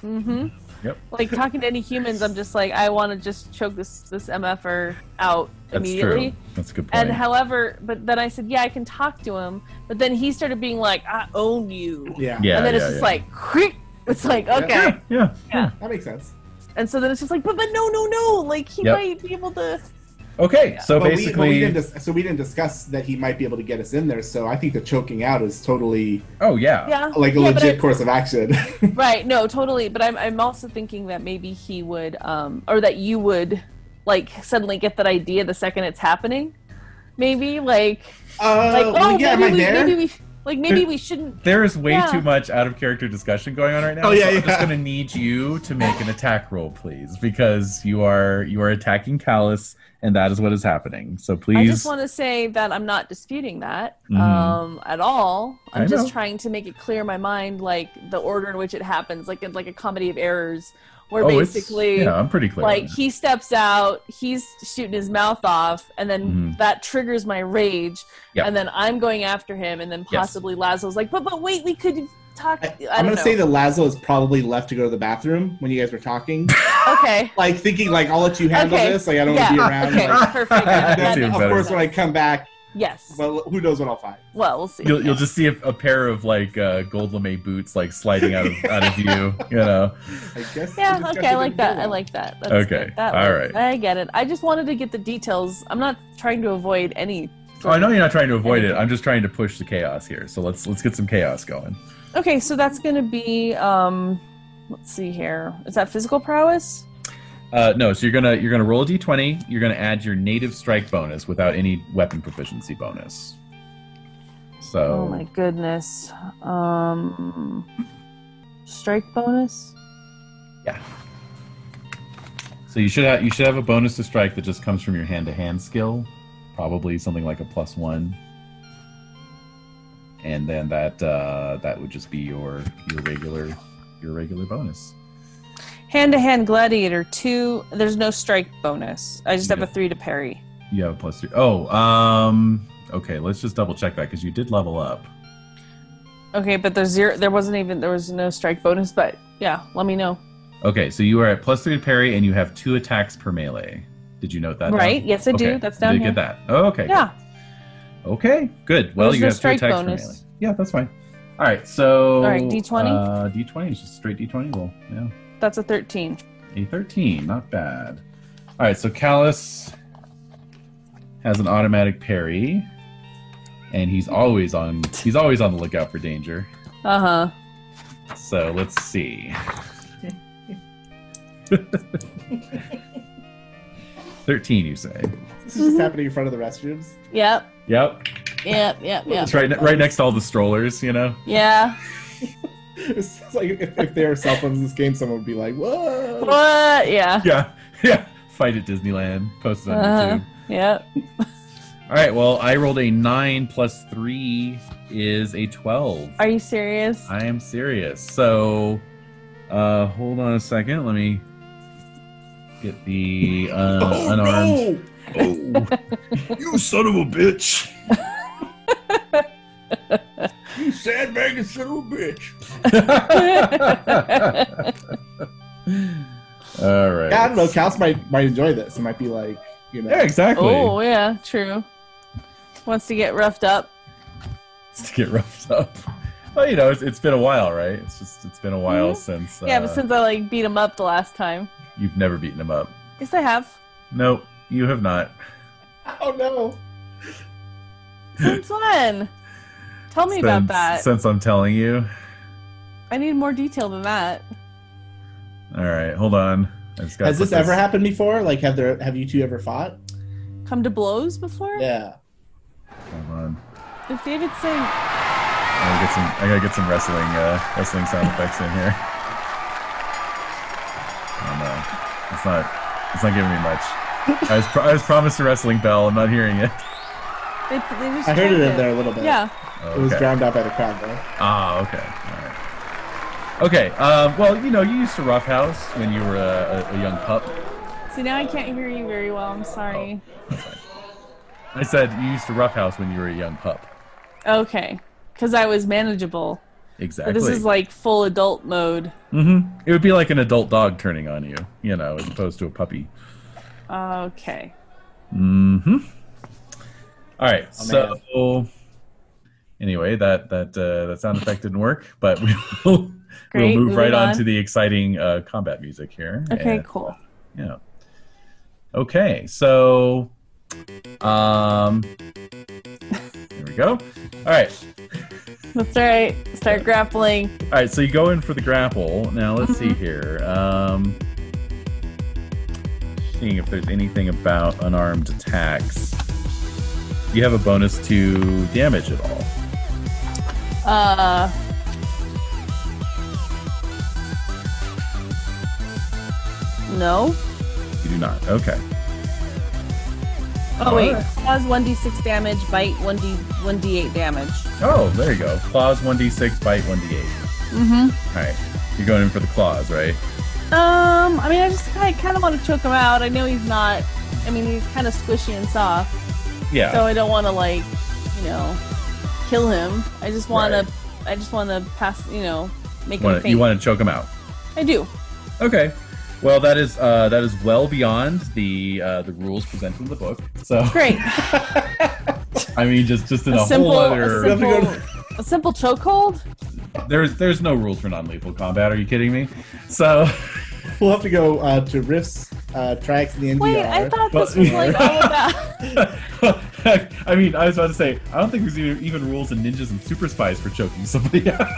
S2: hmm
S3: Yep.
S2: Like talking to any humans, I'm just like I want to just choke this this mf'er out
S3: That's
S2: immediately.
S3: true. That's a good point.
S2: And however, but then I said, yeah, I can talk to him. But then he started being like, I own you.
S4: Yeah,
S3: yeah,
S2: and then it's
S3: yeah,
S2: just
S3: yeah.
S2: like, creak. It's like okay,
S3: yeah, yeah.
S4: that makes sense.
S2: and so then it's just like, but but no no no, like he
S3: Yep.
S2: might be able to.
S3: Okay, so
S4: But we- but
S3: basically,
S4: we, didn't dis- so we didn't discuss that he might be able to get us in there. So I think the choking out is totally
S3: oh yeah,
S2: Yeah,
S4: like a
S2: yeah, but I-
S4: legit course of action.
S2: Right. No, totally. But I'm I'm also thinking that maybe he would um or that you would like suddenly get that idea the second it's happening. Maybe like
S4: uh,
S2: like oh
S4: well, yeah, am I
S2: maybe we
S4: there?
S2: maybe we like maybe we shouldn't
S3: There is way
S2: Yeah.
S3: too much out of character discussion going on right now.
S4: Oh, yeah,
S3: so I'm just
S4: yeah.
S3: gonna need you to make an attack roll, please, because you are you are attacking Callus, and that is what is happening. So please,
S2: I just want to say that I'm not disputing that
S3: Mhm.
S2: um at all. I'm
S3: I
S2: just
S3: know.
S2: trying to make it clear in my mind like the order in which it happens like in like a comedy of errors where
S3: Oh, it's-
S2: basically
S3: yeah, I'm pretty clear. on
S2: like
S3: that.
S2: he steps out, he's shooting his mouth off, and then
S3: Mhm.
S2: that triggers my rage,
S3: Yeah.
S2: and then I'm going after him, and then
S3: Yes.
S2: possibly Lazo's like, but but wait, we could talk. I,
S4: I, am
S2: don't
S4: gonna
S2: know.
S4: say that Lazo is probably left to go to the bathroom when you guys were talking.
S2: okay,
S4: like thinking, like I'll let you handle
S2: Okay.
S4: this. Like I don't
S2: Yeah,
S4: want to be around.
S2: okay,
S4: Like,
S2: perfect. That-
S3: That's
S2: that
S3: even
S2: makes
S4: of
S3: better.
S4: course,
S2: sense.
S4: when I come back,
S2: yes. Well,
S4: well, who knows what I'll find.
S2: we'll see.
S3: You'll, you'll just see a, a pair of like uh, gold lame boots like sliding out of out of view. You know,
S4: I guess.
S2: Yeah, okay,
S4: the
S2: I
S4: discussion
S2: like that.
S4: didn't go
S2: I
S4: well.
S2: like that. That's
S3: Okay,
S2: good. That
S3: all
S2: works.
S3: right.
S2: I get it. I just wanted to get the details. I'm not trying to avoid any.
S3: oh, I know you're not trying to avoid it. I'm just trying to push the chaos here. So let's let's get some chaos going.
S2: Okay, so that's gonna be. um Let's see here. Is that physical prowess?
S3: Uh, no, so you're gonna you're gonna roll a d20. You're gonna add your native strike bonus without any weapon proficiency bonus. So
S2: Oh my goodness. Um, strike bonus.
S3: yeah. So you should have you should have a bonus to strike that just comes from your hand to hand skill, probably something like a plus one. And then that uh, that would just be your your regular your regular bonus.
S2: Hand to hand gladiator two. There's no strike bonus. I just have a
S3: Yeah.
S2: three to parry.
S3: You have a plus three. Oh, um, okay. Let's just double check that because you did level up.
S2: Okay, but there's zero. There wasn't even. There was no strike bonus. But yeah, let me know.
S3: Okay, so you are at plus three to parry, and you have two attacks per melee. Did you note that? down?
S2: right? Yes, I
S3: Uh, Okay,
S2: do. That's
S3: you
S2: down
S3: did
S2: here.
S3: get that. Oh, okay.
S2: Yeah.
S3: good. Okay. Good. Well,
S2: There's
S3: you
S2: no
S3: have two
S2: strike
S3: attacks per melee.
S2: bonus.
S3: Yeah, that's fine. All right. So.
S2: All right, D20?
S3: Uh, D twenty is just straight D twenty roll. Yeah.
S2: That's a thirteen.
S3: A thirteen, not bad. All right. So Callus has an automatic parry, and he's always on. He's always on the lookout for danger.
S2: Uh huh.
S3: So let's see. Thirteen, you say?
S4: This
S2: Mm-hmm.
S4: is just happening in front of the restrooms.
S2: Yep.
S3: Yep.
S2: Yep. Yep. Yep.
S3: It's right, ne- right next to all the strollers, you know.
S2: Yeah.
S4: It's just like if, if there were cell phones in this game, someone would be like,
S13: Oh,
S4: "Whoa!"
S2: What? Yeah.
S3: Yeah, yeah. Fight at Disneyland. Posted on
S2: Uh-huh.
S3: YouTube.
S2: Yep.
S3: All right. Well, I rolled a nine plus three is a twelve.
S2: Are you serious?
S3: I am serious. So, uh, hold on a second. Let me get the uh,
S4: Oh,
S3: unarmed.
S13: no! Oh, you son of a bitch! you sandbagging son of a bitch!
S3: All right.
S4: Yeah, I don't know. Cass might might enjoy this. It might be like, you know,
S3: Yeah, exactly.
S2: Oh yeah, true. Wants to get roughed up.
S3: To get roughed up. Well, you know, it's, it's been a while, right? It's just it's been a while
S2: Mhm.
S3: since uh,
S2: Yeah, but since I like beat him up the last time,
S3: you've never beaten him up.
S2: yes, I have.
S3: Nope, you have not.
S4: oh no,
S2: Since when? Tell me
S3: since,
S2: about that.
S3: Since I'm telling you.
S2: I need more detail than that.
S3: All right, hold on. I just gotta
S4: has
S3: put
S4: this ever happened before? Like, have there have you two ever fought?
S2: Come to blows before?
S4: Yeah.
S3: Hold on.
S2: If David's saying,
S3: I gotta get some. I gotta get some wrestling. Uh, wrestling sound effects in here. Oh no, it's not. It's not giving me much. I was. Pro- I was promised a wrestling bell. I'm not hearing it.
S2: it's, it was
S4: I heard it in
S2: attractive.
S4: there a little bit.
S2: Yeah.
S3: Oh,
S4: It was
S3: okay.
S4: drowned out by the crowd though.
S3: Ah, okay. All right. Okay. Um, well, you know, you used to roughhouse when you were a, a, a young pup.
S2: See, now I can't hear you very well. I'm sorry.
S3: I said you used to roughhouse when you were a young pup.
S2: Okay. Because I was manageable.
S3: Exactly.
S2: But this is like full adult mode.
S3: hmm It would be like an adult dog turning on you, you know, as opposed to a puppy.
S2: Okay.
S3: Mm-hmm. All right.
S2: Oh,
S4: man.
S3: so anyway, that that uh, that sound effect didn't work, but we will
S2: Great,
S3: we'll move
S2: moving
S3: right on.
S2: on.
S3: to the exciting uh, combat music here.
S2: Okay,
S3: and-
S2: cool.
S3: Yeah. Okay, so um there we go. All right.
S2: That's all right. Start grappling.
S3: All right, so you go in for the grapple. Now let's see
S2: Mm-hmm.
S3: here. Um seeing if there's anything about unarmed attacks. Do you have a bonus to damage at all?
S2: Uh. No.
S3: You do not. Okay.
S2: Oh wait.
S3: Alright.
S2: Claws 1d6 damage. Bite 1d 1d8 damage.
S3: Oh, there you go. Claws 1d6, bite 1d8.
S2: Mm-hmm.
S3: All right. You're going in for the claws, right?
S2: Um, I mean, I just kind of, kind of want to choke him out. I know he's not. I mean, he's kind of squishy and soft,
S3: Yeah.
S2: so I don't want to like, you know, kill him. I just want
S3: Right.
S2: to. I just want to pass. You know, make him
S3: Wanna-
S2: faint.
S3: you want to choke him out.
S2: I do.
S3: Okay. Well, that is uh, that is well beyond the uh, the rules presented in the book. So
S2: Great.
S3: I mean, just just in a,
S2: a simple,
S3: whole
S2: a
S3: other.
S4: We have to
S2: simple, a simple chokehold.
S3: There's there's no rules for non-lethal combat. Are you kidding me? So
S4: We'll have to go uh, to riffs, uh, tracks, and the NDR.
S2: Wait, I thought
S3: Well,
S2: this was like all about.
S3: I mean, I was about to say I don't think there's even, even rules in ninjas and super spies for choking somebody out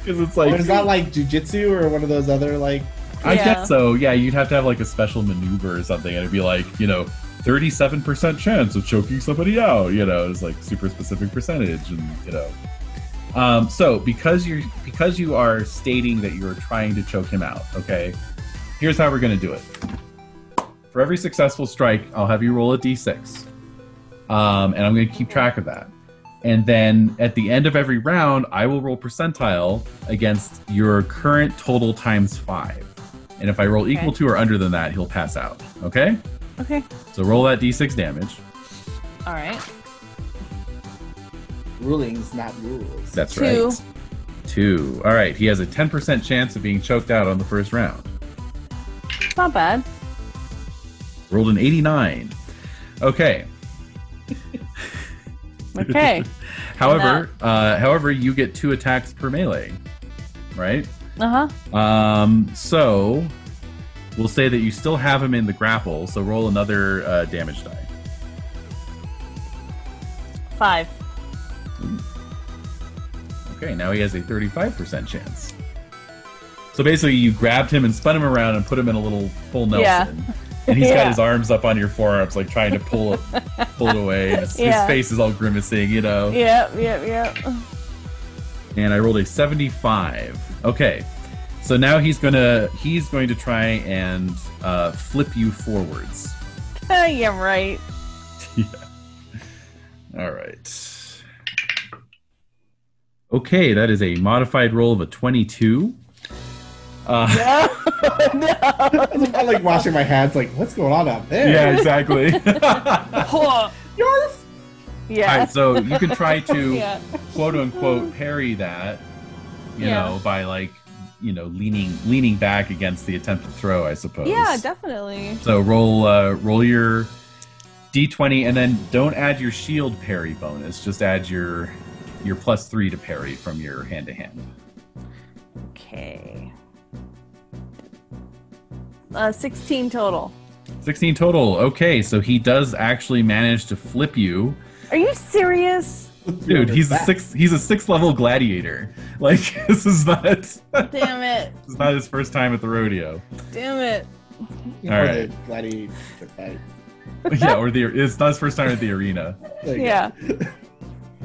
S3: because it's
S4: Or
S3: like
S4: is that like jujitsu or one of those other like?
S3: I
S2: Yeah.
S3: guess so. Yeah, you'd have to have like a special maneuver or something, and it'd be like you know, thirty-seven percent chance of choking somebody out. You know, it's like super specific percentage, and you know. Um, so because you're because you are stating that you're trying to choke him out, okay. Here's how we're gonna do it. For every successful strike, I'll have you roll a d6, um, and I'm gonna keep track of that. And then at the end of every round, I will roll percentile against your current total times five. And if I roll equal to or under than that, he'll pass out. Okay?
S2: Okay.
S3: So roll that d6 damage.
S2: All right.
S4: Rulings, not rules.
S3: That's
S2: Two.
S3: right. Two. All right. He has a 10% chance of being choked out on the first round.
S2: It's not bad.
S3: Rolled an 89. Okay.
S2: Okay.
S3: However, uh, however, you get two attacks per melee, right?
S2: Uh huh.
S3: Um, so we'll say that you still have him in the grapple. So roll another uh, damage die.
S2: Five.
S3: Okay, now he has a 35% chance. So basically, you grabbed him and spun him around and put him in a little full Nelson.
S2: Yeah.
S3: And he's got
S2: Yeah.
S3: his arms up on your forearms, like trying to pull it, pull it away. And his, his
S2: Yeah.
S3: face is all grimacing, you know.
S2: Yep. Yep. Yep.
S3: And I rolled a 75. Okay, so now he's gonna he's going to try and uh, flip you forwards.
S2: yeah. Right.
S3: All right. Okay, that is a modified roll of a 22. Uh,
S2: No. no.
S4: I like washing my hands. Like, what's going on out there?
S3: yeah, exactly.
S2: Huh.
S3: All
S2: Yeah.
S3: right, so you can try to
S2: Yeah.
S3: quote unquote parry that, you
S2: Yeah.
S3: know, by like, you know, leaning leaning back against the attempted throw, I suppose.
S2: Yeah. Definitely.
S3: so roll uh, roll your d20, and then don't add your shield parry bonus. Just add your your plus three to parry from your hand to hand.
S2: Okay. Uh, sixteen total.
S3: 16 total. Okay, so he does actually manage to flip you.
S2: Are you serious?
S3: Dude, he's a six he's a six level gladiator. Like this is not this
S2: Damn it!
S3: is not his first time at the rodeo.
S2: Damn it!
S4: All
S3: Alright.
S4: Gladi- the fight.
S3: yeah, or the it's not his first time at the arena.
S4: Like,
S2: Yeah.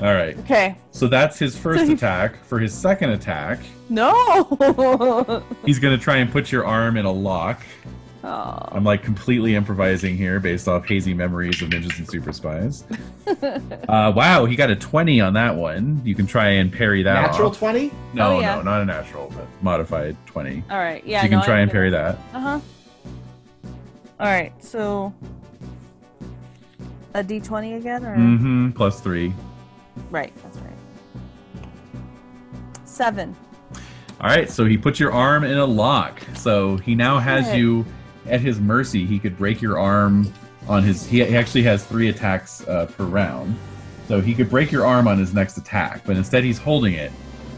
S3: All right.
S2: Okay.
S3: So that's his first
S2: So he-
S3: attack. For his second attack,
S2: No. oh.
S3: he's going to try and put your arm in a lock. I'm like completely improvising here based off hazy memories of ninjas and super spies. uh, wow, he got a 20 on that one. You can try and parry that
S4: Natural
S3: off.
S4: twenty.
S3: No,
S2: Oh, yeah.
S3: no, not a natural, but modified 20.
S2: All right. Yeah.
S3: so you can try and parry that.
S2: Uh huh. All right. So a D twenty again, or
S3: Mm-hmm. Plus three.
S2: right? That's right. Seven.
S3: All right, so he put your arm in a lock. So he now has
S2: Shit.
S3: you at his mercy. He could break your arm on his. He he actually has three attacks uh, per round, so he could break your arm on his next attack. But instead, he's holding it,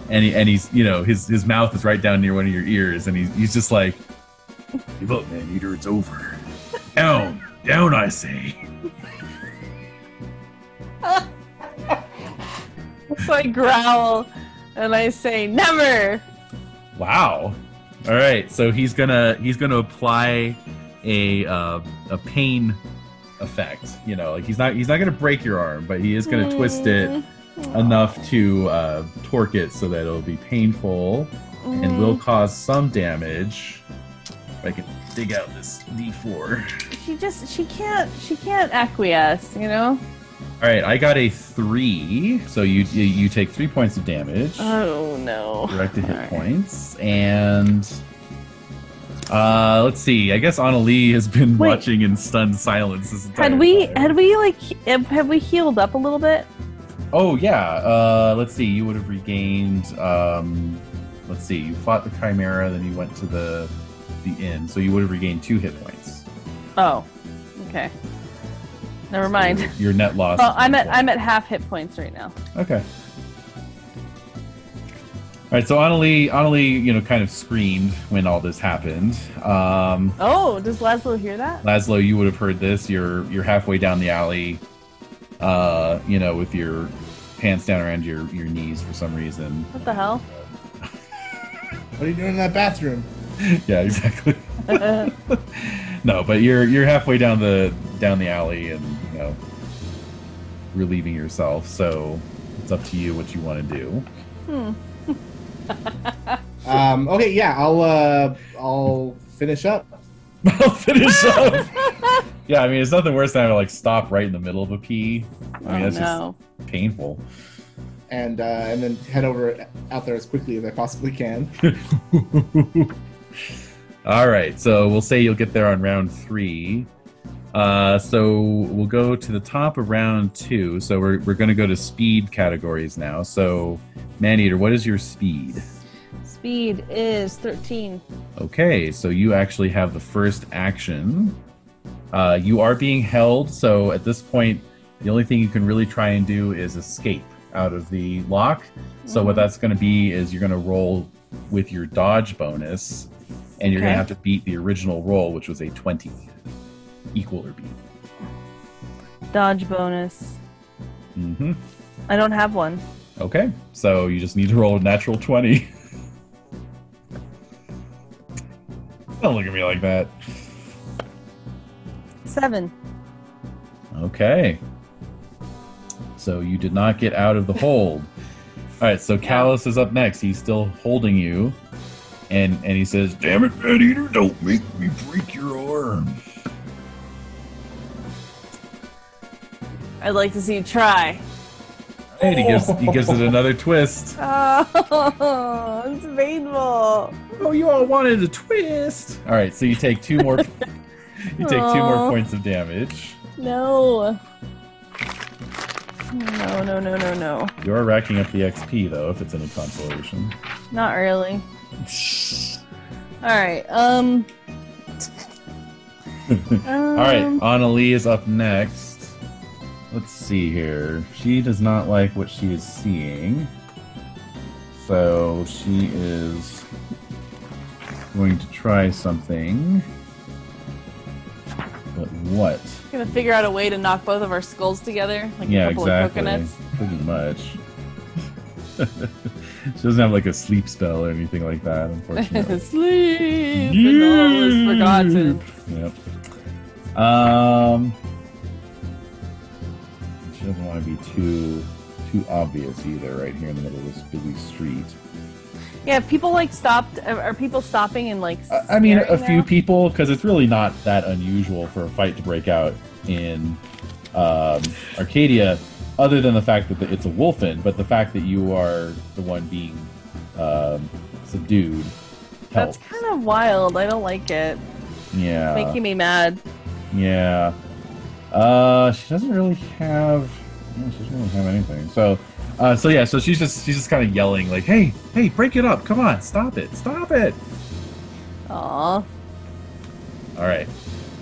S3: and he, and he's you know his his mouth is right down near one of your ears, and he's he's just like
S14: Give up, man eater. It's over.
S3: down, down, I say.
S2: So I growl and I say never.
S3: Wow. All right, so he's gonna he's gonna apply a uh, a pain effect. You know, like he's not he's not gonna break your arm, but he is gonna twist it enough to uh, torque it so that it'll be painful and will cause some damage. If I can dig out this D4.
S2: She just she can't she can't acquiesce. You know.
S3: All right, I got a three, so you you- you take three points of damage.
S2: Oh no.
S3: Direct to hit
S2: Alright.
S3: points and Uh, let's see. I guess Anna Lee has been
S2: Wait.
S3: watching in stunned silence. This entire
S2: Had we
S3: time.
S2: had we like he- have we healed up a little bit?
S3: Oh yeah. Uh, let's see. You would have regained. Um, let's see. You fought the Chimera, then you went to the the inn, so you would have regained two hit points.
S2: Oh, okay. Never mind.
S3: Your, your net loss.
S2: Well,
S3: is
S2: I'm at
S3: one
S2: I'm at half hit points right now.
S3: point. Okay. All right. So Annalie, Annalie, you know, kind of screamed when all this happened. Um,
S2: Oh, does Laszlo hear that?
S3: Laszlo, you would have heard this. You're you're halfway down the alley, uh, you know, with your pants down around your your knees for some reason.
S2: What the hell?
S4: What are you doing in that bathroom?
S3: yeah, exactly.
S2: Uh-uh.
S3: no, but you're you're halfway down the down the alley and you know relieving yourself. So it's up to you what you want to do.
S4: Um, okay, yeah, I'll uh, I'll finish up.
S3: I'll finish up. yeah, I mean it's nothing worse than having to like stop right in the middle of a pee. I mean
S2: oh
S3: that's
S2: no.
S3: just painful.
S4: and uh, and then head over out there as quickly as I possibly can.
S3: All right, so we'll say you'll get there on round three. Uh, so we'll go to the top of round two. So we're, we're going to go to speed categories now. So, Maneater, what is your speed?
S2: Speed is 13.
S3: Okay, so you actually have the first action. Uh, you are being held, so at this point, the only thing you can really try and do is escape out of the lock. So what that's going to be is you're going to roll with your dodge bonus, and you're going
S2: Okay.
S3: to have to beat the original roll, which was a twenty, equal or beat.
S2: Dodge bonus.
S3: hmm
S2: I don't have one.
S3: Okay, so you just need to roll a natural twenty. Don't look at me like that.
S2: Seven.
S3: Okay. So you did not get out of the hold. All right, so Callus is up next. He's still holding you, and and he says,
S15: Damn it, Red Eater, don't make me break your arm.
S2: I'd like to see you try.
S3: and he gives he gives it another twist.
S2: Oh, it's painful.
S3: Oh, you all wanted a twist. All right, so you take two more. you take two
S2: Aw.
S3: more points of damage.
S2: No. No, no, no, no, no.
S3: You are racking up the XP though, if it's any consolation.
S2: Not really. All right. Um.
S3: All right,
S2: Um,
S3: Annalie is up next. Let's see here. She does not like what she is seeing. So she is going to try something. But what?
S2: Gonna figure out a way to knock both of our skulls together, like a
S3: yeah,
S2: couple
S3: exactly.
S2: of coconuts.
S3: Pretty much. she doesn't have like a sleep spell or anything like that, unfortunately.
S2: Sleep. And all is forgotten.
S3: Yep. Um, she doesn't want to be too too obvious either, right here in the middle of this busy street.
S2: Yeah, if people like stopped. Are are people stopping and like?
S3: I, I mean, a
S2: staring
S3: few
S2: now?
S3: people, because it's really not that unusual for a fight to break out in um, Arcadia, other than the fact that it's a wolfen, but the fact that you are the one being um, subdued.
S2: That's
S3: Helps.
S2: kind of wild. I don't like it.
S3: yeah.
S2: It's making me mad.
S3: Yeah. Uh, she doesn't really have. no, She doesn't really have anything. So, uh, so yeah. So she's just she's just kind of yelling like, "Hey, hey, break it up! Come on, stop it, stop it!"
S2: Aw.
S3: All right.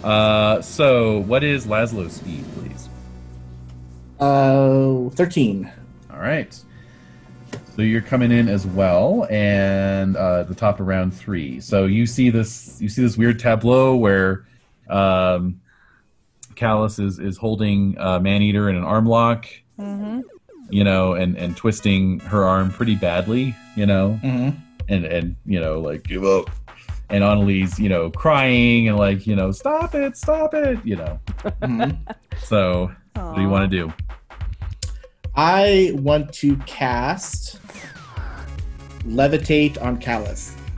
S3: Uh, so what is Laszlo's speed, please?
S4: Oh, 13.
S3: All right. So you're coming in as well, and uh, the top of round three. So you see this, you see this weird tableau where um, Callus is is holding uh, Maneater in an arm lock, Mm-hmm.
S2: Mhm.
S3: you know, and and twisting her arm pretty badly, you know,
S4: Mm-hmm.
S3: and and you know like,
S15: Give up.
S3: and Annalise, you know, crying and like, you know, stop it, stop it, you know. Mm-hmm. So what do you
S2: Aw.
S3: want to do?
S4: I want to cast Levitate on Callus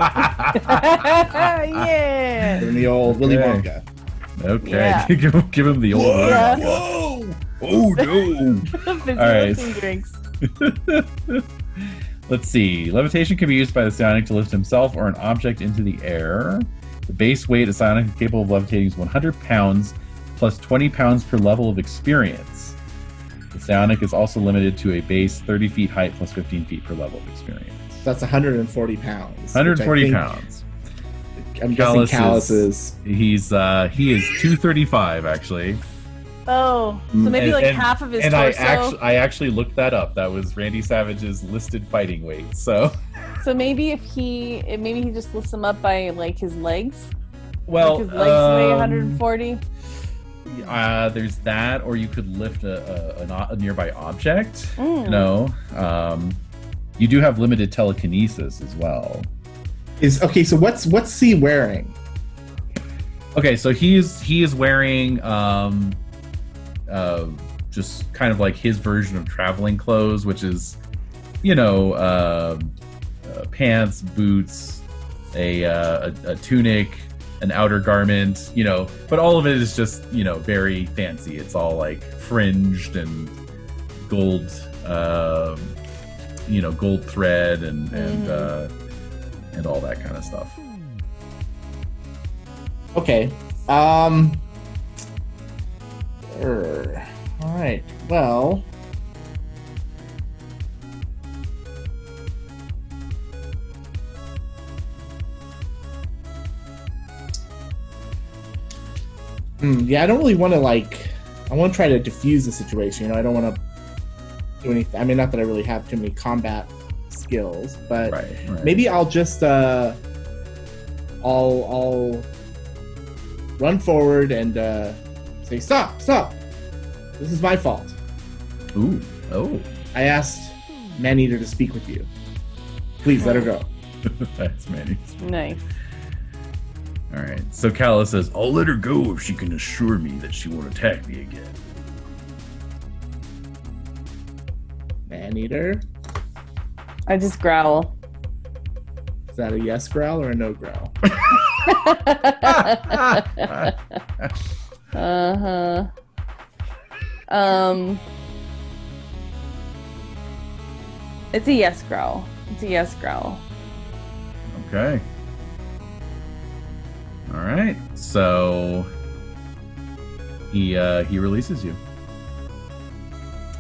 S2: yeah.
S4: in the old Willy
S3: Okay.
S4: Wonka.
S3: Okay,
S2: Yeah.
S3: give, him- give him the old. one.
S2: Yeah.
S15: Whoa! Oh no!
S2: Fizzy
S3: right.
S2: lifting drinks.
S3: Let's see. Levitation can be used by the psionic to lift himself or an object into the air. The base weight a psionic is capable of levitating is 100 pounds plus 20 pounds per level of experience. The psionic is also limited to a base 30 feet height plus 15 feet per level of experience.
S4: That's 140 pounds. which I
S3: 140
S4: think-
S3: pounds.
S4: I'm
S3: Callus is-
S4: guessing calluses.
S3: He's uh he is 235 actually.
S2: Oh, so maybe
S3: Mm, And-
S2: like
S3: and-
S2: half of his
S3: and
S2: torso.
S3: I actually I actually looked that up. That was Randy Savage's listed fighting weight. So
S2: so maybe if he, if maybe he just lifts him up by like his legs.
S3: well,
S2: like his legs weigh
S3: um,
S2: 140.
S3: Uh, there's that, or you could lift a, a, an o- a nearby object.
S2: Mm.
S3: No, um, you do have limited telekinesis as well.
S4: Is okay. So what's what's C wearing?
S3: Okay, so he's he is wearing um, uh, just kind of like his version of traveling clothes, which is you know uh, uh, pants, boots, a, uh, a a tunic, an outer garment, you know. But all of it is just you know very fancy. It's all like fringed and gold, um you know, gold thread and and
S4: Mm.
S3: uh, and all that kind of stuff.
S4: Okay. Um. er, all right. Well. Hmm, yeah, I don't really want to like. I want to try to diffuse the situation. You know, I don't want to do anything. I mean, not that I really have too many combat skills, but
S3: Right. right.
S4: Maybe I'll just uh, I'll I'll run forward and uh, say stop, stop. This is my fault.
S3: Ooh. Oh.
S4: I asked Maneater to speak with you. Please let her go.
S3: Thanks, Manny.
S2: Nice.
S3: All right. So Calla says, "Oh,
S12: I'll let her go if she can assure me that she won't attack me again.
S4: Maneater.
S2: I just growl.
S4: Is that a yes growl or a no growl?
S3: Ah!
S2: uh huh. Uh-huh. Um, it's a yes growl. It's a yes growl.
S3: okay." All right. So he uh, he releases you.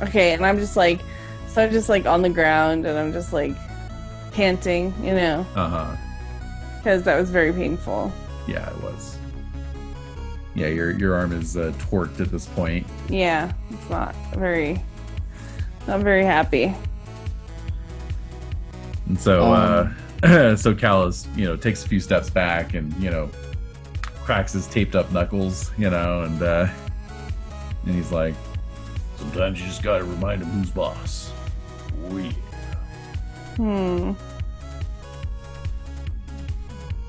S2: Okay, and I'm just like, so I'm just like on the ground, and I'm just like panting, you know,
S3: Uh huh.
S2: because that was very painful.
S3: Yeah, it was. Yeah, your your arm is uh, torqued at this point.
S2: Yeah, it's not very, not very happy.
S3: And so,
S4: Um.
S3: uh, so Callus, you know, takes a few steps back and you know, cracks his taped up knuckles, you know, and uh, and he's like,
S12: Sometimes you just gotta remind him who's boss. Oh, yeah.
S2: Hmm.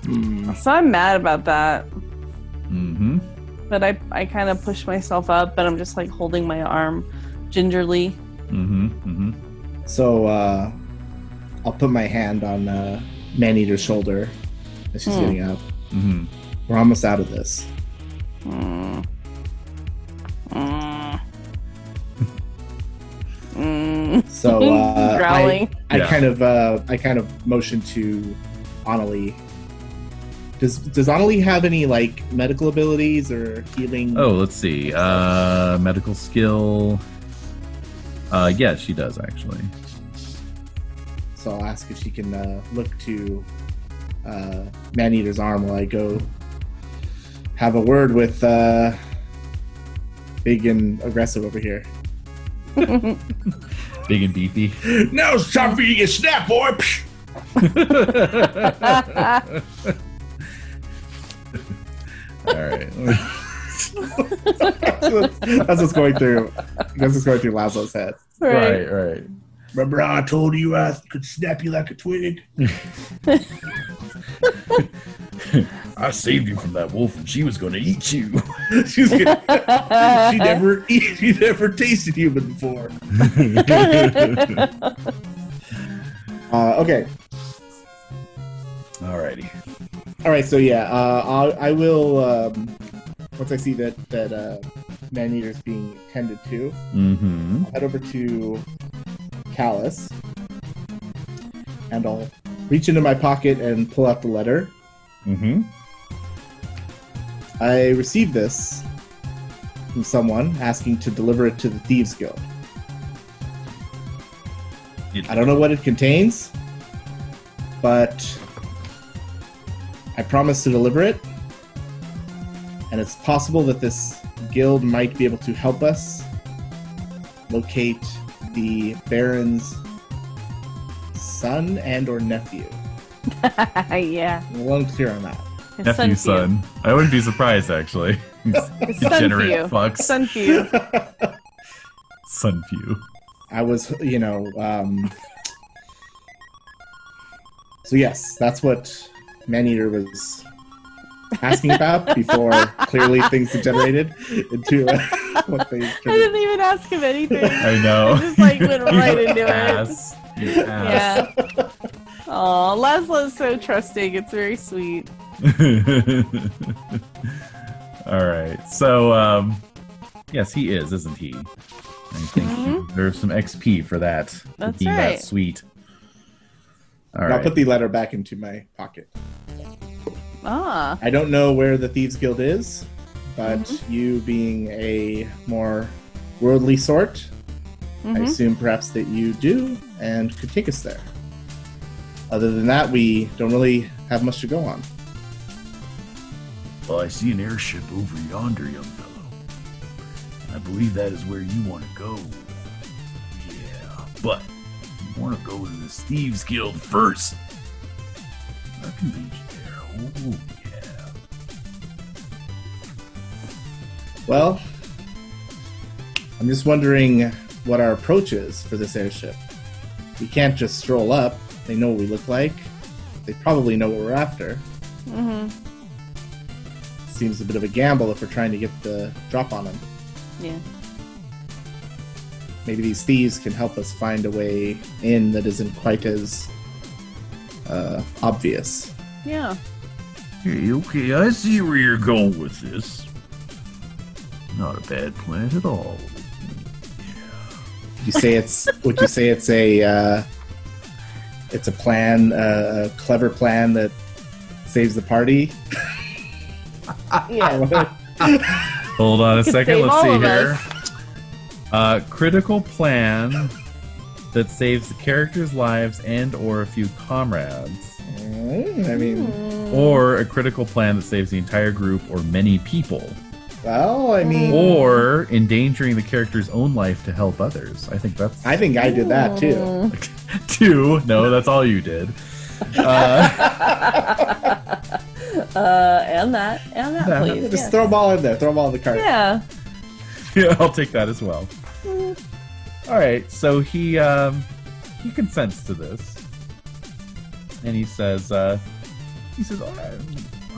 S4: Hmm.
S2: So I'm mad about that.
S3: "Mm-hmm."
S2: But I, I kind of push myself up, and I'm just like holding my arm gingerly.
S3: Mm-hmm. Mm-hmm.
S4: So uh, I'll put my hand on uh, Maneater's shoulder as she's
S2: Hmm.
S4: getting up.
S3: Mm-hmm.
S4: We're almost out of this.
S2: Mm. Mm. Mm.
S4: So uh, I-
S2: growling.
S4: I
S3: Yeah.
S4: kind of uh, I kind of motion to Annalie. Does does Annalie have any like medical abilities or healing?
S3: Oh, let's see. Uh, medical skill. Uh, yeah, she does actually.
S4: So I'll ask if she can uh, look to uh, Maneater's arm while I go have a word with uh, big and aggressive over here.
S3: Big and beefy.
S12: Now it's time for you to get snap, boy! Psh!
S3: All right.
S4: That's what's going through. That's what's going through Laszlo's head.
S2: right.
S3: right.
S12: Remember how I told you I could snap you like a twig? I saved you from that wolf and she was gonna eat you.
S4: She's gonna, she never she never tasted human before. Uh, okay.
S12: Alrighty.
S4: All right, so yeah, uh, I'll, I will. Um, once I see that that uh, man eater is being tended to,
S3: Mm-hmm.
S4: I'll head over to Callus, and I'll reach into my pocket and pull out the letter,
S3: Mm-hmm.
S4: I received this from someone asking to deliver it to the Thieves Guild.
S12: It-
S4: I don't know what it contains, but I promised to deliver it. And it's possible that this guild might be able to help us locate the Baron's son and or nephew.
S5: yeah.
S4: I wasn't clear on that.
S5: His
S3: Nephew,
S5: Sunfew.
S3: son. I wouldn't be surprised, actually.
S5: His
S3: Degenerate
S5: Sunfew.
S3: fucks.
S5: Sunfew.
S3: Sunfew.
S4: I was, you know, um, so yes, that's what Maneater was asking about before clearly things degenerated into uh, what they
S5: I didn't even ask him anything.
S3: I know.
S5: I just, like, went right
S3: You
S5: into it.
S3: ass. You ass.
S5: yeah. Oh, Laszlo's so trusting. It's very sweet.
S3: All right. So, um, yes, he is, isn't he? I think he
S5: Mhm.
S3: deserves some XP for that. for
S5: That's
S3: being
S5: right.
S3: That sweet. All
S4: I'll
S3: right.
S4: put the letter back into my pocket.
S5: Ah.
S4: I don't know where the Thieves Guild is, but you being a more worldly sort, I
S2: Mm-hmm.
S5: mhm.
S4: assume perhaps that you do and could take us there. Other than that, we don't really have much to go on.
S12: Well, I see an airship over yonder, young fellow. I believe that is where you want to go. Yeah, but you want to go to the Thieves Guild first. I can lead you there. Oh, yeah.
S4: Well, I'm just wondering what our approach is for this airship. We can't just stroll up. They know what we look like. They probably know what we're after.
S5: Mhm.
S4: Seems a bit of a gamble if we're trying to get the drop on them.
S5: Yeah.
S4: Maybe these thieves can help us find a way in that isn't quite as uh, obvious.
S5: Yeah.
S12: Hey, okay, I see where you're going with this. Not a bad plan at all.
S4: Would you say it's? would you say it's a? Uh, it's a plan, uh, a clever plan that saves the party.
S5: Yeah.
S3: Hold on a
S5: Could
S3: second.
S5: save
S3: Let's
S5: all
S3: see
S5: of
S3: here. Uh, critical plan that saves the characters' lives and/or a few comrades,
S4: Mm, I mean,
S3: or a critical plan that saves the entire group or many people,
S4: well, I mean,
S5: Mm.
S3: or endangering the character's own life to help others. I think that's
S4: I think I did that too.
S5: Mm.
S3: two. No, that's all you did. Uh,
S5: uh, and that, and that,
S3: That-
S5: please.
S4: Just
S5: Yeah.
S4: throw them all in there. Throw them all in the cart.
S5: yeah.
S3: yeah, I'll take that as well. All right, so he um, he consents to this, and he says, uh,
S12: He says, I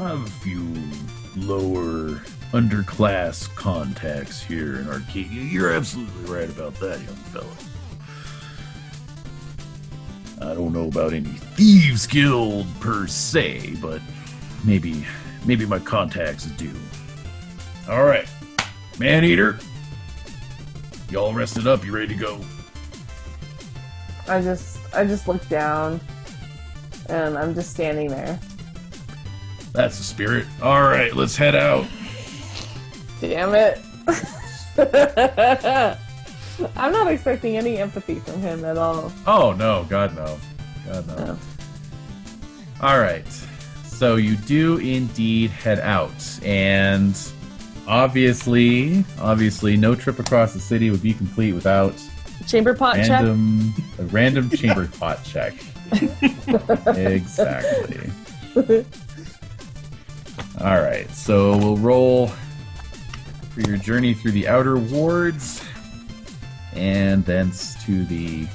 S12: I have a few lower underclass contacts here in Arcadia. You're absolutely right about that, young fellow. I don't know about any thieves guild per se, but maybe maybe my contacts do. Alright. Man eater. Y'all rested up, you ready to go?
S5: I just, I just look down, and I'm just standing there.
S12: That's the spirit. Alright, let's head out.
S5: Damn it! I'm not expecting any empathy from him at all.
S3: "Oh no, God no, God no."
S5: No.
S3: All right. So you do indeed head out, and obviously, obviously, no trip across the city would be complete without
S5: Chamber pot check.
S3: random a random chamber pot check. exactly. All right. So we'll roll for your journey through the outer wards, and thence to the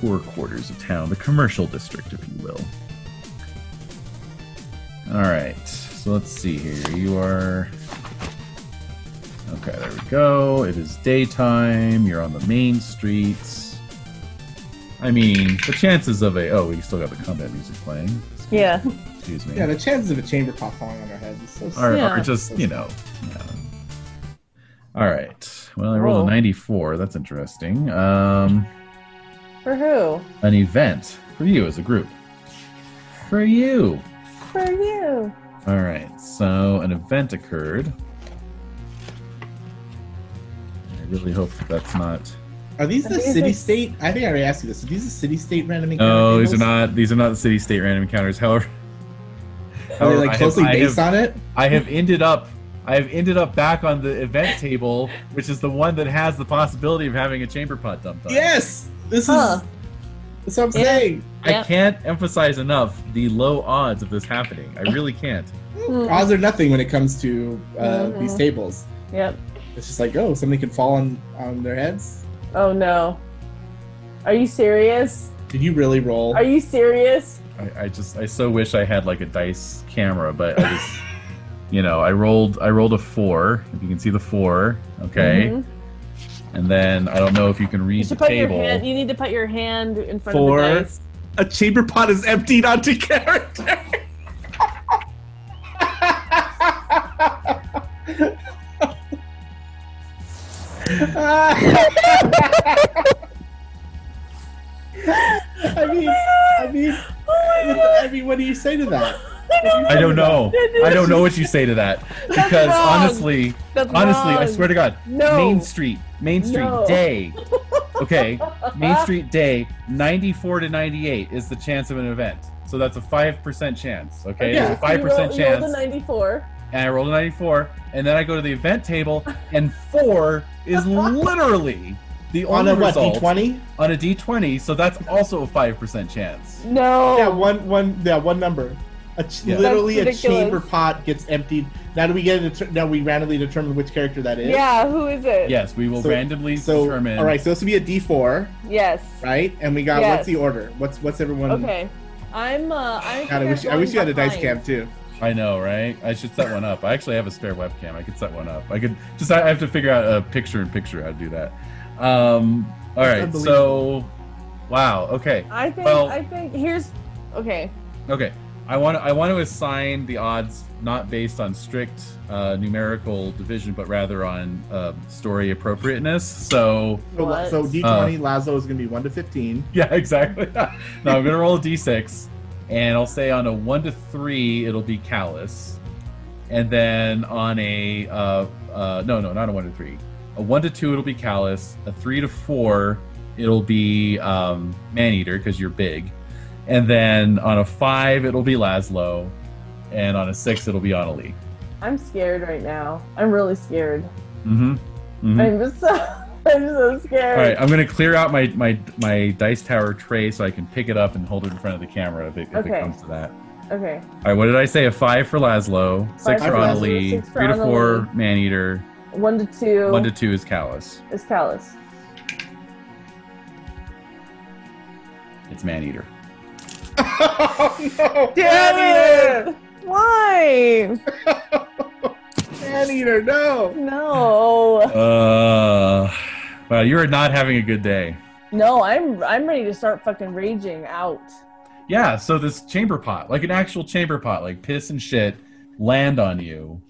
S3: poor quarters of town, the commercial district, if you will. All right. So let's see here. You are. Okay, there we go. It is daytime. You're on the main streets. I mean, the chances of a. Oh, we still got the combat music playing.
S5: Yeah.
S3: Excuse me.
S4: Yeah, the chances of a chamber pot falling on our heads is so.
S3: or,
S5: Yeah.
S3: or just, you know. yeah. All right. Well, I rolled
S5: Roll.
S3: a 94. That's interesting. Um,
S5: For who?
S3: an event for you as a group. For you.
S5: For you.
S3: All right, so an event occurred. I really hope that's not.
S4: Are these the
S2: These are-
S4: city state? I think I already asked you this. Are these the city state random encounter?
S3: No, these are
S4: tables?
S3: not. These are not the city-state random encounters. However,
S4: Are they
S3: however,
S4: like closely based on it?
S3: I have ended up I have ended up back on the event table, which is the one that has the possibility of having a chamber pot dumped on. it.
S4: Yes. This
S2: Huh.
S4: is. That's what I'm
S2: Yeah.
S4: saying.
S3: I
S2: Yep.
S3: can't emphasize enough the low odds of this happening. I really can't.
S2: Hmm.
S4: Odds are nothing when it comes to uh, these
S2: Mhm.
S4: tables.
S2: Yep.
S4: It's just like, oh, something can fall on on their heads.
S2: Oh no. Are you serious?
S4: Did you really roll?
S2: Are you serious?
S3: I, I just I so wish I had like a dice camera, but I just you know, I rolled I rolled a four. If you can see the four, okay.
S2: Mhm.
S3: And then I don't know if you can read
S2: You
S3: the
S2: should put
S3: table.
S2: your hand. You need to put your hand in front
S4: Four.
S2: of the dice.
S4: a chamber pot is emptied onto character. I mean, I mean,
S2: Oh
S4: I mean, what do you say to that?
S3: I don't know. I don't know what you say to that because
S2: wrong.
S3: honestly,
S2: That's
S3: honestly, I
S2: wrong.
S3: swear to God,
S2: No.
S3: Main Street, Main Street
S2: No.
S3: day. Okay, Main Street day, 94 to 98 is the chance of an event. So that's a 5% chance. Okay,
S4: Yeah.
S3: there's a 5%
S2: you rolled, You rolled a
S3: chance.
S2: ninety-four.
S3: and I rolled a 94, and then I go to the event table, and four is literally the
S4: On
S3: only
S4: a what?
S3: result
S4: D twenty?
S3: on a d20. So that's also a 5% chance.
S2: No.
S4: Yeah, one, one, yeah, one number. A ch-
S3: Oh. Yeah.
S4: Literally, a
S2: That's
S4: chamber
S2: ridiculous.
S4: pot gets emptied. Now do we get? A deter- now we randomly determine which character that is.
S2: Yeah, Who is it?
S3: Yes, we will
S4: So-
S3: randomly
S4: So,
S3: determine.
S4: all right, so this would be a D four,
S2: Yes.
S3: Um,
S4: right? And we got what's
S2: Yes.
S4: the order? What's what's everyone?
S2: Okay. I'm. Uh, I,
S4: God, I wish I wish you had a dice cam too.
S3: I know, right? I should set one up. I actually have a spare webcam. I could set one up. I could just I have to figure out a picture in picture how to do that. Um all
S4: That's
S3: right. So wow, okay.
S2: I think.
S3: Well-
S2: I think here's. Okay.
S3: Okay. I want to I want to assign the odds not based on strict uh, numerical division but rather on uh, story appropriateness. So
S4: So,
S2: What?
S4: so D twenty,
S3: Uh.
S4: Lazo is going to be one to fifteen.
S3: yeah, exactly. no, I'm going to roll a d6 and I'll say on a 1 to 3 it'll be callous. And then on a uh, uh, no, no, not a 1 to 3. A 1 to 2 it'll be callous, a 3 to 4 it'll be um Maneater cuz you're big. And then on a 5 it'll be Laszlo and on a 6 it'll be Annalie.
S2: I'm scared right now. I'm really scared.
S3: Mhm. Mhm.
S2: I'm just. So, I'm so scared.
S3: All right, I'm gonna clear out my my my dice tower tray so I can pick it up and hold it in front of the camera if it, if it
S2: Okay.
S3: comes to that.
S2: Okay.
S3: All right, what did I say? A five for Laszlo,
S2: Five
S3: six for
S4: for Laszlo,
S3: Annalie,
S2: six for
S3: three to four
S2: Annalie.
S3: Maneater,
S2: One to two.
S3: one to two is Callus.
S2: is callous.
S3: It's Maneater.
S4: oh no!
S2: Why?
S4: Maneater, no!
S2: No.
S3: Uh, wow, you are not having a good day.
S2: No, I'm. I'm ready to start fucking raging out.
S3: Yeah, so this chamber pot, like an actual chamber pot, like piss and shit, land on you.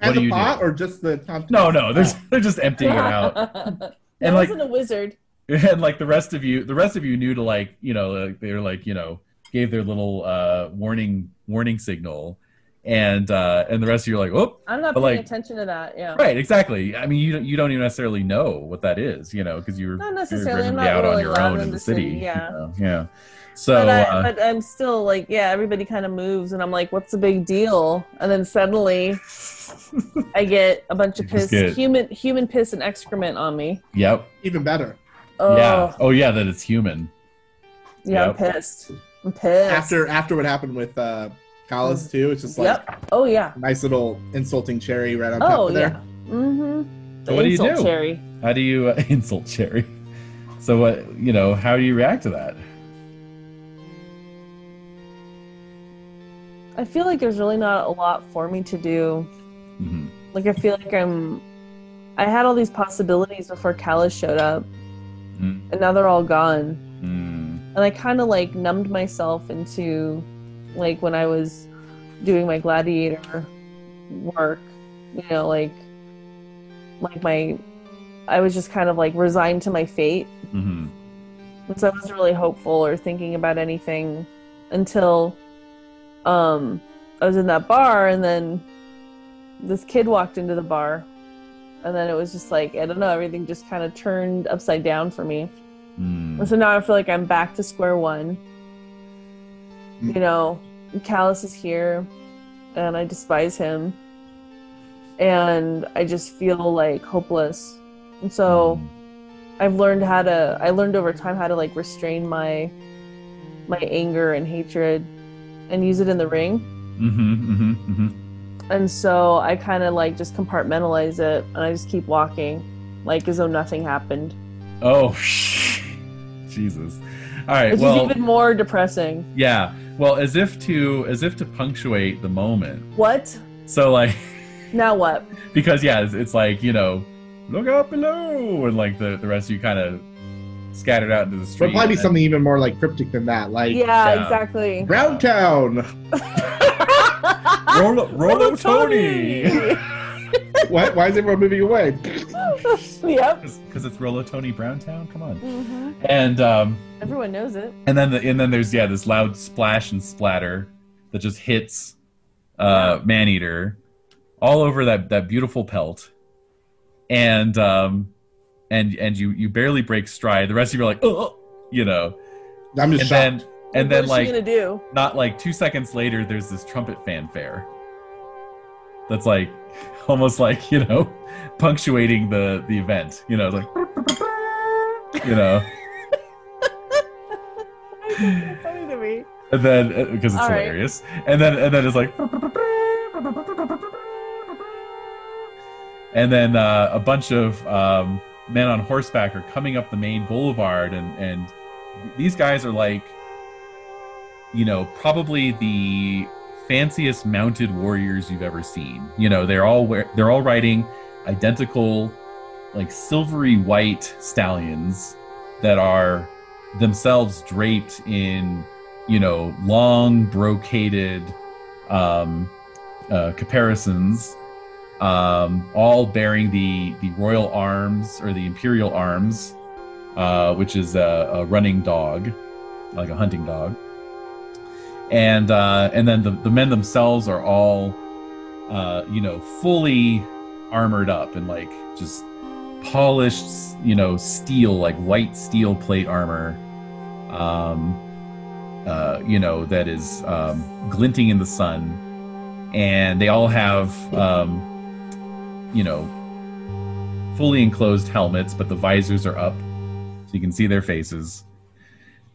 S3: What
S4: As
S3: do
S4: a
S3: you
S4: pot Oh.
S3: do?
S4: or just the top? Ah,
S3: No, no, they're, they're just emptying it out.
S2: That
S3: And, like-
S2: wasn't a wizard.
S3: and like the rest of you the rest of you knew to like you know like they were like you know gave their little uh warning warning signal and uh and the rest of you are like oh
S2: I'm not
S3: But,
S2: paying
S3: like-
S2: attention to that. Yeah.
S3: right exactly i mean you don't you don't even necessarily know what that is you know because you were
S2: Not
S3: you were
S2: necessarily. I'm
S3: randomly
S2: not
S3: out on
S2: really
S3: your
S2: loud
S3: own
S2: in
S3: in
S2: the
S3: the city,
S2: city,
S3: you
S2: yeah.
S3: know? yeah so
S2: but, I,
S3: uh,
S2: but I'm still like, yeah, everybody kind of moves, and I'm like, what's the big deal? And then suddenly, I get a bunch
S3: You
S2: of piss,
S3: just get-
S2: human human piss and excrement on me.
S3: yep
S4: Even better.
S2: Oh,
S3: yeah
S2: yeah,
S3: oh yeah that it's human
S2: I'm pissed. I'm pissed.
S4: After after what happened with uh, Callis too, it's just like
S2: yep. Oh yeah.
S4: nice little insulting cherry right on top
S2: Oh
S4: of
S2: yeah.
S4: there.
S2: Mm-hmm.
S3: So what do you do?
S2: Cherry.
S3: how do you uh, insult cherry so what you know how do you react to that
S2: I feel like there's really not a lot for me to do.
S3: hmm
S2: Like I feel like I'm. I had all these possibilities before Callus showed up,
S3: Mm.
S2: and now they're all gone.
S3: Mm.
S2: and I kind of like numbed myself into like when I was doing my gladiator work, you know, like like my I was just kind of like resigned to my fate,
S3: hmm
S2: and so I wasn't really hopeful or thinking about anything until um I was in that bar, and then this kid walked into the bar, and then it was just like I don't know, everything just kind of turned upside down for me. And
S3: Mm.
S2: so now I feel like I'm back to square one.
S4: Mm.
S2: You know, Callus is here, and I despise him, and I just feel like hopeless. And so.
S3: Mm.
S2: I've learned how to I learned over time how to like restrain my my anger and hatred and use it in the ring.
S3: Mm-hmm, mm-hmm, mm-hmm.
S2: And so I kind of like just compartmentalize it and I just keep walking like as though nothing happened.
S3: Oh, Jesus. All right.
S2: Which
S3: well,
S2: is even more depressing.
S3: yeah. Well, as if to as if to punctuate the moment.
S2: What?
S3: So like,
S2: Now what?
S3: because yeah, it's, it's like you know, look out below, and like the the rest of you kind of scattered out into the
S4: But
S3: street.
S4: probably
S3: and-
S4: something even more like cryptic than that, like
S2: Yeah,
S3: yeah.
S2: exactly.
S4: Round Town.
S3: Rolo, Rolo Tony.
S4: what? Why is everyone moving away?
S2: yep.
S3: Because it's Rolo Tony Browntown. Come on.
S2: hmm
S3: And um,
S2: Everyone knows it.
S3: and then the, and then there's yeah this loud splash and splatter that just hits uh maneater all over that that beautiful pelt and um and and you you barely break stride the rest of you are like oh you know
S4: I'm just
S3: and
S4: shocked.
S3: then and then
S2: what
S3: like
S2: is she gonna do?
S3: not like two seconds later there's this trumpet fanfare that's like almost like you know punctuating the the event you know it's like you know
S2: That's so funny to me.
S3: And then uh, because it's
S2: All right.
S3: hilarious. And then and then it's like And then uh, a bunch of um, men on horseback are coming up the main boulevard and and these guys are like you know, probably the fanciest mounted warriors you've ever seen. You know, they're all wear- they're all riding identical like silvery white stallions that are themselves draped in you know, long brocaded um, uh, caparisons, um, all bearing the the royal arms or the imperial arms, uh, which is a, a running dog, like a hunting dog, and uh, and then the, the men themselves are all, uh, you know, fully armored up and like just polished, you know, steel like white steel plate armor. Um, uh, you know, that is um, glinting in the sun, and they all have, um, you know, fully enclosed helmets, but the visors are up, so you can see their faces.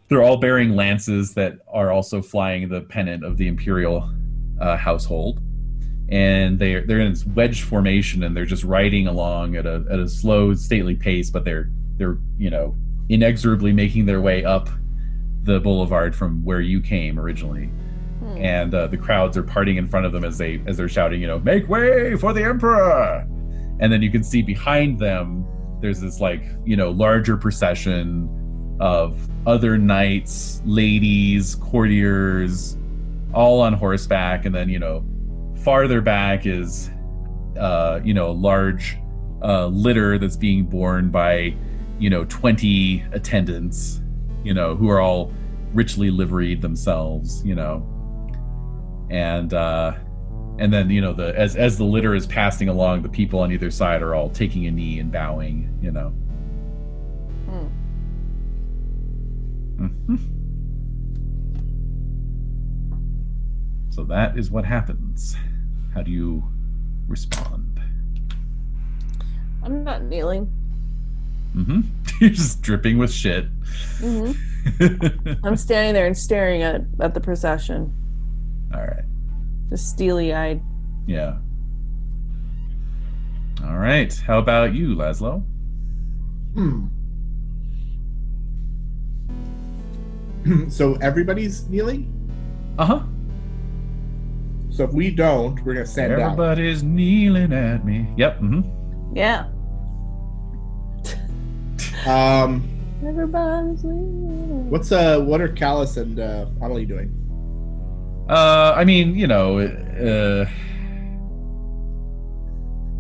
S3: They're all bearing lances that are also flying the pennant of the imperial uh, household, and they're they're in this wedge formation, and they're just riding along at a at a slow, stately pace, but they're they're you know inexorably making their way up the boulevard from where you came originally
S2: Hmm.
S3: and uh, the crowds are partying in front of them as they as they're shouting you know make way for the emperor and then you can see behind them there's this like you know larger procession of other knights ladies courtiers all on horseback and then you know farther back is uh you know a large uh litter that's being borne by you know 20 attendants you know who are all richly liveried themselves you know and uh and then you know the as as the litter is passing along the people on either side are all taking a knee and bowing you know Mhm. so that is what happens how do you respond
S2: I'm not kneeling.
S3: mm-hmm you're just dripping with shit
S2: hmm
S5: Mm-hmm.
S2: I'm standing there and staring at, at the procession,
S3: all right
S2: just steely eyed.
S3: yeah all right how about you laszlo
S4: Hmm. so everybody's kneeling.
S3: uh-huh
S4: So if we don't, we're gonna stand out.
S3: everybody's kneeling at me yep mm-hmm
S2: Yeah.
S4: Um,
S2: Everybody's leaving.
S4: what's uh, what are Callus and uh, Amelie doing?
S3: Uh, I mean, you know, uh,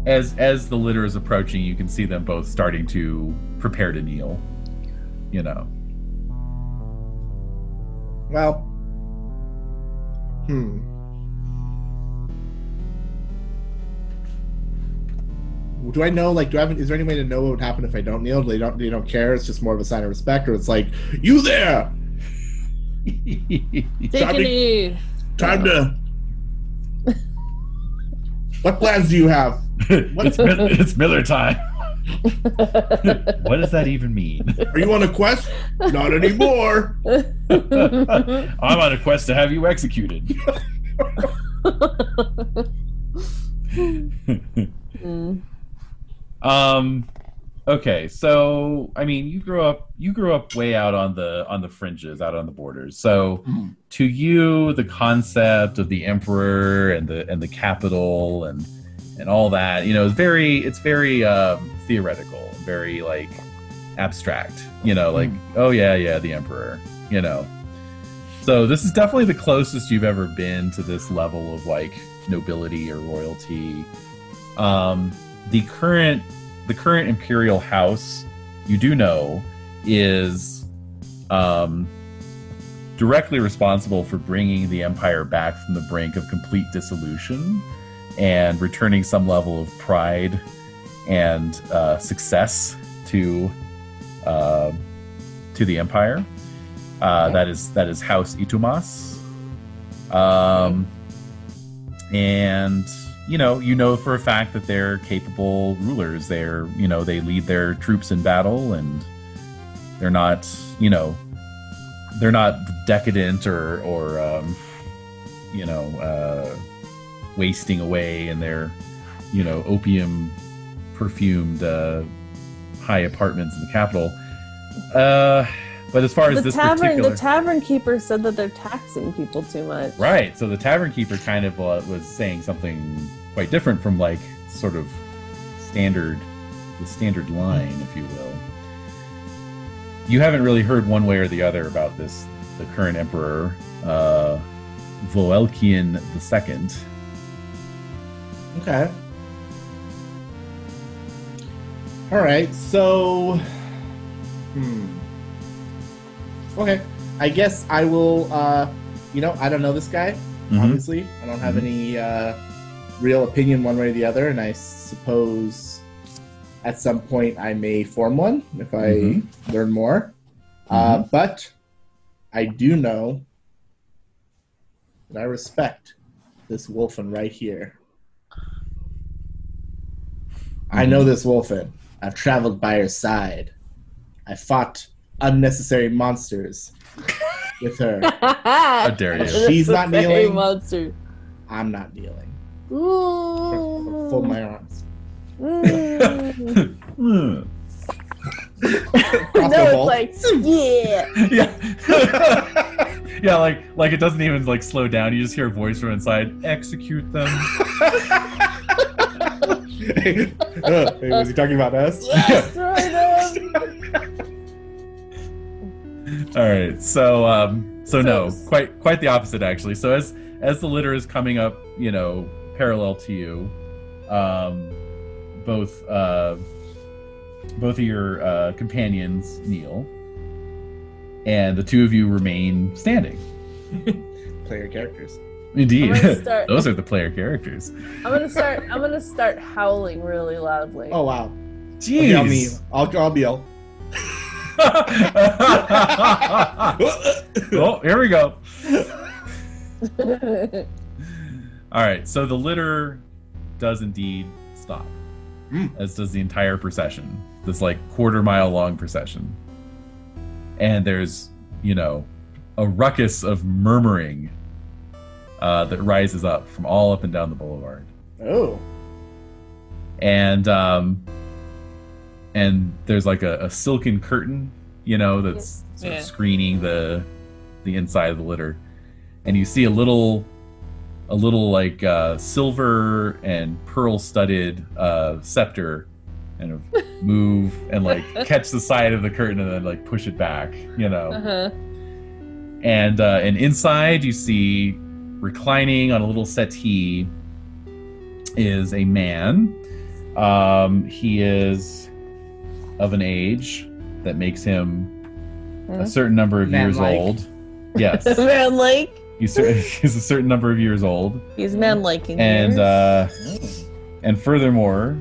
S3: as as the litter is approaching, you can see them both starting to prepare to kneel. You know,
S4: Well, hmm. do I know? Like, do I have? Is there any way to know what would happen if I don't kneel? They don't. They don't care. It's just more of a sign of respect, or it's like, you there?
S5: Take
S4: Time
S5: it
S4: to-
S5: easy.
S4: Time to. what plans do you have?
S12: it's, Mil- it's Miller time.
S3: what does that even mean?
S4: Are you on a quest? Not anymore.
S12: I'm on a quest to have you executed.
S5: Mm.
S3: Um, okay, so I mean, you grew up you grew up way out on the on the fringes, out on the borders. So
S12: Mhm.
S3: to you, the concept of the emperor and the and the capital and and all that, you know, is very it's very um, theoretical, very like abstract. You know, like oh yeah, yeah, the emperor. You know, so this is definitely the closest you've ever been to this level of like nobility or royalty. Um, the current the current imperial house you do know is um, directly responsible for bringing the empire back from the brink of complete dissolution and returning some level of pride and uh, success to uh, to the empire. Uh, that is that is House Itumas. Um, and you know you know for a fact that they're capable rulers they're you know they lead their troops in battle and they're not you know they're not decadent or or um, you know uh, wasting away in their you know opium perfumed uh, high apartments in the capital uh, but as far as
S5: The
S3: this
S5: tavern,
S3: particular
S5: the tavern keeper said that they're taxing people too much.
S3: Right. So the tavern keeper kind of uh, was saying something quite different from like sort of standard, the standard line, if you will. You haven't really heard one way or the other about this, the current emperor, uh, Voelkian II.
S4: Okay. All right. So, hmm. Okay. I guess I will. Uh, you know, I don't know this guy.
S3: Mhm.
S4: Obviously, I don't have
S3: Mhm.
S4: any uh, real opinion one way or the other, and I suppose at some point I may form one if I
S3: Mhm.
S4: learn more. Uh, but I do know that I respect this wolfen right here. I know this wolfen. I've traveled by her side. I fought unnecessary monsters with her.
S3: How dare you?
S4: She's not
S5: Very
S4: kneeling.
S5: Monster.
S4: I'm not kneeling. Fold
S5: Ooh.
S4: my arms.
S5: Mm.
S12: Hmm.
S4: Crossbow
S5: no, it's
S4: bolt.
S5: like yeah.
S3: yeah. yeah, like like it doesn't even like slow down. You just hear a voice from inside, execute them.
S4: Uh, hey, was he talking about us?
S5: Destroy them.
S3: All right. So um so,
S5: So-
S3: no, quite quite the opposite actually. So as as the litter is coming up, you know, parallel to you, um both uh both of your uh companions kneel and the two of you remain standing.
S4: Player characters.
S3: Indeed.
S5: I'm gonna start.
S3: Those are the player characters.
S5: I'm gonna start. I'm gonna start howling really loudly.
S4: Oh wow.
S3: Jeez.
S4: Okay, I'll kneel. I'll, I'll kneel.
S3: oh, here we go.
S5: That's
S3: All right, so the litter does indeed stop,
S4: Mm.
S3: as does the entire procession, this like quarter mile long procession. And there's, you know, a ruckus of murmuring uh, that rises up from all up and down the boulevard,
S4: Oh.
S3: and um, and there's like a, a silken curtain, you know, that's sort
S5: Yeah.
S3: of screening the the inside of the litter, and you see a little a little like uh, silver and pearl studded uh, scepter kind of move and like catch the side of the curtain and then like push it back you know
S5: Uh-huh.
S3: and uh, and inside you see reclining on a little settee is a man um, he is of an age that makes him
S5: Hmm.
S3: a certain number of years
S4: Man-like.
S3: old yes
S5: man like
S3: he's, cer- he's a certain number of years old
S5: he's man liking
S3: and uh, and furthermore,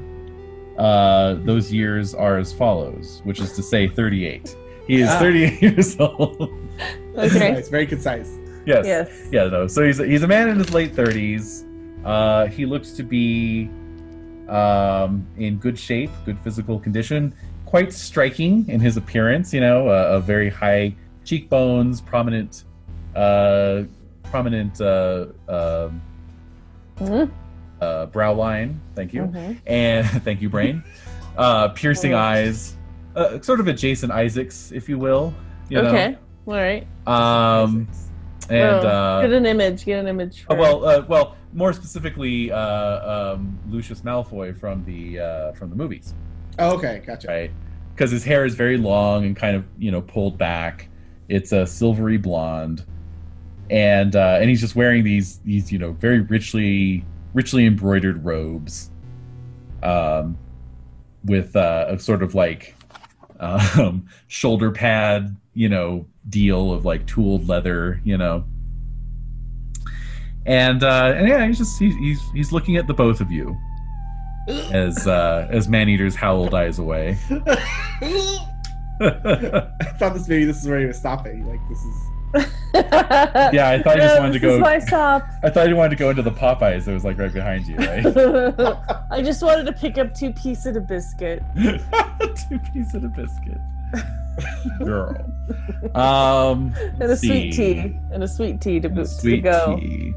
S3: uh, those years are as follows, which is to say 38. He is
S4: Ah.
S3: 38 years old.
S2: Oh,
S5: Okay.
S4: It's very concise.
S3: yes.
S2: Yes.
S3: Yeah, no. So he's he's a man in his late 30s. Uh, he looks to be um, in good shape, good physical condition, quite striking in his appearance. You know, uh, a very high cheekbones, prominent, uh, prominent uh, um
S5: Mhm.
S3: uh, brow line. Thank you,
S5: Mhm.
S3: and thank you, brain. Uh, piercing
S5: Oh.
S3: eyes, uh, sort of a Jason Isaacs, if you will. You
S5: Okay. All right.
S3: Know? Um, and
S5: Oh,
S3: uh,
S5: Get an image. Get an image.
S3: Oh,
S5: for-
S3: well, uh, well, more specifically, uh, um, Lucius Malfoy from the uh, from the movies,
S4: Oh, okay, gotcha.
S3: right? Because his hair is very long and kind of you know pulled back. It's a silvery blonde, and uh, and he's just wearing these these you know very richly richly embroidered robes, um, with uh, a sort of like um, shoulder pad, you know, deal of like tooled leather, you know. And uh, and yeah, he's just he's, he's he's looking at the both of you as uh, as Maneater's howl dies away. yeah,
S4: I thought this maybe this is where he was stopping. Like this is
S3: I thought you just
S5: No,
S3: wanted to
S5: this is
S3: go.
S5: why I stopped.
S3: I thought you wanted to go into the Popeyes that was like right behind you, right?
S5: I just wanted to pick up two pieces of biscuit.
S3: Two pieces of biscuit, girl. Um,
S5: And a sweet
S3: see.
S5: tea. And a sweet tea to,
S3: And
S5: boot,
S3: sweet
S5: to go.
S3: tea.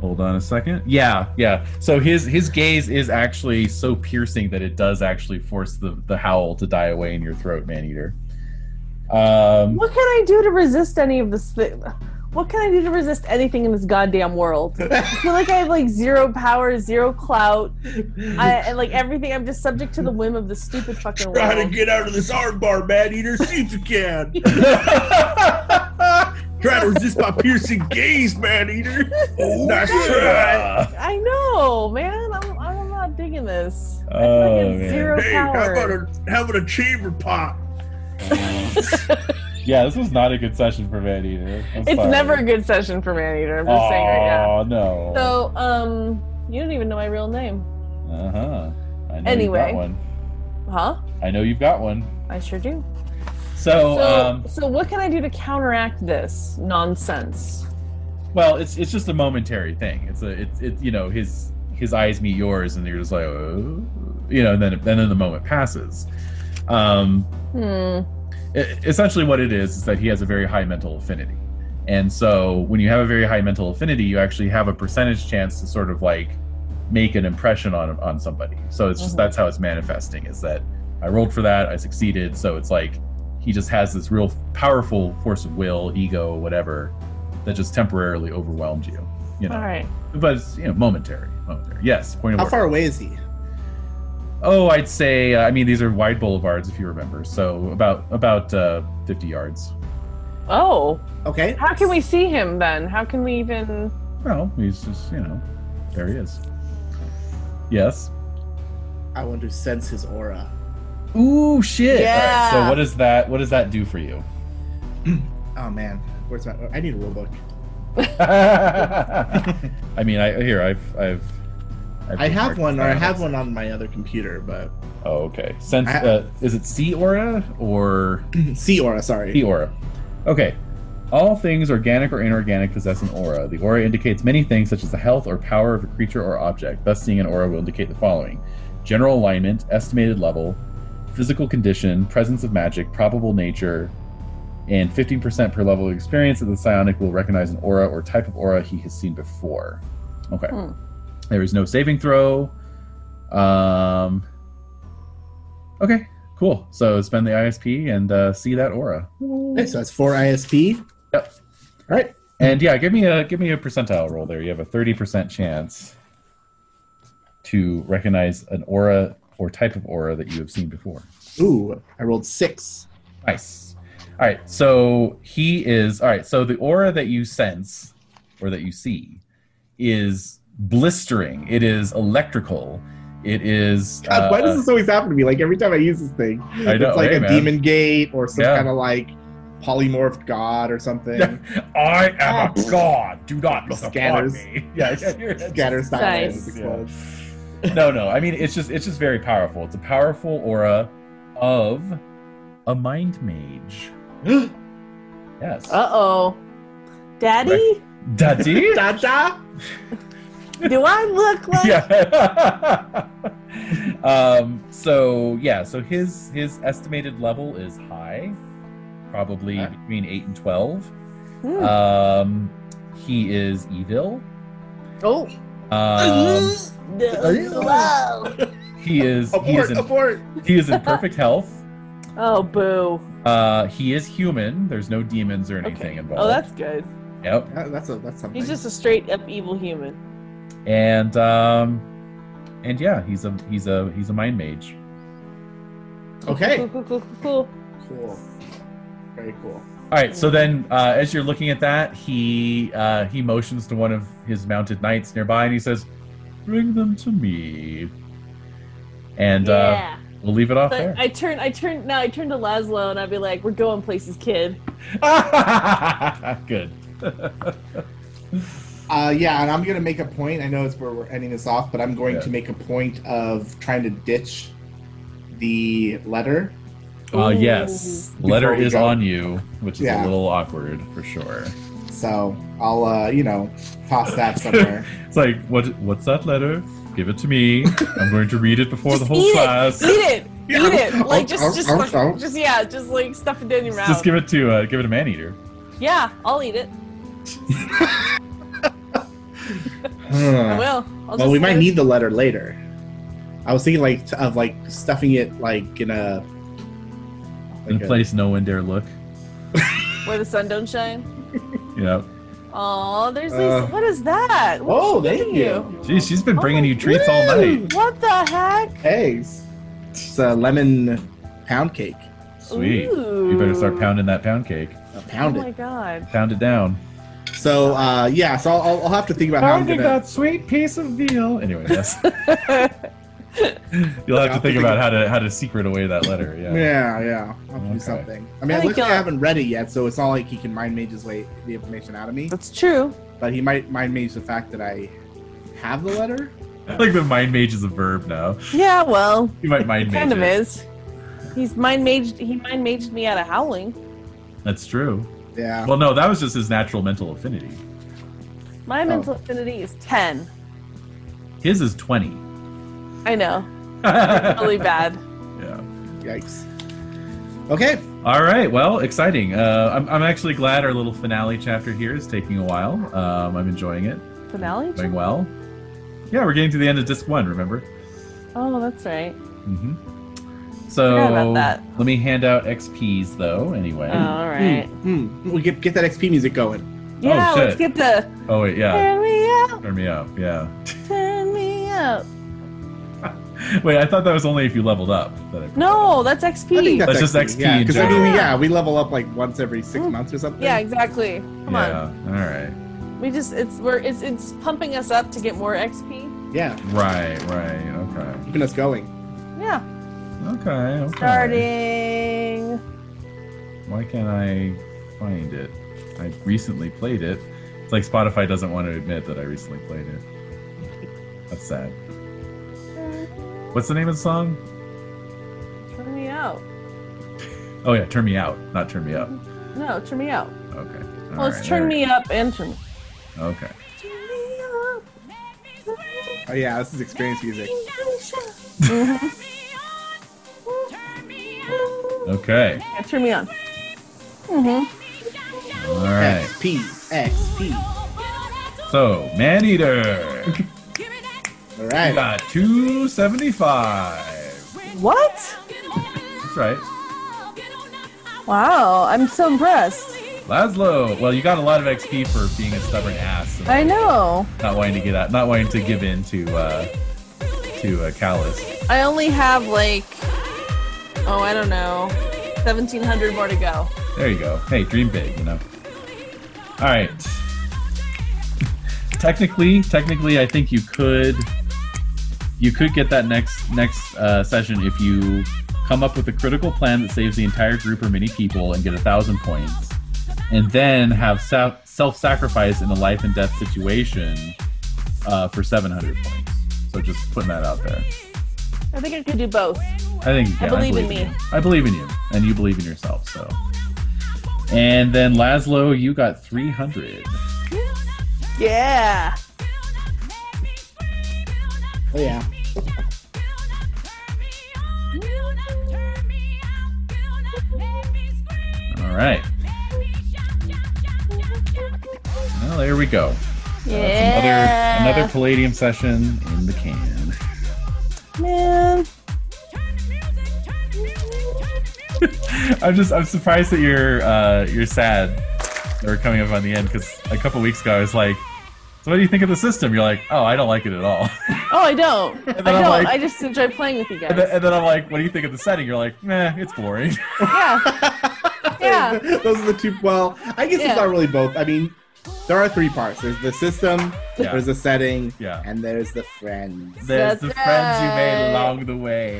S3: Hold on a second. Yeah, yeah. So his his gaze is actually so piercing that it does actually force the the howl to die away in your throat, man eater. Um,
S5: What can I do to resist any of this thi- What can I do to resist anything in this goddamn world? I feel like I have like zero power, zero clout, I, and like everything. I'm just subject to the whim of the stupid fucking
S12: Try to
S5: world.
S12: get out of this bar, man eater. See if you can. Try to resist my piercing gaze, man eater. Oh, nice try.
S5: I know, man. I'm, I'm not digging this. I feel like I
S3: Oh,
S5: have
S3: man.
S5: zero
S12: Hey, how
S5: power.
S12: about a how about a chamber pot?
S3: Yeah, this was not a good session for man eater. I'm
S5: It's
S3: sorry.
S5: never a good session for man eater. I'm just saying right now.
S3: Aw, no.
S5: So, um, you don't even know my real name,
S3: uh huh. I know
S5: Anyway.
S3: you've got one.
S5: huh?
S3: I know you've got one.
S5: I sure do.
S3: So,
S5: so,
S3: um,
S5: so what can I do to counteract this nonsense?
S3: Well, it's it's just a momentary thing. It's a it's it you know his his eyes meet yours and you're just like oh, you know and then and then the moment passes. Um,
S5: Hmm.
S3: e- essentially, what it is is that he has a very high mental affinity, and so when you have a very high mental affinity, you actually have a percentage chance to sort of like make an impression on on somebody. So it's
S4: Mm-hmm.
S3: just
S5: Mhm.
S3: that's how it's manifesting. Is that I rolled for that, I succeeded. So it's like he just has this real powerful force of will, ego, whatever, that just temporarily overwhelmed you. You know,
S5: All right.
S3: but it's you know momentary, momentary. Yes, point of
S4: how
S3: order.
S4: far away is he?
S3: Oh, I'd say uh, I mean these are wide boulevards if you remember. So about about uh, fifty yards.
S5: Oh,
S4: Okay.
S5: how can we see him then? How can we even?
S3: Well, he's just you know there he is. Yes.
S4: I want to sense his aura.
S3: Ooh shit. All right,
S5: Yeah.
S3: so what does that what does that do for you?
S4: Oh man, where's my? I need a rule book.
S3: I mean, I here I've I've. I've
S4: I have one, or I have one on my other computer, but
S3: Oh, okay. Sense
S4: I-
S3: uh, is it sea aura or
S4: sea aura. Sorry.
S3: The aura. Okay. All things organic or inorganic possess an aura. The aura indicates many things, such as the health or power of a creature or object. Thus, seeing an aura will indicate the following general alignment, estimated level, physical condition, presence of magic, probable nature, and 15% per level of experience that the psionic will recognize an aura or type of aura he has seen before. Okay.
S5: Hmm.
S3: There is no saving throw. Um, okay, cool. So spend the ISP and uh, see that aura.
S4: Okay, so that's four ISP.
S3: Yep.
S4: All right.
S3: And yeah, give me a give me a percentile roll there. You have a thirty percent chance to recognize an aura or type of aura that you have seen before.
S4: Ooh, I rolled six.
S3: Nice. All right, so he is all right. So the aura that you sense or that you see is blistering. It is electrical. It is.
S4: God, why does
S3: uh,
S4: this always happen to me? Like every time I use this thing,
S3: I know,
S4: it's like
S3: hey,
S4: a
S3: man.
S4: demon gate or some
S3: Yeah.
S4: kind of like polymorphed god or something.
S3: I am a god. Do not look upon
S4: Ah. Scanners.
S3: me. Yeah, yeah, you're-
S4: Scatter
S5: Nice.
S4: silence explodes.
S3: no, no. I mean, it's just it's just very powerful. It's a powerful aura of a mind mage. yes.
S2: Uh oh.
S5: Daddy,
S3: Daddy?
S4: Da da.
S2: Do I look like
S3: yeah. um, so yeah, so his his estimated level is high, probably
S4: Okay.
S3: between eight and twelve.
S2: Hmm.
S3: Um, he is evil.
S2: Oh.
S3: Um,
S2: Wow.
S3: he is he
S4: Abort,
S3: is in,
S4: abort.
S3: he is in perfect health.
S2: Oh boo.
S3: Uh, he is human. There's no demons or anything
S2: Okay.
S3: involved.
S2: Oh, that's good.
S3: yep.
S4: That- that's a that's something.
S5: he's just a straight up evil human.
S3: and um and yeah he's a he's a he's a mind mage
S4: okay.
S5: Cool, cool, cool, cool, cool.
S4: Cool. Very cool.
S3: all right so then uh, as you're looking at that he uh, he motions to one of his mounted knights nearby and he says bring them to me and uh,
S5: yeah.
S3: we'll leave it off
S2: But
S3: there
S2: I turn I turn now I turn to Laszlo and I'd be like, We're going places, kid.
S3: good
S4: Uh, yeah, and I'm gonna make a point. I know it's where we're ending this off, but I'm going
S3: Yeah.
S4: to make a point of trying to ditch the letter.
S3: uh, yes letter
S4: Before we
S3: is
S4: go.
S3: on you which is
S4: Yeah.
S3: a little awkward for sure
S4: So I'll uh, you know toss that somewhere.
S3: it's like what what's that letter give it to me i'm going to read it before the
S2: Just
S3: whole
S2: eat it.
S3: class
S2: Eat it. Eat it. Like
S4: Oh,
S2: just just
S4: oh,
S2: like,
S4: oh.
S2: just yeah, just like stuff it in your mouth.
S3: just give it to uh, give it a man eater
S2: yeah, I'll eat it.
S3: Uh,
S2: I
S4: Huh.
S2: will. I'll
S4: well,
S2: just
S4: we might
S2: live.
S4: need the letter later. I was thinking like t- of like stuffing it like in a
S3: in
S4: like
S3: a
S4: a-
S3: place no one dare look.
S2: where the sun don't shine.
S3: Yeah.
S2: Oh, there's
S4: Uh,
S2: Lisa. what is that? What is
S4: Oh,
S2: she
S4: thank
S2: giving
S4: you.
S3: Geez, she's been
S2: Oh
S3: bringing
S2: my
S3: you treats all night.
S2: What the heck?
S4: Eggs. It's a lemon pound cake.
S3: Sweet. You better start
S2: Ooh.
S3: pounding that pound cake.
S4: Uh,
S2: Oh
S4: pound
S2: my
S4: it.
S2: god.
S3: Pound it down.
S4: So uh, yeah, so I'll- I'll, I'll have to think about how I'm gonna.
S3: sweet piece of veal. Anyway, yes. You'll have to think about how to how to secret away that letter. Yeah.
S4: Yeah, yeah. I'll have to
S3: Okay.
S4: do something. I mean,
S2: I think
S4: it looks like I
S2: you'll-
S4: haven't read it yet, so it's not like he can mind mage his way the information out of me.
S2: That's true.
S4: But he might mind mage the fact that I have the letter.
S3: Like the mind mage is a verb now.
S2: Yeah, well,
S3: You might mind mage
S2: kind of
S3: it.
S2: is. He's mind maged. He mind maged me out of howling.
S3: That's true.
S4: Yeah.
S3: Well, no, that was just his natural mental affinity.
S2: My
S4: Oh.
S2: mental affinity is ten.
S3: His is twenty.
S2: I know,
S3: yeah.
S2: really bad.
S4: Yikes. Okay.
S3: All right. Well, exciting. Uh, I'm, I'm actually glad our little finale chapter here is taking a while. Um, I'm enjoying it.
S2: Finale?
S3: Going well. Yeah, we're getting to the end of disc one. Remember?
S2: Oh, that's right.
S3: hmm
S2: Forgot
S3: So
S2: about that.
S3: let me hand out XP's though. Anyway.
S2: Oh, all right.
S4: Hmm, hmm. We get get that XP music going.
S2: Yeah,
S3: Oh,
S2: let's get
S3: shit.
S2: the
S3: oh wait, yeah.
S2: turn me up,
S3: Turn me up. Yeah.
S2: turn me up.
S3: Wait, I thought that was only if you leveled up. That I put that.
S2: No, that's XP.
S4: I think that's,
S3: That's just XP
S4: Yeah,
S3: in
S4: because I mean,
S2: general.
S4: yeah, we level up like once every six
S2: Mm.
S4: months or something.
S2: yeah, exactly. Come
S3: yeah. All
S2: on, we just it's we're it's it's pumping us up to get more XP.
S4: Yeah,
S3: right. Right. Right.
S4: keeping us going.
S2: Yeah,
S3: Okay. Okay. Okay.
S2: starting.
S3: Why can't I find it? I recently played it. It's like Spotify doesn't want to admit that I recently played it. That's sad. What's the name of the song?
S2: Turn me out.
S3: Oh yeah, turn me out, not turn me up.
S2: No, turn me out.
S3: Okay. All
S2: well, it's
S3: right,
S2: turn
S3: there
S2: me up and turn.
S3: we go. Okay.
S2: Turn me up.
S4: Oh yeah, this is experience music.
S3: Okay.
S2: Yeah, turn me on.
S3: All right.
S4: XP, XP.
S3: So, Man Eater
S4: All right.
S3: got 275.
S2: What?
S3: That's right.
S2: Wow, I'm so impressed.
S3: Laszlo. Well, you got a lot of XP for being a stubborn ass.
S2: I know.
S3: Not wanting to get out. Not wanting to give in to uh, to uh, Callus.
S2: I only have like, oh, I don't know, 1,700 more to go.
S3: There you go. Hey, dream big, you know. All right. Technically, technically, I think you could you could get that next next uh, session if you come up with a critical plan that saves the entire group or many people and get a thousand points, and then have sa- self sacrifice in a life and death situation uh, for seven hundred points. So just putting that out there.
S2: I think I could do both.
S3: I think you
S2: I
S3: can.
S2: believe in me.
S3: you. I believe in you, and you believe in yourself. So, and then Laszlo, you got three hundred.
S2: Yeah.
S4: Oh yeah.
S3: All right. Well, there we go.
S2: Yeah.
S3: Another another Palladium session in the can.
S2: Man.
S3: I'm just I'm surprised that you're uh, you're sad that we're coming up on the end because a couple weeks ago I was like, so what do you think of the system? You're like, oh, I don't like it at all.
S2: Oh, I don't. I
S3: then
S2: don't.
S3: I'm like-
S2: I just enjoy playing with you guys.
S3: and, then, and then I'm like, what do you think of the setting? You're like, meh, it's boring.
S2: yeah. Yeah.
S4: Those are the two. Well, I guess
S2: Yeah.
S4: it's not really both. I mean, there are three parts. There's the system.
S3: Yeah.
S4: There's the setting.
S3: Yeah.
S4: And there's the friends.
S3: There's
S2: That's
S3: the friends you made
S2: right.
S3: along the way.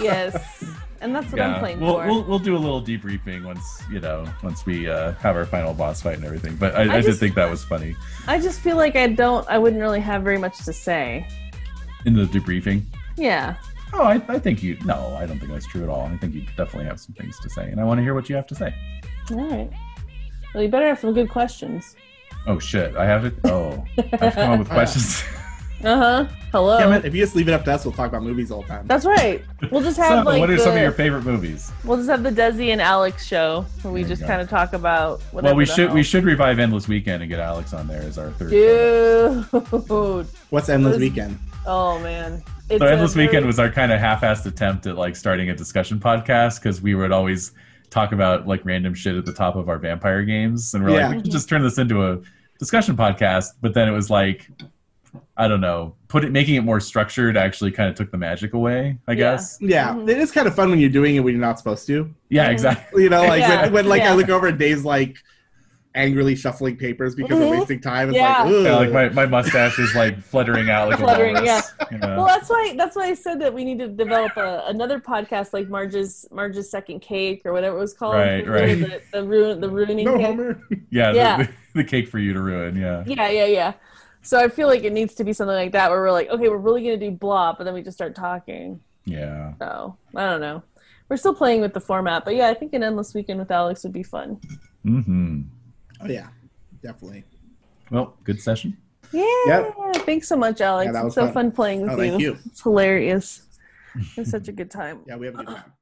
S2: Yes. And that's what I'm playing
S3: we'll,
S2: for.
S3: we'll we'll do a little debriefing once you know once we uh, have our final boss fight and everything. But I, I, did
S2: just-
S3: think that was funny
S2: I just feel like I don't. I wouldn't really have very much to say.
S3: in the debriefing.
S2: Yeah.
S3: Oh, I, I think you. No, I don't think that's true at all. I think you definitely have some things to say, and I want to hear what you have to say.
S5: All right. Well, you better have some good questions.
S3: Oh shit, I have it. Oh, I've come up with questions.
S2: Uh huh. Hello.
S3: Damn it.
S4: If you just leave it up to us, we'll talk about movies all the time.
S2: That's right. We'll just have
S3: so,
S2: like
S3: what are
S2: the,
S3: some of your favorite movies?
S2: we'll just have the Desi and Alex show where we
S3: There you
S2: just
S3: go.
S2: kind of talk about whatever.
S3: Well, we
S2: the
S3: should
S2: hell.
S3: we should revive Endless Weekend and get Alex on there as our third. show.
S2: Dude.
S4: What's Endless
S2: Those-
S4: Weekend?
S2: Oh man. It's
S3: So
S2: a
S3: Endless
S2: very-
S3: Weekend was our kind of half-assed attempt at like starting a discussion podcast because we would always talk about like random shit at the top of our vampire games, and we're
S4: Yeah.
S2: Mm-hmm.
S3: like, we could just turn this into a discussion podcast. But then it was like, I don't know, put it making it more structured actually kind of took the magic away, I
S2: Yeah.
S3: guess.
S4: Yeah,
S2: Mhm.
S4: it is kind of fun when you're doing it when you're not supposed to.
S3: Yeah,
S2: Mhm.
S3: exactly.
S4: You know, like
S2: Yeah.
S4: when, when like
S2: Yeah.
S4: I look over and Dave's like angrily shuffling papers because we're
S2: Mhm.
S4: wasting time. It's
S2: Yeah.
S4: like, Ugh.
S3: Yeah, like my, my mustache is like fluttering out like
S2: Fluttering,
S3: a walrus. you know?
S2: Well, that's why that's why I said that we need to develop a, another podcast like Marge's Marge's Second Cake or whatever it was called.
S3: Right,
S2: the,
S3: right.
S2: The, the, ruin, the ruining
S4: no,
S2: cake.
S4: Homer.
S3: Yeah,
S2: Yeah.
S3: The, the, cake for you to ruin. Yeah.
S2: Yeah, yeah, yeah. So I feel like it needs to be something like that where we're like, okay, we're really gonna do blah, but then we just start talking.
S3: Yeah.
S2: So I don't know. We're still playing with the format, but yeah, I think an endless weekend with Alex would be fun.
S3: hmm
S4: Oh yeah, definitely.
S3: Well, good session.
S2: Yeah. Thanks so much, Alex.
S4: Yeah, that
S2: it's
S4: was
S2: so
S4: fun.
S2: fun playing with
S4: Oh, thank you.
S2: It's hilarious. It's such a good time.
S4: Yeah, we have a good time.